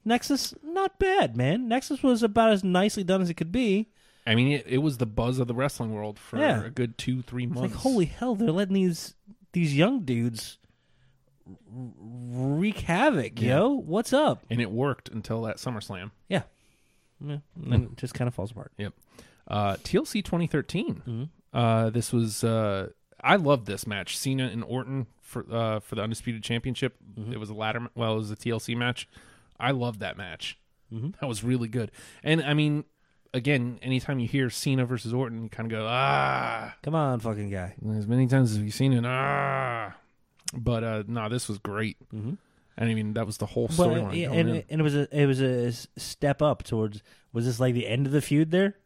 [SPEAKER 3] Nexus, not bad, man. Nexus was about as nicely done as it could be.
[SPEAKER 4] I mean, it, it was the buzz of the wrestling world for
[SPEAKER 3] Yeah.
[SPEAKER 4] a good two, three
[SPEAKER 3] It's like,
[SPEAKER 4] months.
[SPEAKER 3] holy hell, they're letting these these young dudes r- wreak havoc, yo. What's up?
[SPEAKER 4] And it worked until that SummerSlam.
[SPEAKER 3] Yeah. yeah. And then it just kind of falls apart.
[SPEAKER 4] Yep. Uh, TLC 2013.
[SPEAKER 3] Mm-hmm.
[SPEAKER 4] Uh, this was. Uh, I love this match. Cena and Orton for uh, for the undisputed championship.
[SPEAKER 3] Mm-hmm.
[SPEAKER 4] It was a ladder. ma- Well, it was a TLC match. I loved that match.
[SPEAKER 3] Mm-hmm.
[SPEAKER 4] That was really good. And I mean, again, anytime you hear Cena versus Orton, you kind of go ah.
[SPEAKER 3] Come on, fucking guy.
[SPEAKER 4] As many times as we've seen it ah. But uh, no, this was great. And I mean, that was the whole
[SPEAKER 3] Well,
[SPEAKER 4] storyline.
[SPEAKER 3] Mm-hmm. yeah,
[SPEAKER 4] going
[SPEAKER 3] and,
[SPEAKER 4] in.
[SPEAKER 3] and it was a it was a s- step up towards. Was this like the end of the feud there?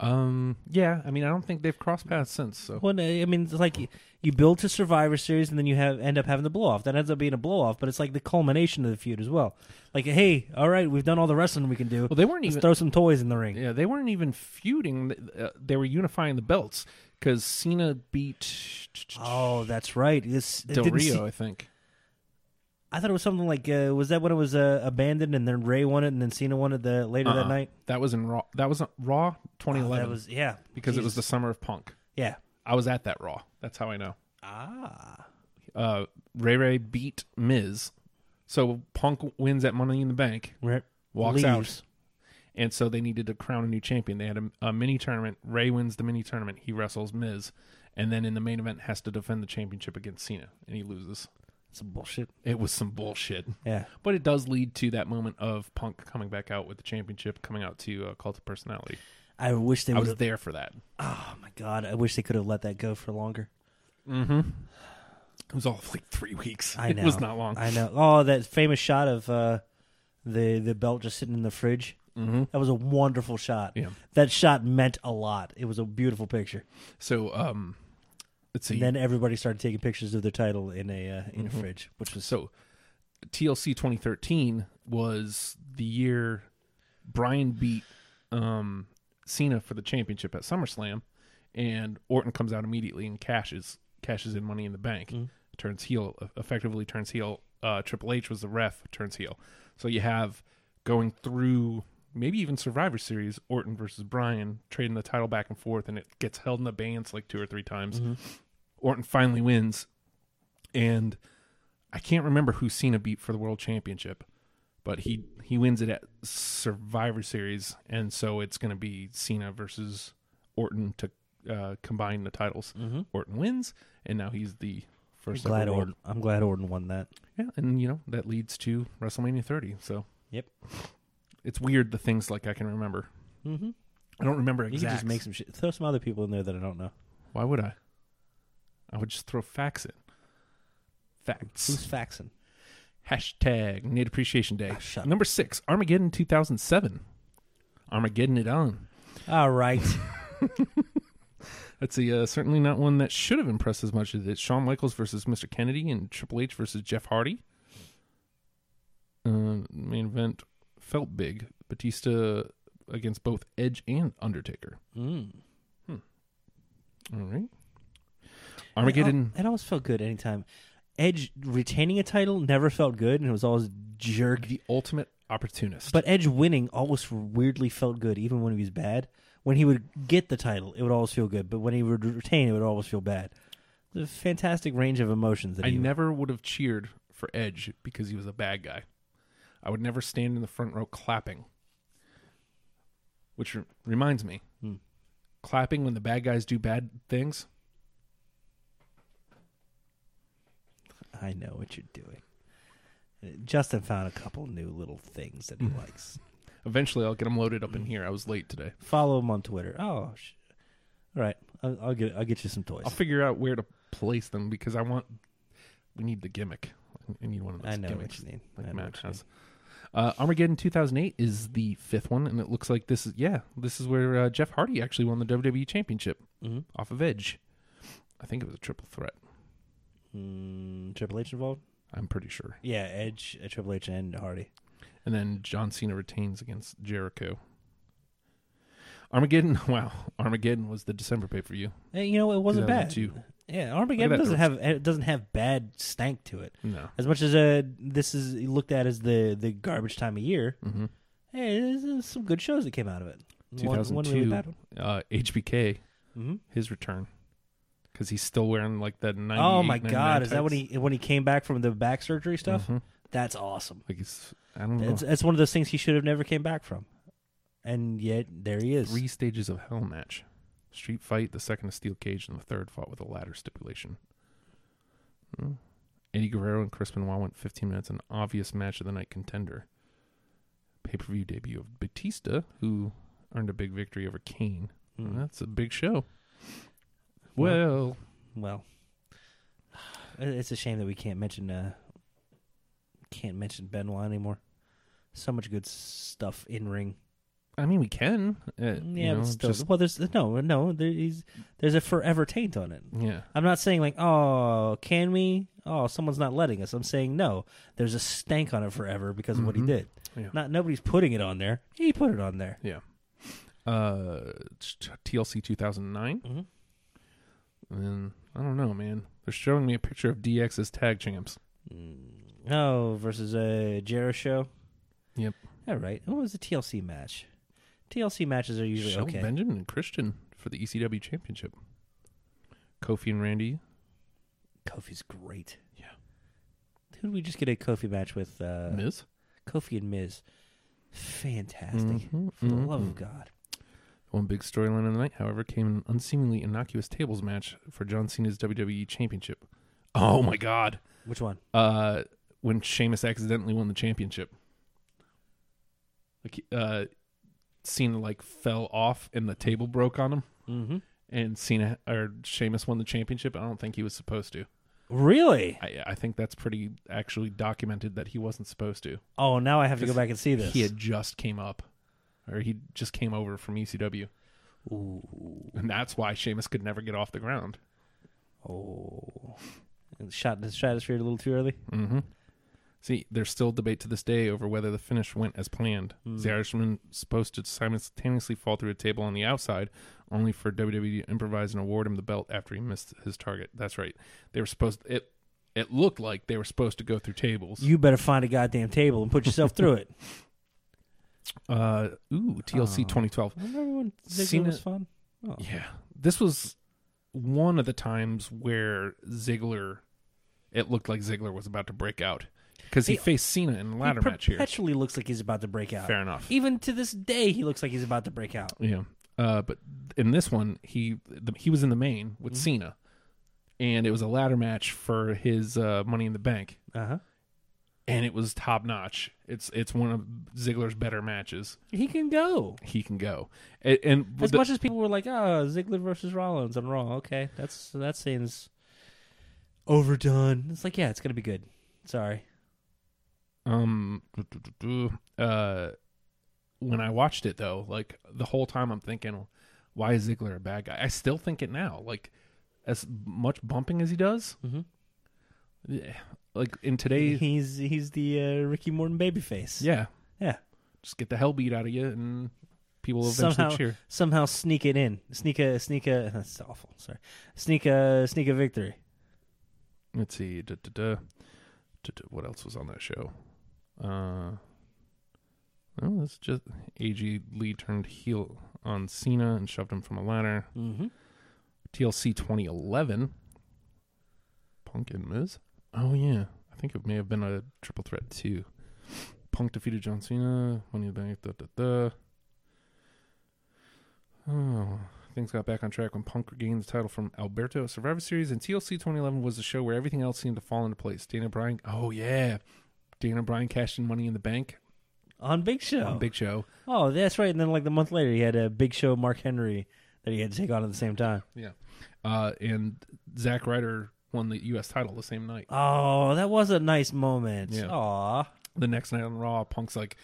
[SPEAKER 4] Um. Yeah. I mean, I don't think they've crossed paths since. So
[SPEAKER 3] Well, uh, I mean, it's like you- you build to Survivor Series, and then you have end up having the blow off. That ends up being a blow off, but it's like the culmination of the feud as well. Like, hey, all right, we've done all the wrestling we can do.
[SPEAKER 4] Well, they weren't
[SPEAKER 3] Let's
[SPEAKER 4] even-
[SPEAKER 3] throw some toys in the ring.
[SPEAKER 4] yeah, they weren't even feuding. th- Uh, they were unifying the belts because Cena beat
[SPEAKER 3] Oh, that's right. This it
[SPEAKER 4] Del
[SPEAKER 3] didn't
[SPEAKER 4] Rio,
[SPEAKER 3] see-
[SPEAKER 4] I think.
[SPEAKER 3] I thought it was something like uh, was that when it was uh, abandoned, and then Ray won it, and then Cena won it the later that
[SPEAKER 4] Uh-uh.
[SPEAKER 3] night.
[SPEAKER 4] That was in Raw. That was on Raw
[SPEAKER 3] Oh,
[SPEAKER 4] 2011
[SPEAKER 3] that was yeah
[SPEAKER 4] because it was the
[SPEAKER 3] Jesus.
[SPEAKER 4] summer of Punk.
[SPEAKER 3] yeah.
[SPEAKER 4] I was at that Raw. That's how I know.
[SPEAKER 3] Ah,
[SPEAKER 4] Uh, Ray Ray beat Miz, so Punk wins at Money in the Bank,
[SPEAKER 3] right.
[SPEAKER 4] walks
[SPEAKER 3] Leaves.
[SPEAKER 4] out, and so they needed to crown a new champion. They had a, a mini tournament. Ray wins the mini tournament. He wrestles Miz, and then in the main event has to defend the championship against Cena, and he loses.
[SPEAKER 3] Some bullshit.
[SPEAKER 4] It was some bullshit.
[SPEAKER 3] Yeah.
[SPEAKER 4] But it does lead to that moment of Punk coming back out with the championship, coming out to uh, Cult of Personality.
[SPEAKER 3] I wish they
[SPEAKER 4] I
[SPEAKER 3] would.
[SPEAKER 4] was there for that.
[SPEAKER 3] Oh my god, I wish they could have let that go for longer.
[SPEAKER 4] It was all of like three weeks.
[SPEAKER 3] I know.
[SPEAKER 4] It was not long.
[SPEAKER 3] I know. Oh, that famous shot of uh, the the belt just sitting in the fridge. Mm-hmm. That was a wonderful shot.
[SPEAKER 4] Yeah.
[SPEAKER 3] That shot meant a lot. It was a beautiful picture.
[SPEAKER 4] So, um, let's see.
[SPEAKER 3] And then everybody started taking pictures of their title in a uh, in
[SPEAKER 4] Mm-hmm.
[SPEAKER 3] a fridge, which was
[SPEAKER 4] so, TLC 2013 was the year Brian beat um, Cena for the championship at SummerSlam, and Orton comes out immediately and cashes cashes in Money in the Bank, turns heel e, effectively turns heel. Uh, Triple H was the ref, turns heel. So you have going through maybe even Survivor Series, Orton versus Bryan trading the title back and forth, and it gets held in abeyance like two or three times. Orton finally wins, and I can't remember who Cena beat for the world championship, but he he wins it at Survivor Series, and so it's going to be Cena versus Orton to uh, combine the titles. Orton wins, and now he's the first.
[SPEAKER 3] Mm-hmm. Glad
[SPEAKER 4] ever world-
[SPEAKER 3] Orton. I'm glad Orton won that.
[SPEAKER 4] Yeah, and you know that leads to WrestleMania 30. So
[SPEAKER 3] Yep.
[SPEAKER 4] it's weird the things like I can remember.
[SPEAKER 3] Mm-hmm. You
[SPEAKER 4] I don't remember
[SPEAKER 3] can
[SPEAKER 4] exactly.
[SPEAKER 3] just make some shit. Throw some other people in there that I don't know.
[SPEAKER 4] Why would I? I would just throw facts in.
[SPEAKER 3] Who's
[SPEAKER 4] Facts.
[SPEAKER 3] faxing?
[SPEAKER 4] Hashtag Nate Appreciation Day.
[SPEAKER 3] Ah, shut up.
[SPEAKER 4] Number six, Armageddon 2007. Armageddon it on.
[SPEAKER 3] All right.
[SPEAKER 4] That's a uh, certainly not one that should have impressed as much as it. Shawn Michaels versus Mr. Kennedy and Triple H versus Jeff Hardy. Uh, main event felt big. Batista against both Edge and Undertaker. Hmm.
[SPEAKER 3] Mm.
[SPEAKER 4] All right.
[SPEAKER 3] oh.
[SPEAKER 4] Armageddon.
[SPEAKER 3] It, al- it always felt good anytime. Edge retaining a title never felt good, and it was always jerky.
[SPEAKER 4] the ultimate opportunist.
[SPEAKER 3] But Edge winning always weirdly felt good, even when he was bad. When he would get the title, it would always feel good. But when he would retain, it would always feel bad. The fantastic range of emotions that
[SPEAKER 4] I
[SPEAKER 3] he
[SPEAKER 4] never would have cheered for Edge because he was a bad guy. I would never stand in the front row clapping. Which re- reminds me,
[SPEAKER 3] Hmm.
[SPEAKER 4] clapping when the bad guys do bad things.
[SPEAKER 3] I know what you're doing. Justin found a couple new little things that he
[SPEAKER 4] Mm.
[SPEAKER 3] likes.
[SPEAKER 4] Eventually, I'll get them loaded
[SPEAKER 3] Hmm.
[SPEAKER 4] up in here. I was late today.
[SPEAKER 3] Follow him on Twitter. Oh, sh- all right. I'll, I'll get I'll get you some toys.
[SPEAKER 4] I'll figure out where to place them because I want. We need the gimmick. I need one of those
[SPEAKER 3] I know what
[SPEAKER 4] gimmicks.
[SPEAKER 3] you need. I
[SPEAKER 4] Like
[SPEAKER 3] know
[SPEAKER 4] Matt
[SPEAKER 3] what you
[SPEAKER 4] has. Uh, Armageddon 2008 is the fifth one, and it looks like this is yeah, this is where uh, Jeff Hardy actually won the WWE Championship
[SPEAKER 3] Mm-hmm.
[SPEAKER 4] off of Edge. I think it was a triple threat.
[SPEAKER 3] Mm, Triple H involved?
[SPEAKER 4] I'm pretty sure.
[SPEAKER 3] Yeah, Edge, uh, Triple H, and Hardy.
[SPEAKER 4] And then John Cena retains against Jericho. Armageddon, wow, Armageddon was the December pay per view.
[SPEAKER 3] Hey, you know, it wasn't bad.
[SPEAKER 4] 2002.
[SPEAKER 3] Yeah, Armageddon
[SPEAKER 4] Look at
[SPEAKER 3] doesn't
[SPEAKER 4] that.
[SPEAKER 3] have it doesn't have bad stank to it.
[SPEAKER 4] No,
[SPEAKER 3] As much as uh, this is looked at as the the garbage time of year, hey, there's uh, some good shows that came out of it. One- One, really
[SPEAKER 4] 2002,
[SPEAKER 3] bad one.
[SPEAKER 4] uh, HBK,
[SPEAKER 3] Mhm.
[SPEAKER 4] his return, because he's still wearing like that. 98,
[SPEAKER 3] Oh my
[SPEAKER 4] 99
[SPEAKER 3] god, is that when
[SPEAKER 4] tights.
[SPEAKER 3] he when he came back from the back surgery stuff? That's awesome.
[SPEAKER 4] Like he's, I don't know,
[SPEAKER 3] It's, it's one of those things he should have never came back from, and yet there he is.
[SPEAKER 4] three stages of hell match, street fight, the second a steel cage, and the third fought with a ladder stipulation. Hmm. Eddie Guerrero and Chris Benoit went 15 minutes, an obvious match of the night contender. Pay per view debut of Batista, who earned a big victory over Kane.
[SPEAKER 3] Hmm.
[SPEAKER 4] That's a big show.
[SPEAKER 3] Well- Well,
[SPEAKER 4] Well,
[SPEAKER 3] it's a shame that we can't mention uh can't mention Benoit anymore. So much good stuff in ring.
[SPEAKER 4] I mean, we can. Uh, yeah,
[SPEAKER 3] Yeah, but still, well, there's no, no, there, he's, there's a forever taint on it.
[SPEAKER 4] yeah.
[SPEAKER 3] I'm not saying like, oh, can we? Oh, someone's not letting us. I'm saying no. There's a stank on it forever because of what he did.
[SPEAKER 4] Mm-hmm. Yeah.
[SPEAKER 3] Not nobody's putting it on there. He put it on there.
[SPEAKER 4] Yeah. Uh, t- TLC 2009.
[SPEAKER 3] Mhm.
[SPEAKER 4] And then, I don't know, man. They're showing me a picture of DX as tag champs.
[SPEAKER 3] Oh, versus a Jericho. show.
[SPEAKER 4] Yep.
[SPEAKER 3] All right. What was the TLC match? TLC matches are usually
[SPEAKER 4] Shelton
[SPEAKER 3] okay.
[SPEAKER 4] Benjamin and Christian for the ECW championship. Kofi and Randy.
[SPEAKER 3] Kofi's great.
[SPEAKER 4] Yeah.
[SPEAKER 3] Who did we just get a Kofi match with? Uh,
[SPEAKER 4] Miz.
[SPEAKER 3] Kofi and Miz. Fantastic.
[SPEAKER 4] Mhm,
[SPEAKER 3] For the
[SPEAKER 4] mhm.
[SPEAKER 3] love of God.
[SPEAKER 4] One big storyline of the night, however, came an unseemingly innocuous tables match for John Cena's WWE championship. Oh my God.
[SPEAKER 3] Which one?
[SPEAKER 4] uh, when Sheamus accidentally won the championship. Like uh, Cena like fell off and the table broke on him,
[SPEAKER 3] Mm-hmm.
[SPEAKER 4] and Cena or Sheamus won the championship. I don't think he was supposed to.
[SPEAKER 3] Really?
[SPEAKER 4] I, I think that's pretty actually documented that he wasn't supposed to.
[SPEAKER 3] Oh, now I have to go back and see this.
[SPEAKER 4] He had just came up, or he just came over from ECW,
[SPEAKER 3] Ooh.
[SPEAKER 4] and that's why Sheamus could never get off the ground.
[SPEAKER 3] Oh. And shot in the stratosphere a little too early.
[SPEAKER 4] Mm-hmm. See, there's still debate to this day over whether the finish went as planned. The Irishman supposed to simultaneously fall through a table on the outside, only for WWE to improvise and award him the belt after he missed his target. That's right. They were supposed it. It looked like they were supposed to go through tables.
[SPEAKER 3] You better find a goddamn table and put yourself through it.
[SPEAKER 4] Uh, ooh, TLC 2012.
[SPEAKER 3] Remember when
[SPEAKER 4] Cena-
[SPEAKER 3] Ziggler was fun? Oh.
[SPEAKER 4] Yeah, this was one of the times where Ziggler. It looked like Ziggler was about to break out because he,
[SPEAKER 3] He-
[SPEAKER 4] faced Cena in a ladder
[SPEAKER 3] he
[SPEAKER 4] match here.
[SPEAKER 3] perpetually looks like he's about to break out.
[SPEAKER 4] Fair enough.
[SPEAKER 3] Even to this day, he looks like he's about to break out.
[SPEAKER 4] Yeah. Uh, but in this one, he the, he was in the main with
[SPEAKER 3] Mm-hmm.
[SPEAKER 4] Cena, and it was a ladder match for his uh, Money in the Bank,
[SPEAKER 3] Uh huh.
[SPEAKER 4] and it was top notch. It's it's one of Ziggler's better matches.
[SPEAKER 3] He can go.
[SPEAKER 4] He can go, and, and
[SPEAKER 3] As
[SPEAKER 4] the-
[SPEAKER 3] much as people were like, "Oh, Ziggler versus Rollins on Raw," okay, that's that seems overdone. It's like, yeah, it's gonna be good. Sorry.
[SPEAKER 4] um uh, when I watched it though, like the whole time I'm thinking, why is Ziggler a bad guy? I still think it now. Like as much bumping as he does,
[SPEAKER 3] Mhm.
[SPEAKER 4] yeah, like in today's
[SPEAKER 3] He's he's the uh, Ricky Morton babyface.
[SPEAKER 4] yeah.
[SPEAKER 3] yeah.
[SPEAKER 4] just get the hell beat out of you, and people will eventually
[SPEAKER 3] Somehow
[SPEAKER 4] cheer.
[SPEAKER 3] somehow sneak it in. Sneak a sneak a. That's awful. Sorry. Sneak a sneak a victory.
[SPEAKER 4] Let's see, duh, duh, duh. Duh, duh, what else was on that show? Uh, oh, that's just AG Lee turned heel on Cena and shoved him from a ladder.
[SPEAKER 3] Mm-hmm.
[SPEAKER 4] TLC 2011, Punk and Miz. Oh yeah, I think it may have been a triple threat too. Punk defeated John Cena. Money in the Bank. Da da da. Oh, things got back on track when Punk regained the title from Alberto at Survivor Series, and TLC 2011 was the show where everything else seemed to fall into place. Dana Bryan. Oh yeah, Dana Bryan cashed in Money in the Bank
[SPEAKER 3] On Big Show.
[SPEAKER 4] on Big Show.
[SPEAKER 3] Oh, that's right. And then like the month later, he had a Big Show Mark Henry that he had to take on at the same time.
[SPEAKER 4] Yeah, uh, and Zack Ryder won the U.S. title the same night.
[SPEAKER 3] Oh, that was a nice moment.
[SPEAKER 4] Yeah.
[SPEAKER 3] Aw.
[SPEAKER 4] the next night on Raw, Punk's like,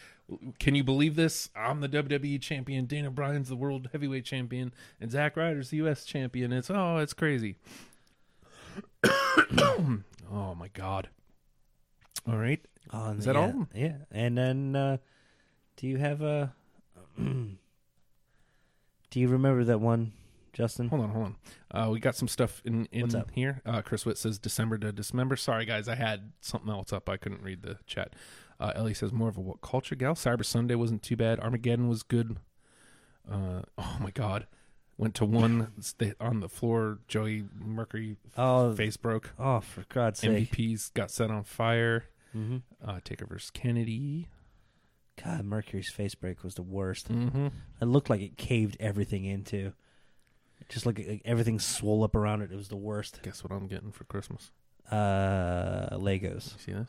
[SPEAKER 4] "Can you believe this? I'm the WWE champion. Dana Bryan's the World Heavyweight Champion, and Zack Ryder's the U.S. champion. It's oh, it's crazy. oh my God! All right,
[SPEAKER 3] Oh, and-
[SPEAKER 4] Is that
[SPEAKER 3] yeah,
[SPEAKER 4] all?
[SPEAKER 3] Yeah. And then uh, do you have a Do you remember that one, Justin?
[SPEAKER 4] hold on, hold on. Uh, we got some stuff in in
[SPEAKER 3] What's up?
[SPEAKER 4] here. Uh, Chris Witt says December to Dismember. Sorry guys, I had something else up. I couldn't read the chat. Uh, Ellie says more of a what culture gal. Cyber Sunday wasn't too bad. Armageddon was good. Uh, oh my God, went to one sta- on the floor. Joey Mercury
[SPEAKER 3] Oh.
[SPEAKER 4] face broke.
[SPEAKER 3] Oh, for God's sake.
[SPEAKER 4] MVPs got set on fire.
[SPEAKER 3] Mm-hmm.
[SPEAKER 4] Uh, Taker versus Kennedy.
[SPEAKER 3] God, Mercury's face break was the worst.
[SPEAKER 4] Mm-hmm.
[SPEAKER 3] It looked like it caved everything into. Just like, like everything swole up around it. It was the worst.
[SPEAKER 4] Guess what I'm getting for Christmas?
[SPEAKER 3] Uh, Legos.
[SPEAKER 4] You see this?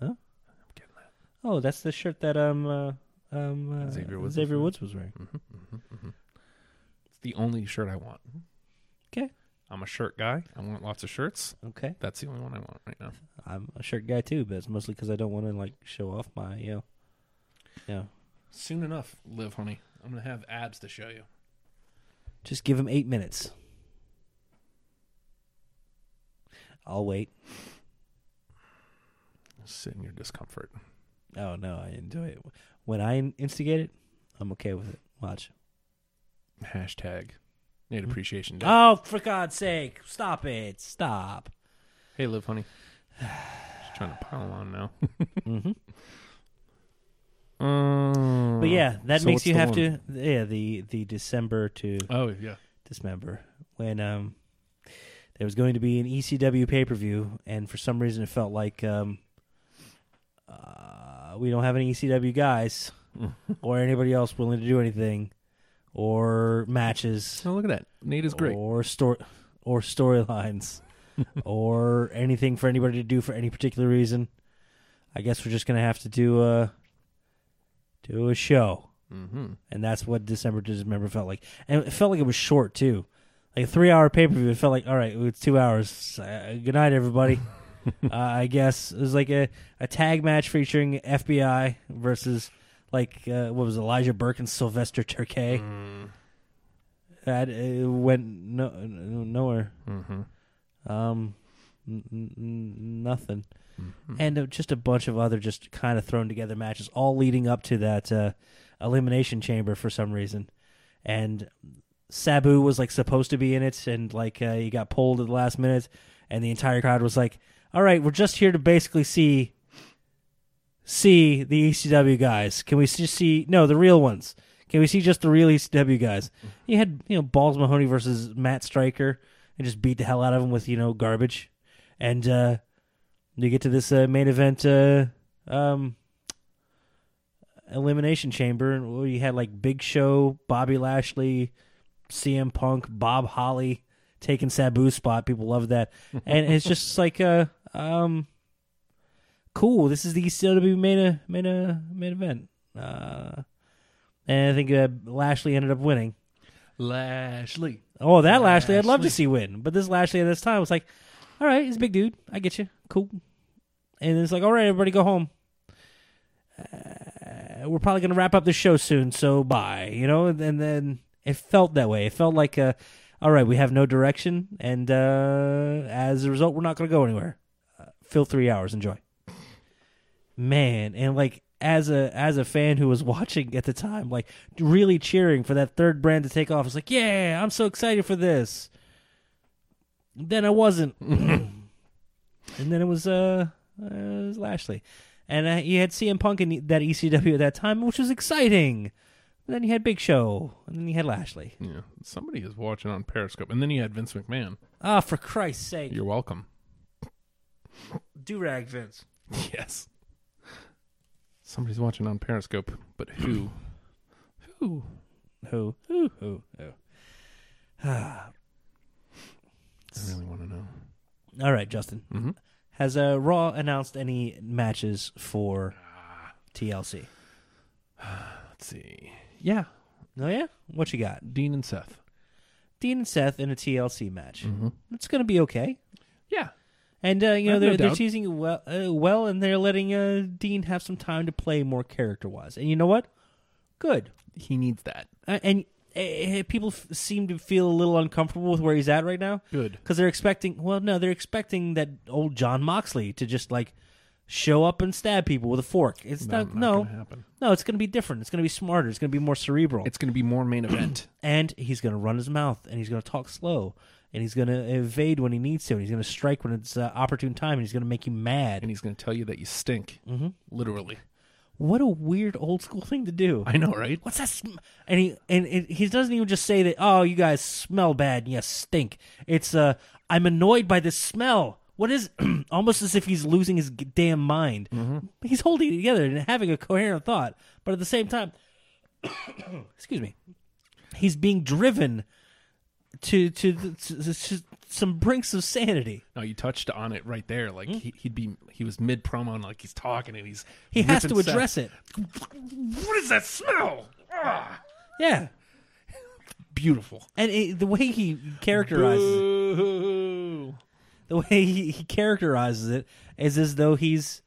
[SPEAKER 3] Huh?
[SPEAKER 4] I'm getting that.
[SPEAKER 3] Oh, that's the shirt that um uh, um uh,
[SPEAKER 4] Xavier Woods was
[SPEAKER 3] Xavier
[SPEAKER 4] wearing.
[SPEAKER 3] Woods was wearing.
[SPEAKER 4] Mm-hmm, It's the only shirt I want.
[SPEAKER 3] Okay.
[SPEAKER 4] I'm a shirt guy. I want lots of shirts.
[SPEAKER 3] Okay,
[SPEAKER 4] That's the only one I want right now.
[SPEAKER 3] I'm a shirt guy too, but it's mostly because I don't want to like show off my you know, you know.
[SPEAKER 4] Soon enough, live, honey. I'm gonna have abs to show you.
[SPEAKER 3] Just give him eight minutes. I'll wait.
[SPEAKER 4] Sit in your discomfort.
[SPEAKER 3] Oh no, I enjoy it. When I instigate it, I'm okay with it. Watch.
[SPEAKER 4] Hashtag Nate Appreciation Day.
[SPEAKER 3] Oh, for God's sake, stop it! Stop.
[SPEAKER 4] Hey, live, honey. Just trying to pile on now.
[SPEAKER 3] Mhm.
[SPEAKER 4] Um,
[SPEAKER 3] But yeah, that
[SPEAKER 4] so
[SPEAKER 3] makes
[SPEAKER 4] what's
[SPEAKER 3] you
[SPEAKER 4] the
[SPEAKER 3] have
[SPEAKER 4] one?
[SPEAKER 3] to. Yeah, the the December to.
[SPEAKER 4] Oh yeah.
[SPEAKER 3] dismember when um there was going to be an E ECW pay per view, and for some reason it felt like um uh, we don't have any ECW guys or anybody else willing to do anything or matches
[SPEAKER 4] Oh look at that. Nate is great.
[SPEAKER 3] or story or storylines or anything for anybody to do for any particular reason. I guess we're just gonna have to do a do a show
[SPEAKER 4] Mm-hmm.
[SPEAKER 3] and that's what December to December felt like. And it felt like it was short too, like a three-hour pay-per-view. It felt like all right, it's two hours. Uh, good night, everybody. uh, I guess it was like a, a tag match featuring FBI versus like uh, what was it, Elijah Burke and Sylvester Turkey. That uh, went no, no- nowhere.
[SPEAKER 4] Mm-hmm.
[SPEAKER 3] Um, n- n- n- nothing, and uh, just a bunch of other just kind of thrown together matches, all leading up to that uh, elimination chamber for some reason, and Sabu was like supposed to be in it, and like uh, he got pulled at the last minute, and the entire crowd was like, "All right, we're just here to basically see." see the ECW guys? Can we just see no the real ones? Can we see just the real ECW guys? You had you know Balls Mahoney versus Matt Stryker and just beat the hell out of him with you know garbage, and uh, you get to this uh, main event uh, um, elimination chamber and where you had like Big Show, Bobby Lashley, CM Punk, Bob Holly taking Sabu's spot. People love that, and it's just like uh, um cool. This is the ECW main uh, main uh, main event, uh, and I think uh, Lashley ended up winning.
[SPEAKER 4] Lashley.
[SPEAKER 3] Oh, that Lashley, I'd love to see win, but this Lashley at this time was like, all right, he's a big dude. I get you, cool. And it's like, all right, everybody, go home. Uh, we're probably gonna wrap up the show soon, so bye. You know, and, and then it felt that way. It felt like, uh, all right, we have no direction, and uh, as a result, we're not gonna go anywhere. Uh, fill three hours, enjoy man and like as a as a fan who was watching at the time like really cheering for that third brand to take off it's like yeah i'm so excited for this then i wasn't and then it was uh, uh it was lashley and uh, you had cm punk in that ecw at that time which was exciting and then you had big show and then you had lashley
[SPEAKER 4] Yeah. Somebody is watching on Periscope. And then you had Vince McMahon.
[SPEAKER 3] ah for christ's sake
[SPEAKER 4] You're welcome.
[SPEAKER 3] do rag vince
[SPEAKER 4] Yes. Somebody's watching on Periscope, but who? who?
[SPEAKER 3] who who who who
[SPEAKER 4] I really want to know.
[SPEAKER 3] All right, Justin.
[SPEAKER 4] Mhm.
[SPEAKER 3] Has uh, Raw announced any matches for TLC?
[SPEAKER 4] Let's see. Yeah.
[SPEAKER 3] Oh yeah, what you got?
[SPEAKER 4] Dean and Seth.
[SPEAKER 3] Dean and Seth in a TLC match. It's gonna be okay.
[SPEAKER 4] Yeah.
[SPEAKER 3] And uh, you
[SPEAKER 4] Mm-hmm. I
[SPEAKER 3] know
[SPEAKER 4] have no
[SPEAKER 3] they're they're
[SPEAKER 4] doubt.
[SPEAKER 3] teasing it well, uh, well, and they're letting uh, Dean have some time to play more character wise. And you know what? Good.
[SPEAKER 4] He needs that.
[SPEAKER 3] Uh, and uh, people f- seem to feel a little uncomfortable with where he's at right now.
[SPEAKER 4] Good.
[SPEAKER 3] because they're expecting. Well, no, they're expecting that old John Moxley to just like show up and stab people with a fork. It's
[SPEAKER 4] No,
[SPEAKER 3] not,
[SPEAKER 4] not
[SPEAKER 3] no,
[SPEAKER 4] gonna happen.
[SPEAKER 3] no. It's going to be different. It's going to be smarter. It's going to be more cerebral.
[SPEAKER 4] It's going to be more main event.
[SPEAKER 3] and he's going to run his mouth, and he's going to talk slow, and he's going to evade when he needs to, and he's going to strike when it's uh, opportune time, and he's going to make you mad.
[SPEAKER 4] and he's going to tell you that you stink. Mm-hmm. Literally.
[SPEAKER 3] What a weird old school thing to do.
[SPEAKER 4] I know, right?
[SPEAKER 3] What's that? Sm-? And he and it, he doesn't even just say that. Oh, you guys smell bad and you stink. It's uh, I'm annoyed by this smell. What is? almost as if he's losing his g- damn mind. He's holding it together and having a coherent thought, but at the same time, excuse me, he's being driven to to, the, to, to some brinks of sanity.
[SPEAKER 4] No, you touched on it right there. Like he, he'd be, he was mid promo, and like he's talking, and he's
[SPEAKER 3] He has to
[SPEAKER 4] ripping Seth.
[SPEAKER 3] address it.
[SPEAKER 4] What is that smell? Ah,
[SPEAKER 3] Yeah,
[SPEAKER 4] beautiful.
[SPEAKER 3] and it, the way he characterizes. it-
[SPEAKER 4] Boo.
[SPEAKER 3] the way he, he characterizes it is as though he's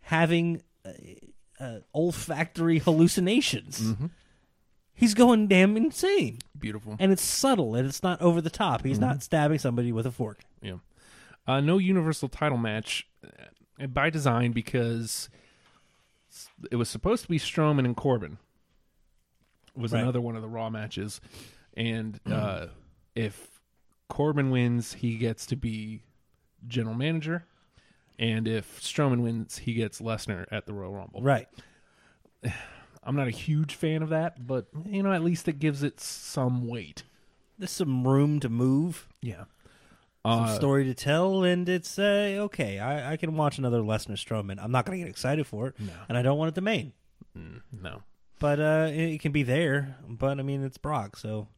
[SPEAKER 3] having uh, uh, olfactory hallucinations. He's going damn insane,
[SPEAKER 4] Beautiful.
[SPEAKER 3] and it's subtle, and it's not over the top. He's not stabbing somebody with a fork.
[SPEAKER 4] Yeah. Uh, no universal title match uh, by design because s- it was supposed to be Strowman and Corbin. Was
[SPEAKER 3] Right.
[SPEAKER 4] another one of the Raw matches, and uh, if Corbin wins, he gets to be general manager, and if Strowman wins, he gets Lesnar at the Royal Rumble.
[SPEAKER 3] Right.
[SPEAKER 4] I'm not a huge fan of that, but you know, at least it gives it some weight.
[SPEAKER 3] There's some room to move,
[SPEAKER 4] Yeah.
[SPEAKER 3] some story to tell, and it's uh, okay. I, I can watch another Lesnar Strowman. I'm not going to get excited for it, and I don't want it to main.
[SPEAKER 4] No.
[SPEAKER 3] But uh, it it can be there. But I mean, it's Brock, so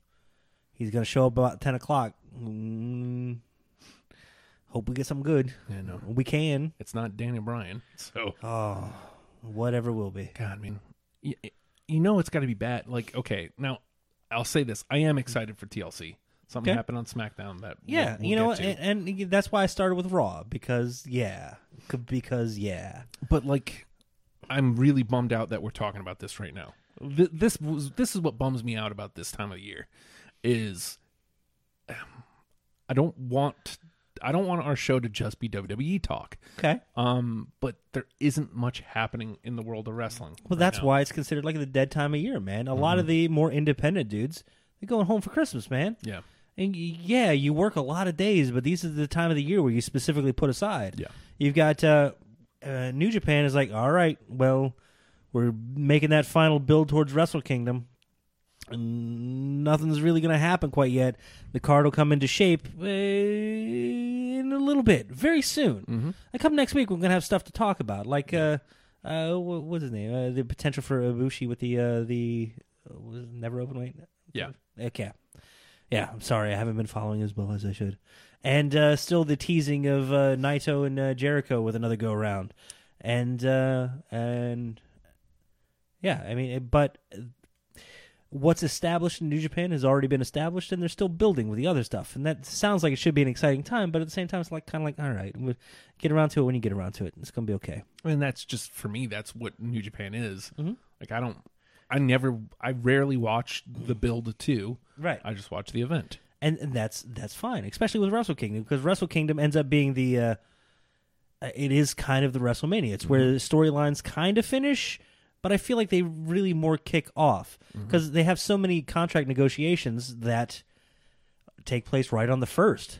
[SPEAKER 3] he's gonna show up about ten o'clock. Mm, hope we get some good.
[SPEAKER 4] Yeah, no.
[SPEAKER 3] We can.
[SPEAKER 4] It's not Daniel Bryan, so
[SPEAKER 3] Oh, whatever will be.
[SPEAKER 4] God, I mean, you, you know it's got to be bad. Like, okay, now I'll say this: I am excited for TLC. Something
[SPEAKER 3] Okay.
[SPEAKER 4] happened on SmackDown that we'll-
[SPEAKER 3] Yeah,
[SPEAKER 4] we'll
[SPEAKER 3] you know
[SPEAKER 4] get
[SPEAKER 3] what,
[SPEAKER 4] to.
[SPEAKER 3] and, and that's why I started with Raw because yeah, c- because yeah,
[SPEAKER 4] but like, I'm really bummed out that we're talking about this right now. Th- this was this is what bums me out about this time of year is um, I don't want I don't want our show to just be WWE talk.
[SPEAKER 3] Okay.
[SPEAKER 4] Um, but there isn't much happening in the world of wrestling.
[SPEAKER 3] Well, that's why it's considered like the dead time of year, man. A
[SPEAKER 4] Mm-hmm.
[SPEAKER 3] lot of the more independent dudes, they're going home for Christmas, man.
[SPEAKER 4] Yeah.
[SPEAKER 3] And y- yeah, you work a lot of days, but these are the time of the year where you specifically put aside.
[SPEAKER 4] Yeah.
[SPEAKER 3] You've got uh, uh, New Japan is like, all right, well, we're making that final build towards Wrestle Kingdom. And nothing's really going to happen quite yet. The card will come into shape eh, in a little bit, very soon. Like, come next week, we're going to have stuff to talk about. Like, uh, uh, wha- what's his name? Uh, the potential for Ibushi with the uh, the uh, was it never open weight.
[SPEAKER 4] Yeah.
[SPEAKER 3] Okay. Yeah, I'm sorry. I haven't been following as well as I should. And uh, still the teasing of uh, Naito and uh, Jericho with another go round. And, uh, and yeah, I mean, it- but eh, what's established in New Japan has already been established, and they're still building with the other stuff. And that sounds like it should be an exciting time, but at the same time, it's like kind of like, all right, we'll get around to it when you get around to it. It's going to be okay.
[SPEAKER 4] And that's just for me. That's what New Japan is.
[SPEAKER 3] Mm-hmm.
[SPEAKER 4] Like I don't. I never. I rarely watch the build to.
[SPEAKER 3] Right.
[SPEAKER 4] I just watch the event.
[SPEAKER 3] and, and that's that's fine, especially with Wrestle Kingdom, because Wrestle Kingdom ends up being the uh, uh, it is kind of the WrestleMania. It's where the storylines kind of finish, but I feel like they really more kick off because they have so many contract negotiations that take place right on the 1st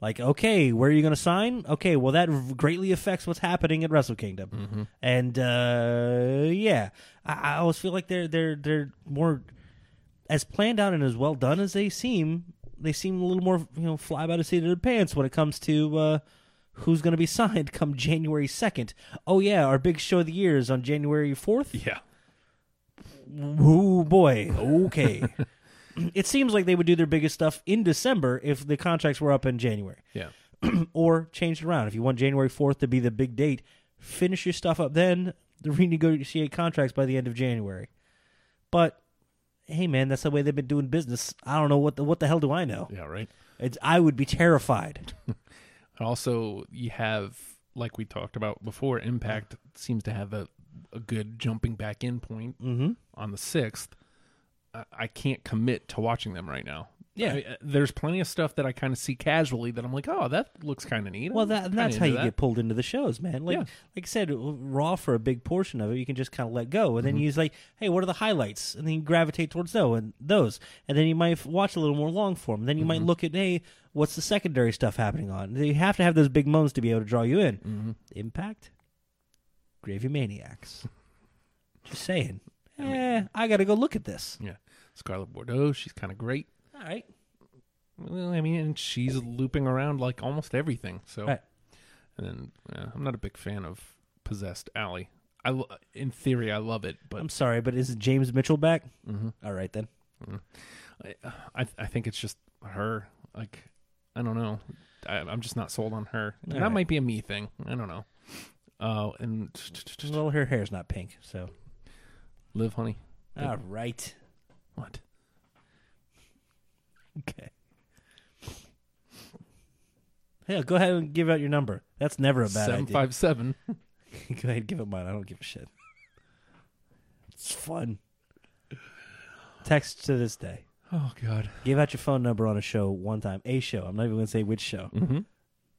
[SPEAKER 3] Like, okay, where are you going to sign? Okay, well that v- greatly affects what's happening at Wrestle Kingdom, and uh, yeah, I, I always feel like they're they're they're more as planned out and as well done as they seem, they seem a little more you know fly by the seat of their pants when it comes to uh, who's going to be signed come January second. Oh yeah, our big show of the year is on January fourth.
[SPEAKER 4] Yeah.
[SPEAKER 3] Ooh boy, okay. it seems like they would do their biggest stuff in December if the contracts were up in January,
[SPEAKER 4] Yeah.
[SPEAKER 3] or changed around. If you want January fourth to be the big date, finish your stuff up then. Renegotiate contracts by the end of January, but. Hey man, that's the way they've been doing business. I don't know what the what the hell do I know.
[SPEAKER 4] Yeah. Right.
[SPEAKER 3] It's I would be terrified.
[SPEAKER 4] And also, you have, like we talked about before, Impact seems to have a, a good jumping back in point
[SPEAKER 3] Mm-hmm.
[SPEAKER 4] on the 6th. I, I can't commit to watching them right now.
[SPEAKER 3] Yeah.
[SPEAKER 4] I- uh, there's plenty of stuff that I kind of see casually that I'm like, oh, that looks kind of neat.
[SPEAKER 3] Well,
[SPEAKER 4] I'm
[SPEAKER 3] that
[SPEAKER 4] kinda
[SPEAKER 3] that's how you
[SPEAKER 4] into
[SPEAKER 3] get pulled into the shows, man. Like
[SPEAKER 4] Yeah.
[SPEAKER 3] like I said, uh, Raw for a big portion of it, you can just kind of let go, and then you use like, hey, what are the highlights? And then you gravitate towards those and those, and then you might f- watch a little more long form. Then you might look at hey, what's the secondary stuff happening on? You have to have those big moments to be able to draw you in. Impact, Gravy Maniacs. just saying. Eh, I got to go look at this.
[SPEAKER 4] Yeah. Scarlett Bordeaux, she's kind of great.
[SPEAKER 3] All right.
[SPEAKER 4] Well, I mean, and she's looping around like almost everything. So,
[SPEAKER 3] Right.
[SPEAKER 4] and then uh, I'm not a big fan of Possessed Alley. I, lo- in theory, I love it, but
[SPEAKER 3] I'm sorry, but is James Mitchell back? Mm-hmm. right then.
[SPEAKER 4] I I think it's just her. Like I don't know. I, I'm just not sold on her. And that
[SPEAKER 3] right.
[SPEAKER 4] might be a me thing. I don't know. Uh, and t- t- t-
[SPEAKER 3] Well, her hair's not pink, so.
[SPEAKER 4] live, honey.
[SPEAKER 3] All right.
[SPEAKER 4] What?
[SPEAKER 3] Okay. Yeah, go ahead and give out your number. That's never a bad
[SPEAKER 4] Seven
[SPEAKER 3] idea.
[SPEAKER 4] five seven.
[SPEAKER 3] go ahead, and give it mine. I don't give a shit. It's fun. Text to this day.
[SPEAKER 4] Oh God.
[SPEAKER 3] Give out your phone number on a show one time. A show. I'm not even going to say which show. Mm-hmm.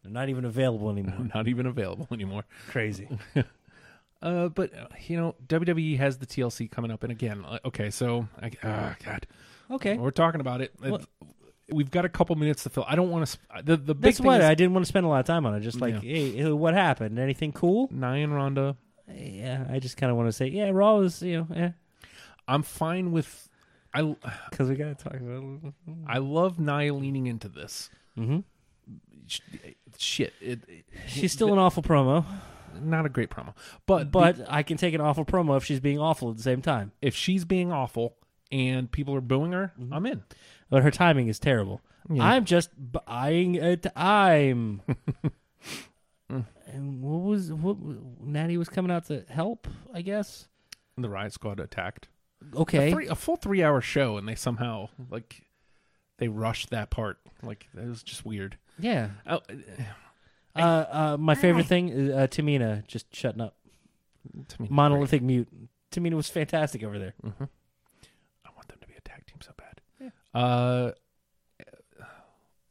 [SPEAKER 3] They're not even available anymore.
[SPEAKER 4] Not even available anymore.
[SPEAKER 3] Crazy.
[SPEAKER 4] Uh, but uh, you know WWE has the TLC coming up, and again, uh, okay, so I, ah, God,
[SPEAKER 3] Okay.
[SPEAKER 4] we're talking about it. It- We've got a couple minutes to fill. I don't want to. Sp- the the big
[SPEAKER 3] That's
[SPEAKER 4] thing
[SPEAKER 3] what
[SPEAKER 4] is
[SPEAKER 3] I didn't want to spend a lot of time on it. Just like, hey, what happened? Anything cool?
[SPEAKER 4] Nia and Ronda.
[SPEAKER 3] Yeah, I just kind of want to say, yeah, Raw was, you know, eh, yeah,
[SPEAKER 4] I'm fine with. I
[SPEAKER 3] because we gotta talk about.
[SPEAKER 4] I love Nia leaning into this. Mm-hmm. Shit, it, it-
[SPEAKER 3] She's still an awful promo,
[SPEAKER 4] not a great promo. But
[SPEAKER 3] but I can take an awful promo if she's being awful at the same time.
[SPEAKER 4] if she's being awful and people are booing her, I'm in.
[SPEAKER 3] But her timing is terrible. I'm just buying a time. and what was what? Natty was coming out to help, I guess.
[SPEAKER 4] The Riot Squad attacked
[SPEAKER 3] Okay,
[SPEAKER 4] three, a full three hour show, and they somehow like they rushed that part. Like it was just weird.
[SPEAKER 3] yeah.
[SPEAKER 4] Oh,
[SPEAKER 3] Uh, uh, my favorite thing is uh, Tamina just shutting up.
[SPEAKER 4] to me,
[SPEAKER 3] Monolithic mute. Tamina was fantastic over there.
[SPEAKER 4] I want them to be a tag team so bad. Uh, people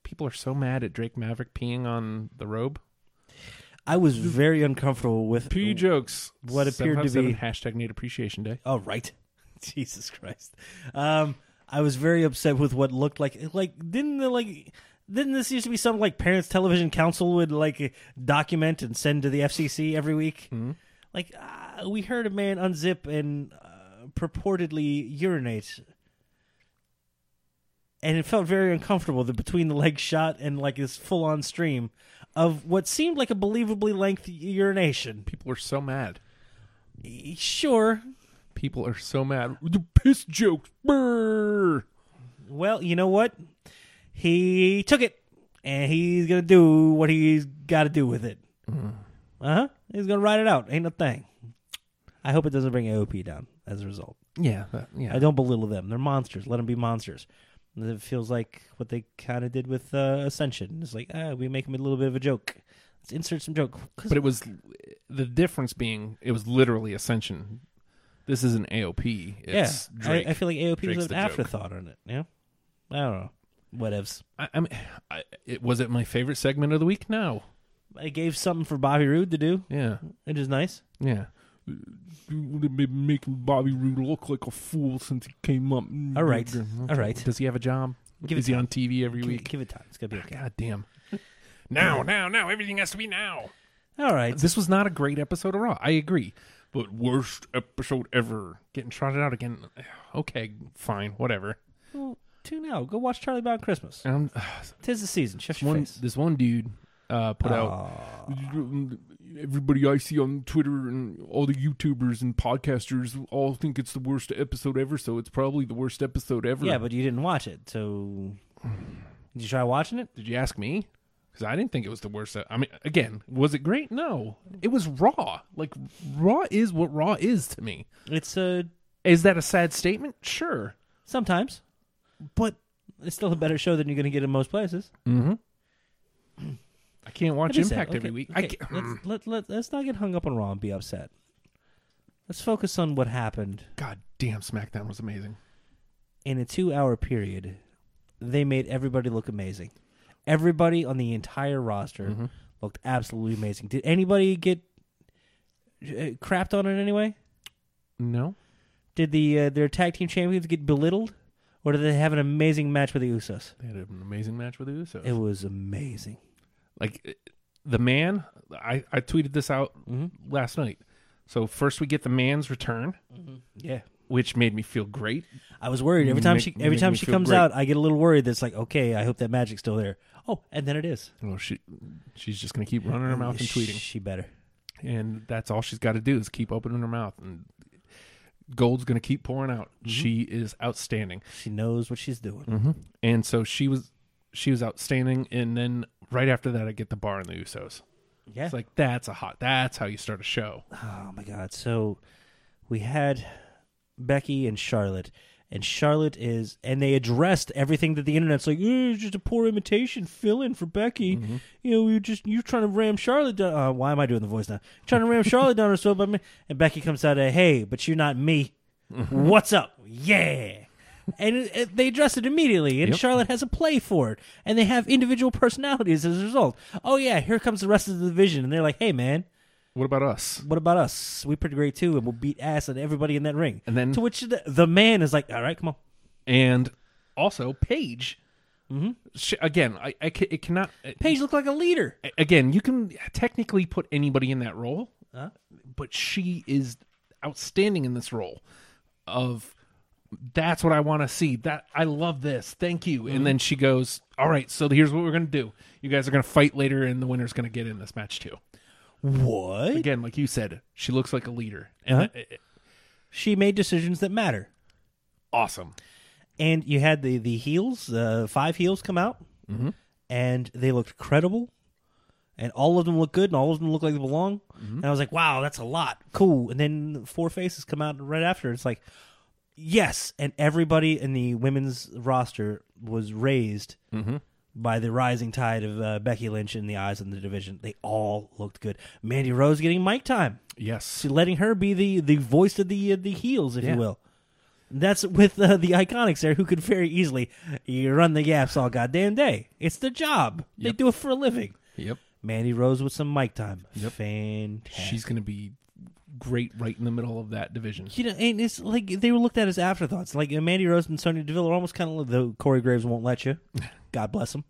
[SPEAKER 4] people are so mad at Drake Maverick peeing on the robe.
[SPEAKER 3] I was very uncomfortable with
[SPEAKER 4] Pee jokes.
[SPEAKER 3] What appeared to
[SPEAKER 4] 757
[SPEAKER 3] be-
[SPEAKER 4] hashtag Need Appreciation Day.
[SPEAKER 3] Oh right, Jesus Christ. Um, I was very upset with what looked like like didn't the, like didn't this used to be something like Parents Television Council would like document and send to the FCC every week? Like uh, we heard a man unzip and uh, purportedly urinate. And it felt very uncomfortable the between the leg shot and like this full on stream of what seemed like a believably lengthy urination.
[SPEAKER 4] People are so mad.
[SPEAKER 3] Sure,
[SPEAKER 4] People are so mad. The piss jokes. Brr.
[SPEAKER 3] Well, you know what? He took it, and he's gonna do what he's got to do with it.
[SPEAKER 4] Mm-hmm.
[SPEAKER 3] Uh huh. He's gonna ride it out. Ain't no thing. I hope it doesn't bring AOP down as a result.
[SPEAKER 4] Yeah, that- yeah.
[SPEAKER 3] I don't belittle them. They're monsters. Let them be monsters. And It feels like what they kind of did with uh, Ascension. It's like ah, we make them a little bit of a joke. Let's insert some joke. 'Cause-
[SPEAKER 4] but it was the difference being it was literally Ascension. This is an AOP.
[SPEAKER 3] yeah,
[SPEAKER 4] It's
[SPEAKER 3] I-
[SPEAKER 4] Drake.
[SPEAKER 3] I, feel like AOP
[SPEAKER 4] Drake's
[SPEAKER 3] was
[SPEAKER 4] the
[SPEAKER 3] an
[SPEAKER 4] joke.
[SPEAKER 3] afterthought on it. Yeah, I don't know. Whatevs.
[SPEAKER 4] I, I mean, I, it was it my favorite segment of the week. No,
[SPEAKER 3] I gave something for Bobby Roode to do,
[SPEAKER 4] yeah,
[SPEAKER 3] which is nice.
[SPEAKER 4] yeah. Making Bobby Roode look like a fool since he came up.
[SPEAKER 3] All right. All right.
[SPEAKER 4] Does he have a job?
[SPEAKER 3] Give
[SPEAKER 4] is
[SPEAKER 3] it
[SPEAKER 4] he on TV every
[SPEAKER 3] Give, it-
[SPEAKER 4] week?
[SPEAKER 3] give it time. It's gonna be okay.
[SPEAKER 4] God damn. Now, now, now! Everything has to be now.
[SPEAKER 3] All right.
[SPEAKER 4] This was not a great episode of Raw. I agree, but worst episode ever. Getting trotted out again. Okay, fine, whatever.
[SPEAKER 3] Well, tune out. Go watch Charlie Brown Christmas.
[SPEAKER 4] Um,
[SPEAKER 3] Tis the season. Shift your
[SPEAKER 4] one,
[SPEAKER 3] face.
[SPEAKER 4] this one dude uh, put
[SPEAKER 3] Ah.
[SPEAKER 4] out everybody I see on Twitter and all the YouTubers and podcasters all think it's the worst episode ever, so it's probably the worst episode ever.
[SPEAKER 3] Yeah, but you didn't watch it, so did you try watching it?
[SPEAKER 4] did you ask me? Because I didn't think it was the worst. e- I mean, again, was it great? No, it was raw. Like raw is what raw is to me.
[SPEAKER 3] It's uh
[SPEAKER 4] Is that a sad statement? Sure,
[SPEAKER 3] sometimes,
[SPEAKER 4] but
[SPEAKER 3] it's still a better show than you're gonna get in most places.
[SPEAKER 4] I can't watch
[SPEAKER 3] It is
[SPEAKER 4] Impact
[SPEAKER 3] sad.
[SPEAKER 4] every
[SPEAKER 3] Okay,
[SPEAKER 4] week. I mm,
[SPEAKER 3] okay.
[SPEAKER 4] can't,
[SPEAKER 3] Let's, let, let, let's not get hung up on Raw and be upset. Let's focus on what happened
[SPEAKER 4] God damn, SmackDown was amazing.
[SPEAKER 3] in a two-hour period. They made everybody look amazing. Everybody on the entire roster
[SPEAKER 4] Mm-hmm.
[SPEAKER 3] looked absolutely amazing. Did anybody get uh, crapped on in any way?
[SPEAKER 4] No,
[SPEAKER 3] Did the uh, their tag team champions get belittled, or did they have an amazing match with the Usos?
[SPEAKER 4] they had an amazing match with the Usos.
[SPEAKER 3] It was amazing.
[SPEAKER 4] like uh, the man i i tweeted this out last night so first we get the man's return
[SPEAKER 3] Yeah,
[SPEAKER 4] which made me feel great
[SPEAKER 3] I was worried every time
[SPEAKER 4] Make-
[SPEAKER 3] she every
[SPEAKER 4] make
[SPEAKER 3] time
[SPEAKER 4] me
[SPEAKER 3] she
[SPEAKER 4] feel
[SPEAKER 3] comes
[SPEAKER 4] great.
[SPEAKER 3] out, I get a little worried. That's like, okay, I hope that magic's still there. Oh, and then it is.
[SPEAKER 4] well she she's just gonna keep running her mouth and tweeting
[SPEAKER 3] She better.
[SPEAKER 4] and that's all she's got to do is keep opening her mouth and gold's gonna keep pouring out she is outstanding
[SPEAKER 3] She knows what she's doing.
[SPEAKER 4] Mm-hmm. and so she was she was outstanding and then right after that i get the bar and the usos
[SPEAKER 3] Yeah.
[SPEAKER 4] it's like that's a hot that's how you start a show
[SPEAKER 3] Oh my god. So we had Becky and Charlotte. And Charlotte is, and they addressed everything that the internet's like, "Eh, it's just a poor imitation fill in for Becky. You know, you just, you're trying to ram Charlotte down. Uh, why am I doing the voice now? trying to ram Charlotte down her throat by me. And Becky comes out of, hey, but you're not me. What's up? Yeah. And it, it- they address it immediately. And
[SPEAKER 4] Yep.
[SPEAKER 3] Charlotte has a play for it. And they have individual personalities as a result. Oh, yeah, here comes the rest of the division. And they're like, hey, man,
[SPEAKER 4] what about us
[SPEAKER 3] what about us? We're pretty great too, and we'll beat ass at everybody in that ring.
[SPEAKER 4] And then-
[SPEAKER 3] to which the, the man is like, "All right, come on."
[SPEAKER 4] and also Paige. Mm-hmm. She, again, I, I ca- it cannot.
[SPEAKER 3] Paige looked like a leader.
[SPEAKER 4] a- Again, you can technically put anybody in that role, but she is outstanding in this role. Of that's what I want to see. That I love this. Thank you. And then she goes, "All right, so here's what we're gonna do. You guys are gonna fight later, and the winner's gonna get in this match too."
[SPEAKER 3] What?
[SPEAKER 4] Again, like you said, she looks like a leader, and that- it- it-
[SPEAKER 3] She made decisions that matter.
[SPEAKER 4] awesome.
[SPEAKER 3] And you had the the heels, uh, five heels come out, and they looked credible, and all of them looked good, and all of them looked like they belong. And I was like, "Wow, that's a lot, cool." And then four faces come out right after. It's like, yes, and everybody in the women's roster was raised by the rising tide of uh, Becky Lynch in the eyes of the division. They all looked good. Mandy Rose getting mic time,
[SPEAKER 4] Yes,
[SPEAKER 3] letting her be the the voice of the uh, the heels, if
[SPEAKER 4] Yeah.
[SPEAKER 3] you will. That's with uh, the iconics there, who could very easily you run the gaps all goddamn day. It's their job. They
[SPEAKER 4] Yep.
[SPEAKER 3] do it for a living.
[SPEAKER 4] Yep.
[SPEAKER 3] Mandy Rose with some mic time.
[SPEAKER 4] Yep.
[SPEAKER 3] Fantastic.
[SPEAKER 4] She's going to be great right in the middle of that division.
[SPEAKER 3] you know, and it's like they were looked at as afterthoughts. Like uh, Mandy Rose and Sonya Deville are almost kind of though Corey Graves won't let you. God bless him.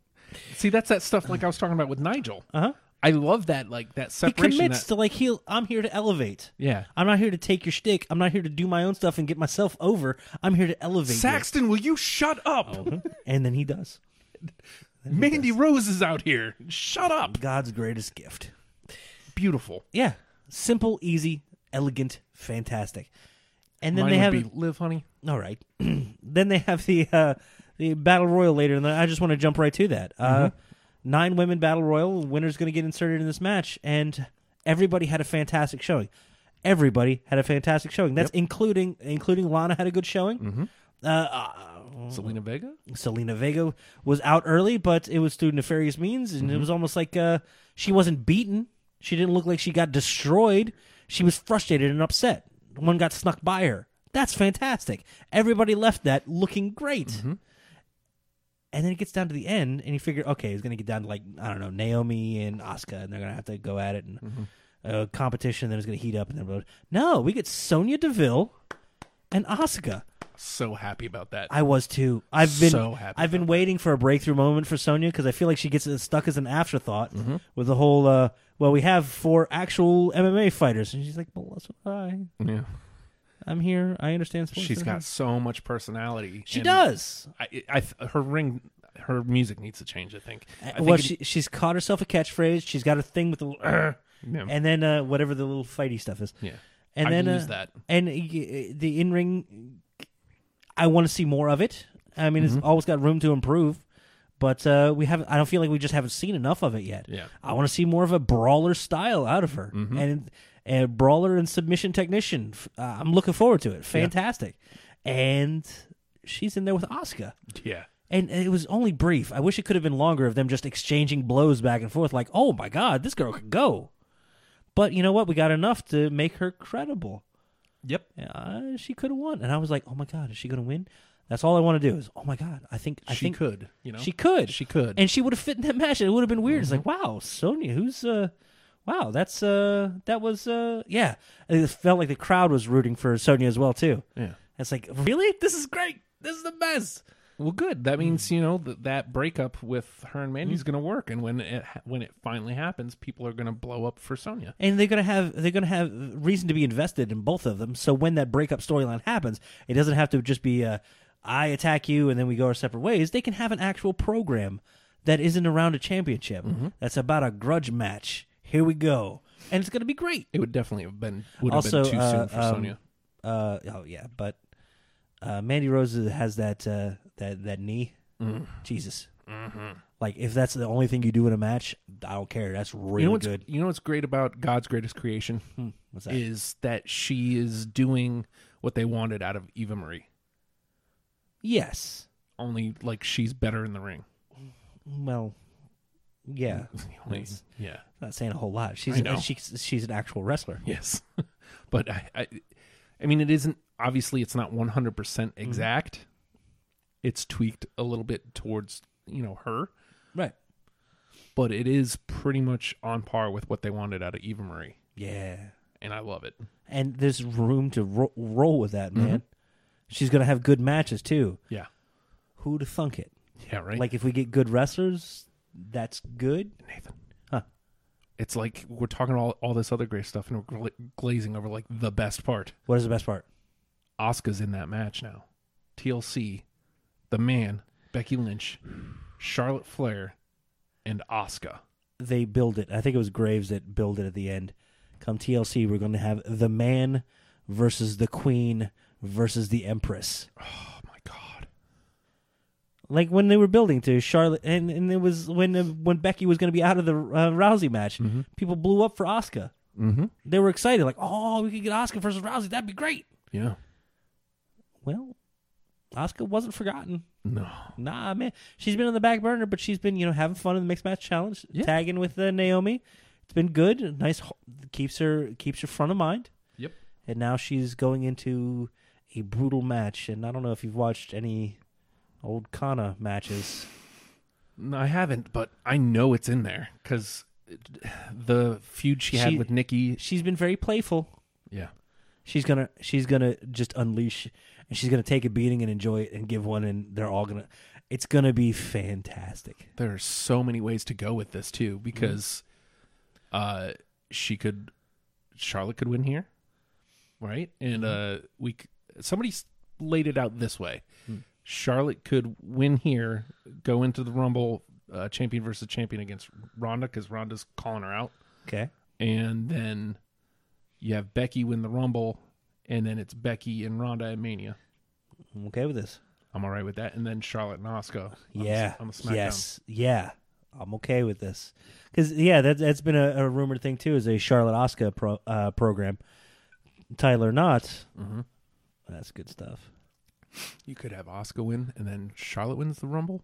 [SPEAKER 4] See, that's that stuff like I was talking about with Nigel.
[SPEAKER 3] Uh huh.
[SPEAKER 4] I love that like that
[SPEAKER 3] He
[SPEAKER 4] separation.
[SPEAKER 3] commits
[SPEAKER 4] that-
[SPEAKER 3] to like he'll. I'm here to elevate.
[SPEAKER 4] yeah.
[SPEAKER 3] I'm not here to take your shtick. I'm not here to do my own stuff and get myself over. I'm here to elevate. you.
[SPEAKER 4] Saxton, will you shut up?
[SPEAKER 3] Oh, And then he does.
[SPEAKER 4] Mandy Rose is out here. Shut up.
[SPEAKER 3] God's greatest gift.
[SPEAKER 4] Beautiful.
[SPEAKER 3] Yeah. Simple, easy, elegant, fantastic. And then
[SPEAKER 4] Mine
[SPEAKER 3] they
[SPEAKER 4] would
[SPEAKER 3] have
[SPEAKER 4] be live, honey.
[SPEAKER 3] all right. then they have the uh, the battle royal later, and I just want to jump right to that. Uh, nine women battle royal. Winner's going to get inserted in this match, and everybody had a fantastic showing. Everybody had a fantastic showing. That's including including Lana had a good showing. Uh, uh,
[SPEAKER 4] Selena Vega.
[SPEAKER 3] Selena Vega was out early, but it was through nefarious means, and it was almost like uh, she wasn't beaten. She didn't look like she got destroyed. She was frustrated and upset. One got snuck by her. That's fantastic. Everybody left that looking great. And then it gets down to the end, and you figure, okay, it's going to get down to like I don't know, Naomi and Asuka, and they're going to have to go at it and uh, competition. Then it's going to heat up, and then no, we get Sonya Deville and Asuka.
[SPEAKER 4] So happy about that.
[SPEAKER 3] I was too. I've been
[SPEAKER 4] So happy
[SPEAKER 3] I've been
[SPEAKER 4] about
[SPEAKER 3] waiting for a breakthrough moment for Sonya because I feel like she gets it stuck as an afterthought
[SPEAKER 4] Mm-hmm.
[SPEAKER 3] with the whole. Uh, well, we have four actual MMA fighters, and she's like, "Well, that's what I.
[SPEAKER 4] yeah.
[SPEAKER 3] I'm here. I understand." sports
[SPEAKER 4] She's
[SPEAKER 3] and
[SPEAKER 4] got
[SPEAKER 3] everything."
[SPEAKER 4] so much personality.
[SPEAKER 3] She
[SPEAKER 4] and
[SPEAKER 3] does.
[SPEAKER 4] I, I, th- her ring, her music needs to change. I think. I think
[SPEAKER 3] Uh, well,
[SPEAKER 4] it-
[SPEAKER 3] she she's caught herself a catchphrase. She's got a thing with the little, "Arr,"
[SPEAKER 4] Yeah.
[SPEAKER 3] and then uh, whatever the little fighty stuff is.
[SPEAKER 4] yeah.
[SPEAKER 3] and
[SPEAKER 4] I
[SPEAKER 3] then
[SPEAKER 4] lose
[SPEAKER 3] uh,
[SPEAKER 4] that.
[SPEAKER 3] and uh, y- the in ring. I want to see more of it. I mean,
[SPEAKER 4] Mm-hmm.
[SPEAKER 3] it's always got room to improve, but uh, we haven't. I don't feel like we just haven't seen enough of it yet.
[SPEAKER 4] Yeah. Mm-hmm.
[SPEAKER 3] I want to see more of a brawler style out of her, and a brawler and submission technician. F- Uh, I'm looking forward to it. Fantastic, and she's in there with Oscar.
[SPEAKER 4] Yeah.
[SPEAKER 3] And it was only brief. I wish it could have been longer of them just exchanging blows back and forth, like, oh my God, this girl could go. But you know what? We got enough to make her credible.
[SPEAKER 4] Yep.
[SPEAKER 3] Uh, she could have won. And I was like, oh my God, is she going to win? That's all I want to do is, oh my God, I think I
[SPEAKER 4] she
[SPEAKER 3] think
[SPEAKER 4] could. You know.
[SPEAKER 3] She could.
[SPEAKER 4] She could. Mm-hmm.
[SPEAKER 3] And she would have fit in that match. and It would have been weird. It's like, wow, Sonya, who's, uh, wow, that's, uh, that was, uh, yeah. And it felt like the crowd was rooting for Sonya as well, too.
[SPEAKER 4] Yeah.
[SPEAKER 3] It's like, really? This is great. This is the best.
[SPEAKER 4] Well, good. That means
[SPEAKER 3] Hmm.
[SPEAKER 4] you know that that breakup with her and Mandy's going to work, and when it ha- when it finally happens, people are going to blow up for Sonya.
[SPEAKER 3] and they're gonna have they're gonna have reason to be invested in both of them. So when that breakup storyline happens, it doesn't have to just be uh, I attack you and then we go our separate ways. They can have an actual program that isn't around a championship.
[SPEAKER 4] Mm-hmm.
[SPEAKER 3] That's about a grudge match. Here we go, and it's gonna be great.
[SPEAKER 4] It would definitely have been would
[SPEAKER 3] Also,
[SPEAKER 4] have been too
[SPEAKER 3] uh,
[SPEAKER 4] soon for
[SPEAKER 3] um,
[SPEAKER 4] Sonya.
[SPEAKER 3] Uh, oh yeah, but uh, Mandy Rose has that uh, that that knee.
[SPEAKER 4] Mm-hmm.
[SPEAKER 3] Jesus. Like if that's the only thing you do in a match, I don't care. That's really
[SPEAKER 4] You know what's
[SPEAKER 3] good. Hmm.
[SPEAKER 4] you know what's great about God's greatest creation
[SPEAKER 3] What's that?
[SPEAKER 4] is that she is doing what they wanted out of Eva Marie.
[SPEAKER 3] yes.
[SPEAKER 4] Only like she's better in the ring.
[SPEAKER 3] Well. Yeah.
[SPEAKER 4] Only-
[SPEAKER 3] Yes.
[SPEAKER 4] yeah.
[SPEAKER 3] not saying a whole lot.
[SPEAKER 4] I
[SPEAKER 3] She's
[SPEAKER 4] know.
[SPEAKER 3] she's she's an actual wrestler.
[SPEAKER 4] Yes. but I, I I mean it isn't obviously it's not 100%
[SPEAKER 3] Hmm.
[SPEAKER 4] exact. It's tweaked a little bit towards, you know, her,
[SPEAKER 3] Right.
[SPEAKER 4] but it is pretty much on par with what they wanted out of Eva Marie,
[SPEAKER 3] Yeah.
[SPEAKER 4] and I love it.
[SPEAKER 3] And there's room to ro- roll with that,
[SPEAKER 4] Mm-hmm.
[SPEAKER 3] man. She's gonna have good matches too.
[SPEAKER 4] Yeah.
[SPEAKER 3] Who'd have thunk it?
[SPEAKER 4] Yeah, right.
[SPEAKER 3] Like if we get good wrestlers, that's good.
[SPEAKER 4] Nathan.
[SPEAKER 3] Huh.
[SPEAKER 4] It's like we're talking all all this other great stuff and we're gla- glazing over like the best part.
[SPEAKER 3] What is the best part?
[SPEAKER 4] Oscar's in that match now. TLC, the man, Becky Lynch, Charlotte Flair, and Oscar.
[SPEAKER 3] They build it. I think it was Graves that build it at the end. Come TLC, we're gonna have the man versus the queen versus the empress.
[SPEAKER 4] Oh my god.
[SPEAKER 3] like when they were building to Charlotte, and, and it was when uh, when Becky was going to be out of the uh, Rousey match, people blew up for Oscar. Mm-hmm. They were excited, like, "Oh, we could get Oscar versus Rousey. That'd be great."
[SPEAKER 4] Yeah.
[SPEAKER 3] Well, Oscar wasn't forgotten.
[SPEAKER 4] No.
[SPEAKER 3] Nah, man, she's been on the back burner, but she's been you know having fun in the mixed match challenge, tagging with uh, Naomi. It's been good. Nice, ho- keeps her keeps her front of mind,
[SPEAKER 4] Yep.
[SPEAKER 3] and now she's going into a brutal match, and I don't know if you've watched any old Kana matches.
[SPEAKER 4] No, I haven't, but I know it's in there because the feud she, had
[SPEAKER 3] She-
[SPEAKER 4] with Nikki.
[SPEAKER 3] She's been very playful.
[SPEAKER 4] Yeah.
[SPEAKER 3] She's gonna she's gonna just unleash, and she's gonna take a beating and enjoy it, and give one, and they're all gonna. It's gonna be fantastic.
[SPEAKER 4] there are so many ways to go with this
[SPEAKER 3] Mm-hmm.
[SPEAKER 4] too because uh she could charlotte could win here right and
[SPEAKER 3] Mm-hmm.
[SPEAKER 4] uh we c- somebody s- laid it out this way
[SPEAKER 3] Hmm.
[SPEAKER 4] charlotte could win here go into the rumble uh, champion versus champion against ronda because ronda's calling her out
[SPEAKER 3] Okay.
[SPEAKER 4] and then you have becky win the rumble and then it's becky and ronda at mania
[SPEAKER 3] I'm okay with this.
[SPEAKER 4] i'm all right with that and then charlotte and oscar
[SPEAKER 3] Yeah.
[SPEAKER 4] on the smackdown
[SPEAKER 3] Yes. Yeah. I'm okay with this because yeah, that that's been a, a rumored thing too. Is a Charlotte Oscar pro, uh, program. Tyler Knott.
[SPEAKER 4] Mm-hmm.
[SPEAKER 3] That's good stuff.
[SPEAKER 4] You could have Oscar win, and then Charlotte wins the Rumble.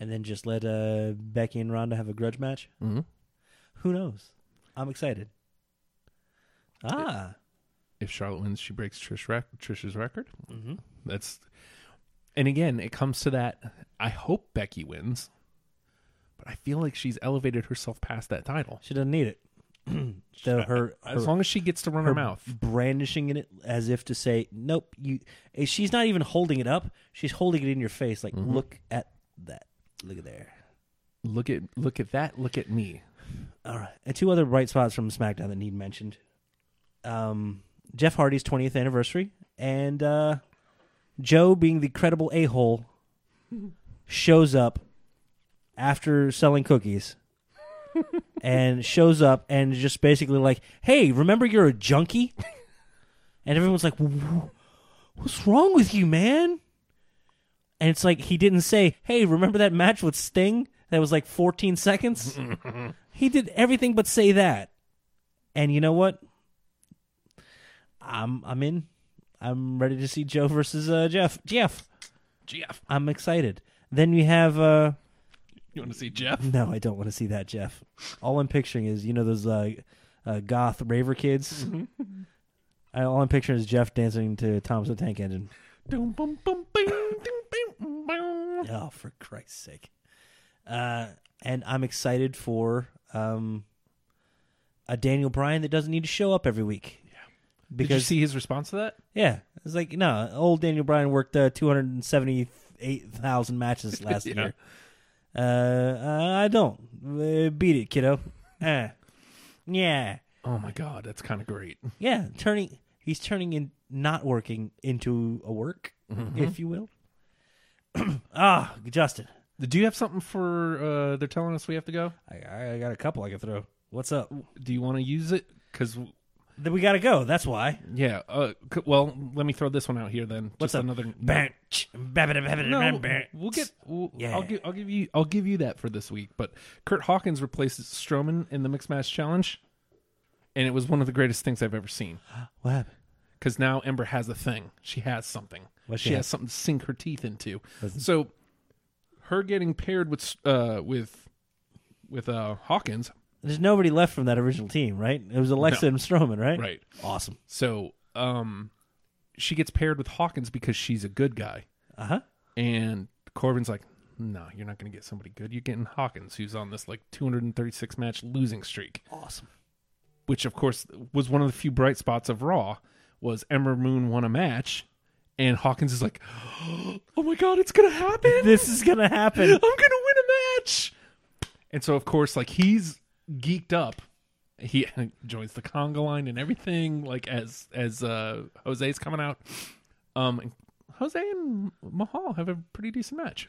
[SPEAKER 3] And then just let uh, Becky and Ronda have a grudge match.
[SPEAKER 4] Mm-hmm.
[SPEAKER 3] Who knows? I'm excited. Ah,
[SPEAKER 4] If Charlotte wins, she breaks Trish rec- Trish's record.
[SPEAKER 3] Mhm.
[SPEAKER 4] That's, and again, it comes to that. I hope Becky wins, but I feel like she's elevated herself past that title.
[SPEAKER 3] she doesn't need it. the, her,
[SPEAKER 4] As
[SPEAKER 3] her-
[SPEAKER 4] long as she gets to run her, mouth,
[SPEAKER 3] brandishing in it as if to say, "Nope, you." eh, She's not even holding it up. She's holding it in your face, like, "Look at that. Look at there."
[SPEAKER 4] look at look at that. Look at me.
[SPEAKER 3] All right, and two other bright spots from SmackDown that need mentioned: um, Jeff Hardy's 20th anniversary, and uh, Joe, being the credible a hole, shows up after selling cookies. and shows up and is just basically like, "Hey, remember you're a junkie?" And everyone's like, "Wh- "What's wrong with you, man?" And it's like he didn't say, "Hey, remember that match with Sting that was like 14 seconds?" he did everything but say that. And you know what? I'm I'm in. I'm ready to see Joe versus uh, Jeff. Jeff,
[SPEAKER 4] Jeff,
[SPEAKER 3] I'm excited. Then we have uh,
[SPEAKER 4] you want to see Jeff?
[SPEAKER 3] no, I don't want to see that, Jeff. All I'm picturing is you know those uh, uh, goth raver kids.
[SPEAKER 4] Mm-hmm.
[SPEAKER 3] I, all I'm picturing is Jeff dancing to Thomas the Tank Engine.
[SPEAKER 4] Doom, boom, boom, bing, doom, bing, boom.
[SPEAKER 3] Oh, for Christ's sake! Uh, and I'm excited for um, a Daniel Bryan that doesn't need to show up every week. Yeah,
[SPEAKER 4] Did you
[SPEAKER 3] because
[SPEAKER 4] see his response to that?
[SPEAKER 3] yeah, it's like no, old Daniel Bryan worked uh, 278,000 matches last
[SPEAKER 4] Yeah.
[SPEAKER 3] year. Uh, uh, I don't uh, beat it, kiddo. Eh. yeah,
[SPEAKER 4] Oh my god, that's kind of great.
[SPEAKER 3] yeah. Turning he's turning in not working into a work,
[SPEAKER 4] Mm-hmm.
[SPEAKER 3] if you will. ah, Justin.
[SPEAKER 4] Do you have something for? uh They're telling us we have to go.
[SPEAKER 3] I, I got a couple I can throw. What's up?
[SPEAKER 4] Do you want to use it? Because
[SPEAKER 3] Then we gotta go. That's why.
[SPEAKER 4] yeah, uh, c- well, let me throw this one out here then.
[SPEAKER 3] What's
[SPEAKER 4] Just
[SPEAKER 3] up?
[SPEAKER 4] another
[SPEAKER 3] Bam, ch- bam, bam, bam,
[SPEAKER 4] No,
[SPEAKER 3] bam, bam.
[SPEAKER 4] we'll get. We'll,
[SPEAKER 3] Yeah.
[SPEAKER 4] I'll give. I'll give you. I'll give you that for this week. But Kurt Hawkins replaces Strowman in the mixed match challenge, and it was one of the greatest things I've ever seen.
[SPEAKER 3] What happened?
[SPEAKER 4] Because now Ember has a thing. She has something.
[SPEAKER 3] What
[SPEAKER 4] she
[SPEAKER 3] she
[SPEAKER 4] has
[SPEAKER 3] have?
[SPEAKER 4] something to sink her teeth into. So, her getting paired with uh with with uh Hawkins
[SPEAKER 3] There's nobody left from that original team, right? It was Alexa
[SPEAKER 4] No.
[SPEAKER 3] and Strowman, right?
[SPEAKER 4] Right.
[SPEAKER 3] Awesome.
[SPEAKER 4] So, um, she gets paired with Hawkins because she's a good guy,
[SPEAKER 3] Uh huh.
[SPEAKER 4] and Corbin's like, "No, you're not going to get somebody good. You're getting Hawkins, who's on this like 236 match losing streak."
[SPEAKER 3] Awesome.
[SPEAKER 4] Which, of course, was one of the few bright spots of Raw. Was Ember Moon won a match, and Hawkins is like, "Oh my God, it's going to happen!
[SPEAKER 3] This is gonna happen.
[SPEAKER 4] I'm going to win a match!" And so, of course, like he's geeked up. He joins the conga line and everything, like as as uh Jose's coming out. Um, and Jose and Mahal have a pretty decent match.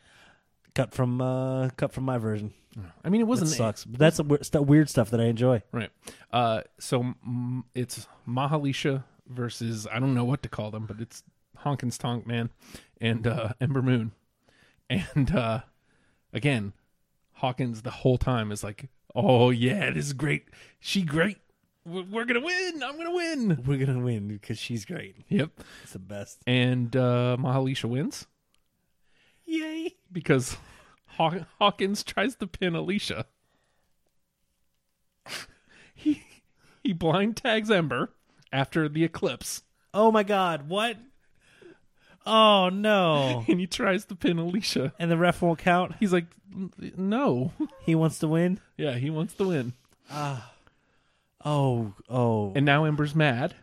[SPEAKER 3] cut from uh, cut from my version.
[SPEAKER 4] I mean, it
[SPEAKER 3] That
[SPEAKER 4] wasn't
[SPEAKER 3] sucks. But that's the weird, stu- weird stuff that I enjoy.
[SPEAKER 4] right. Uh, so mm, it's Mahalisha versus I don't know what to call them, but it's Honkin' Stonk Man and uh, Ember Moon, and uh, again, Hawkins the whole time is like, "Oh yeah, this is great. She great. We're, we're gonna win. I'm gonna win."
[SPEAKER 3] We're gonna win because she's great.
[SPEAKER 4] Yep.
[SPEAKER 3] It's the best.
[SPEAKER 4] and uh, Mahalisha wins
[SPEAKER 3] Yay!
[SPEAKER 4] because Haw- Hawkins tries to pin Alicia. he he blind tags Ember, after the eclipse,
[SPEAKER 3] Oh my God! What? Oh no!
[SPEAKER 4] and he tries to pin Alicia.
[SPEAKER 3] and the ref won't count.
[SPEAKER 4] He's like, "N- no.
[SPEAKER 3] He wants to win.
[SPEAKER 4] yeah, he wants to win.
[SPEAKER 3] Oh, oh,
[SPEAKER 4] And now Ember's mad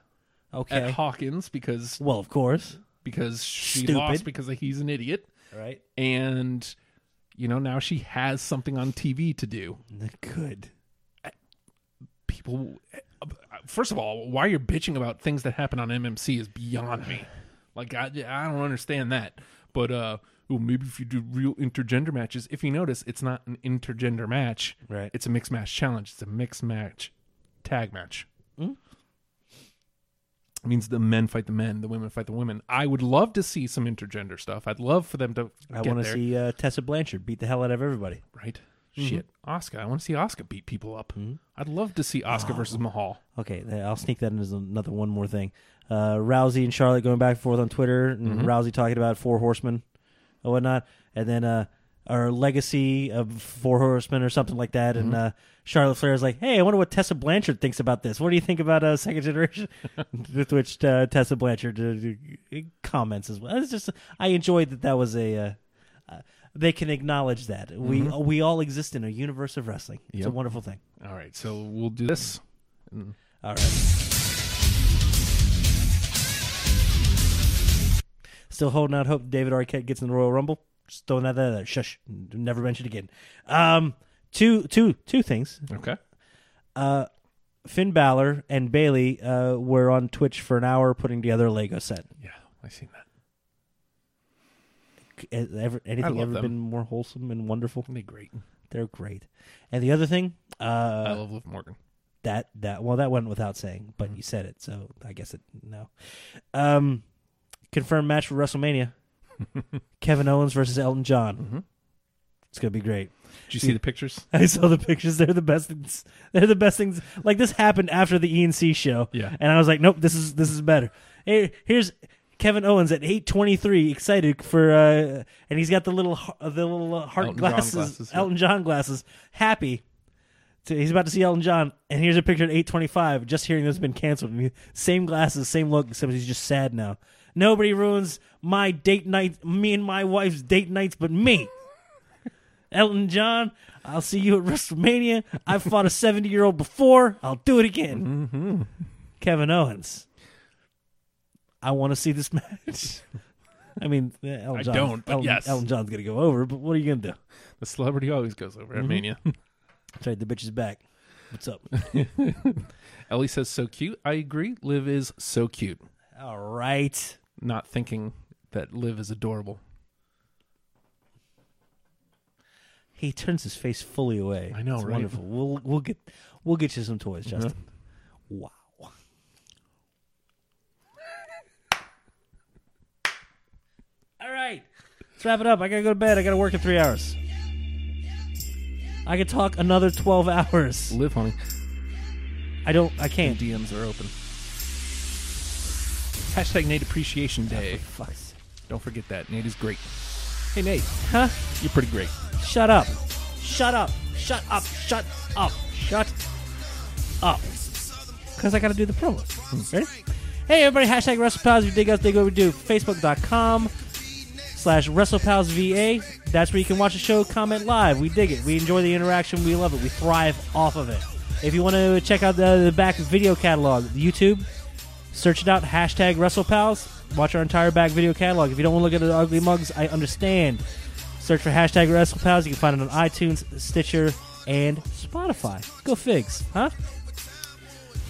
[SPEAKER 3] okay.
[SPEAKER 4] at Hawkins because
[SPEAKER 3] well, of course,
[SPEAKER 4] because she
[SPEAKER 3] Stupid.
[SPEAKER 4] lost because he's an idiot,
[SPEAKER 3] right?
[SPEAKER 4] and you know now she has something on TV to do.
[SPEAKER 3] Good.
[SPEAKER 4] People, first of all, why you're bitching about things that happen on MMC is beyond me. Like I, I don't understand that. But uh, well, maybe if you do real intergender matches, if you notice, it's not an intergender match.
[SPEAKER 3] Right.
[SPEAKER 4] It's a mixed match challenge. It's a mixed match tag match.
[SPEAKER 3] Mm.
[SPEAKER 4] It means the men fight the men, the women fight the women. I would love to see some intergender stuff. I'd love for them to
[SPEAKER 3] I
[SPEAKER 4] get
[SPEAKER 3] want to
[SPEAKER 4] there.
[SPEAKER 3] see Mm-hmm. uh, Tessa Blanchard beat the hell out of everybody.
[SPEAKER 4] right. Shit, Oscar. I want to see Oscar beat people up.
[SPEAKER 3] Mm-hmm.
[SPEAKER 4] I'd love to see
[SPEAKER 3] Ah.
[SPEAKER 4] Oscar versus Mahal.
[SPEAKER 3] Okay, th- I'll sneak that in as another one more thing. Uh, Rousey and Charlotte going back and forth on Twitter, and Rousey talking about Four Horsemen and whatnot, and then uh, our legacy of Four Horsemen or something like that. And uh, Charlotte Flair is like, "Hey, I wonder what Tessa Blanchard thinks about this. What do you think about uh, Second Generation?" With which uh, Tessa Blanchard uh, comments as well. It's just I enjoyed that. That was a uh, uh, they can acknowledge that we we all exist in a universe of wrestling. It's a
[SPEAKER 4] Yep.
[SPEAKER 3] wonderful thing.
[SPEAKER 4] All right, so we'll do this.
[SPEAKER 3] All right. Still holding out hope David Arquette gets in the Royal Rumble. Just throwing that out there. Shush. Never mention it again. Um, two, two, two things.
[SPEAKER 4] Okay.
[SPEAKER 3] Finn Balor and Bailey uh, were on Twitch for an hour putting together a Lego set.
[SPEAKER 4] Yeah, I seen that.
[SPEAKER 3] C- has Ever,
[SPEAKER 4] I
[SPEAKER 3] anything
[SPEAKER 4] love
[SPEAKER 3] ever
[SPEAKER 4] them.
[SPEAKER 3] been more wholesome and wonderful?
[SPEAKER 4] That'd be great.
[SPEAKER 3] They're great. And the other thing, uh,
[SPEAKER 4] I love Liv Morgan.
[SPEAKER 3] that that well that went without saying, but you said it, so I guess it no. Um, confirmed match for WrestleMania: Kevin Owens versus Elton John. It's gonna be great.
[SPEAKER 4] Did you see the pictures?
[SPEAKER 3] I saw the pictures. They're the best things. They're the best things. Like this happened after the ENC show.
[SPEAKER 4] Yeah.
[SPEAKER 3] and I was like, nope, this is this is better. Here, here's Kevin Owens at eight twenty three, excited for, uh, and he's got the little h- the little uh, heart
[SPEAKER 4] Elton John
[SPEAKER 3] glasses,
[SPEAKER 4] glasses, yeah.
[SPEAKER 3] Elton John glasses, happy. So he's about to see Elton John, and here's a picture at eight twenty five. Just hearing this has been canceled. And he- Same glasses, same look, except he's just sad now. Nobody ruins my date night, me and my wife's date nights, but me. Elton John, I'll see you at WrestleMania. I've fought a 70 year old before. I'll do it again. Kevin Owens. I want to see this match. I mean, eh, Elton
[SPEAKER 4] I
[SPEAKER 3] John,
[SPEAKER 4] don't, but
[SPEAKER 3] Elton,
[SPEAKER 4] yes.
[SPEAKER 3] Elton John's going to go over, but what are you going to do?
[SPEAKER 4] The celebrity always goes over at Mania.
[SPEAKER 3] Trade the bitches back. What's up?
[SPEAKER 4] Ellie says so cute. I agree. Liv is so cute.
[SPEAKER 3] All right.
[SPEAKER 4] Not thinking that Liv is adorable.
[SPEAKER 3] He turns his face fully away.
[SPEAKER 4] I know,
[SPEAKER 3] it's
[SPEAKER 4] right? Uh-huh.
[SPEAKER 3] Wonderful. We'll we'll get we'll get you some toys, Justin. Wow. All right, let's wrap it up. I gotta go to bed. I gotta work in three hours. I could talk another twelve hours.
[SPEAKER 4] Liv, honey.
[SPEAKER 3] I don't. I can't.
[SPEAKER 4] DMs are open. Hashtag Nate Appreciation Day.
[SPEAKER 3] Fuck.
[SPEAKER 4] Don't forget that. Nate is great. Hey, Nate,
[SPEAKER 3] Huh?
[SPEAKER 4] you're pretty great.
[SPEAKER 3] Shut up. Shut up. Shut up. Shut up. Shut up. Because I got to do the promo. Ready? Hey, everybody. Hashtag WrestlePals. If you dig us, dig what we do. Facebook.com slash WrestlePalsVA. That's where you can watch the show, comment live. We dig it. We enjoy the interaction. We love it. We thrive off of it. If you want to check out the, the back video catalog, YouTube, search it out hashtag WrestlePals. Watch our entire back video catalog. If you don't want to look at the ugly mugs, I understand. Search for hashtag WrestlePals. You can find it on iTunes, Stitcher, and Spotify. Go figs, huh?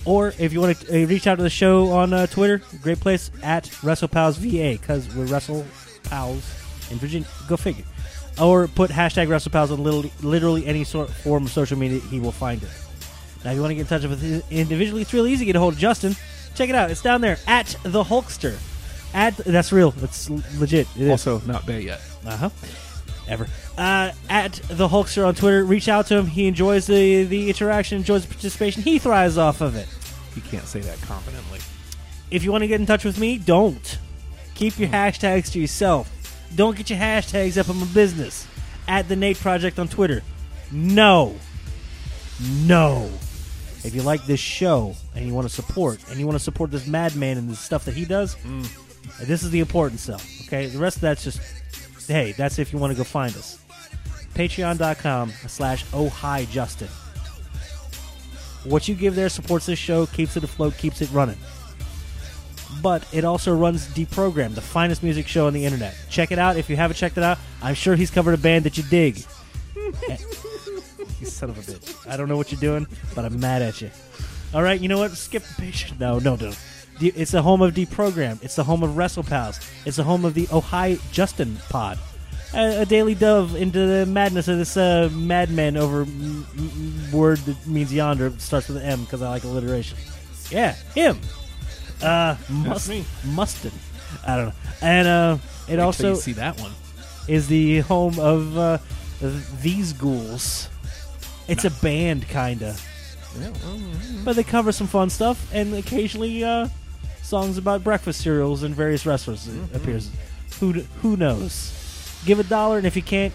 [SPEAKER 3] Or if you want to uh, reach out to the show on uh, Twitter, great place at WrestlePalsVA because we're WrestlePals in Virginia. Go figure. Or put hashtag WrestlePals on literally, literally any sort form of social media. He will find it. Now, if you want to get in touch with us individually, it's really easy to get a hold of Justin. Check it out. It's down there at the Hulkster. At that's real. It's l- legit. It is.
[SPEAKER 4] Also, not Bay yet.
[SPEAKER 3] Uh-huh. Ever. Uh, at the Hulkster on Twitter. Reach out to him. He enjoys the, the interaction, enjoys the participation. He thrives off of it.
[SPEAKER 4] He can't say that confidently.
[SPEAKER 3] If you want to get in touch with me, don't. Keep your hashtags to yourself. Don't get your hashtags up in my business. At the Nate Project on Twitter. No. No. If you like this show and you want to support, and you want to support this madman and the stuff that he does, this is the important stuff. Okay, the rest of that's just hey, that's if you want to go find us. Patreon.com slash oh hi Justin. What you give there supports this show, keeps it afloat, keeps it running. But it also runs Deprogram, the finest music show on the internet. Check it out if you haven't checked it out. I'm sure he's covered a band that you dig. You son of a bitch. I don't know what you're doing, but I'm mad at you. All right, you know what? Skip the page. No, no, no. D- It's the home of Deprogram. It's the home of WrestlePals. It's the home of the Ohio Justin Pod. A, a daily dove into the madness of this uh, madman over m- m- m- word that means yonder. It starts with an M because I like alliteration. Yeah, him. Uh, must,
[SPEAKER 4] me.
[SPEAKER 3] Mustin. I don't know. And uh, it
[SPEAKER 4] Also,
[SPEAKER 3] also
[SPEAKER 4] you see that one.
[SPEAKER 3] is the home of uh, th- these ghouls. It's a band, kinda, but they cover some fun stuff and occasionally uh, songs about breakfast cereals and various wrestlers
[SPEAKER 4] Mm-hmm.
[SPEAKER 3] appears. Who d- who knows? Give a dollar, and if you can't,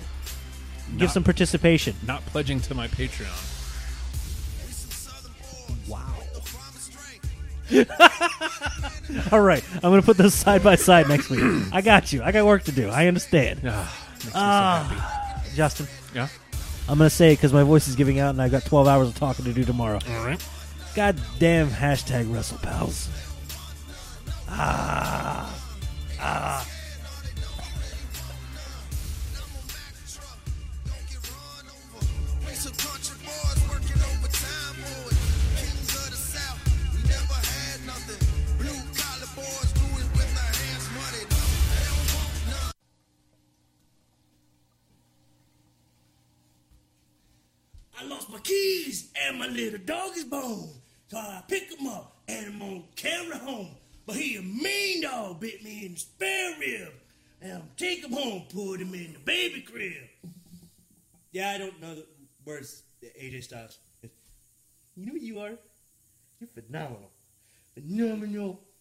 [SPEAKER 3] give
[SPEAKER 4] Not-
[SPEAKER 3] some participation.
[SPEAKER 4] Not pledging to my Patreon.
[SPEAKER 3] All right, I'm gonna put those side by side next week. I got you. I got work to do. I understand,
[SPEAKER 4] Ah, makes me so happy.
[SPEAKER 3] Justin.
[SPEAKER 4] Yeah.
[SPEAKER 3] I'm gonna say it because my voice is giving out, and I've got 12 hours of talking to do tomorrow.
[SPEAKER 4] All right.
[SPEAKER 3] God damn hashtag WrestlePals.
[SPEAKER 5] I lost my keys and my little dog is bone. So I pick him up and I'm gonna carry home. But he a mean dog bit me in the spare rib. And I'm take him home, put him in the baby crib. Yeah, I don't know the words that AJ Styles. You know who you are? You're phenomenal. Phenomenal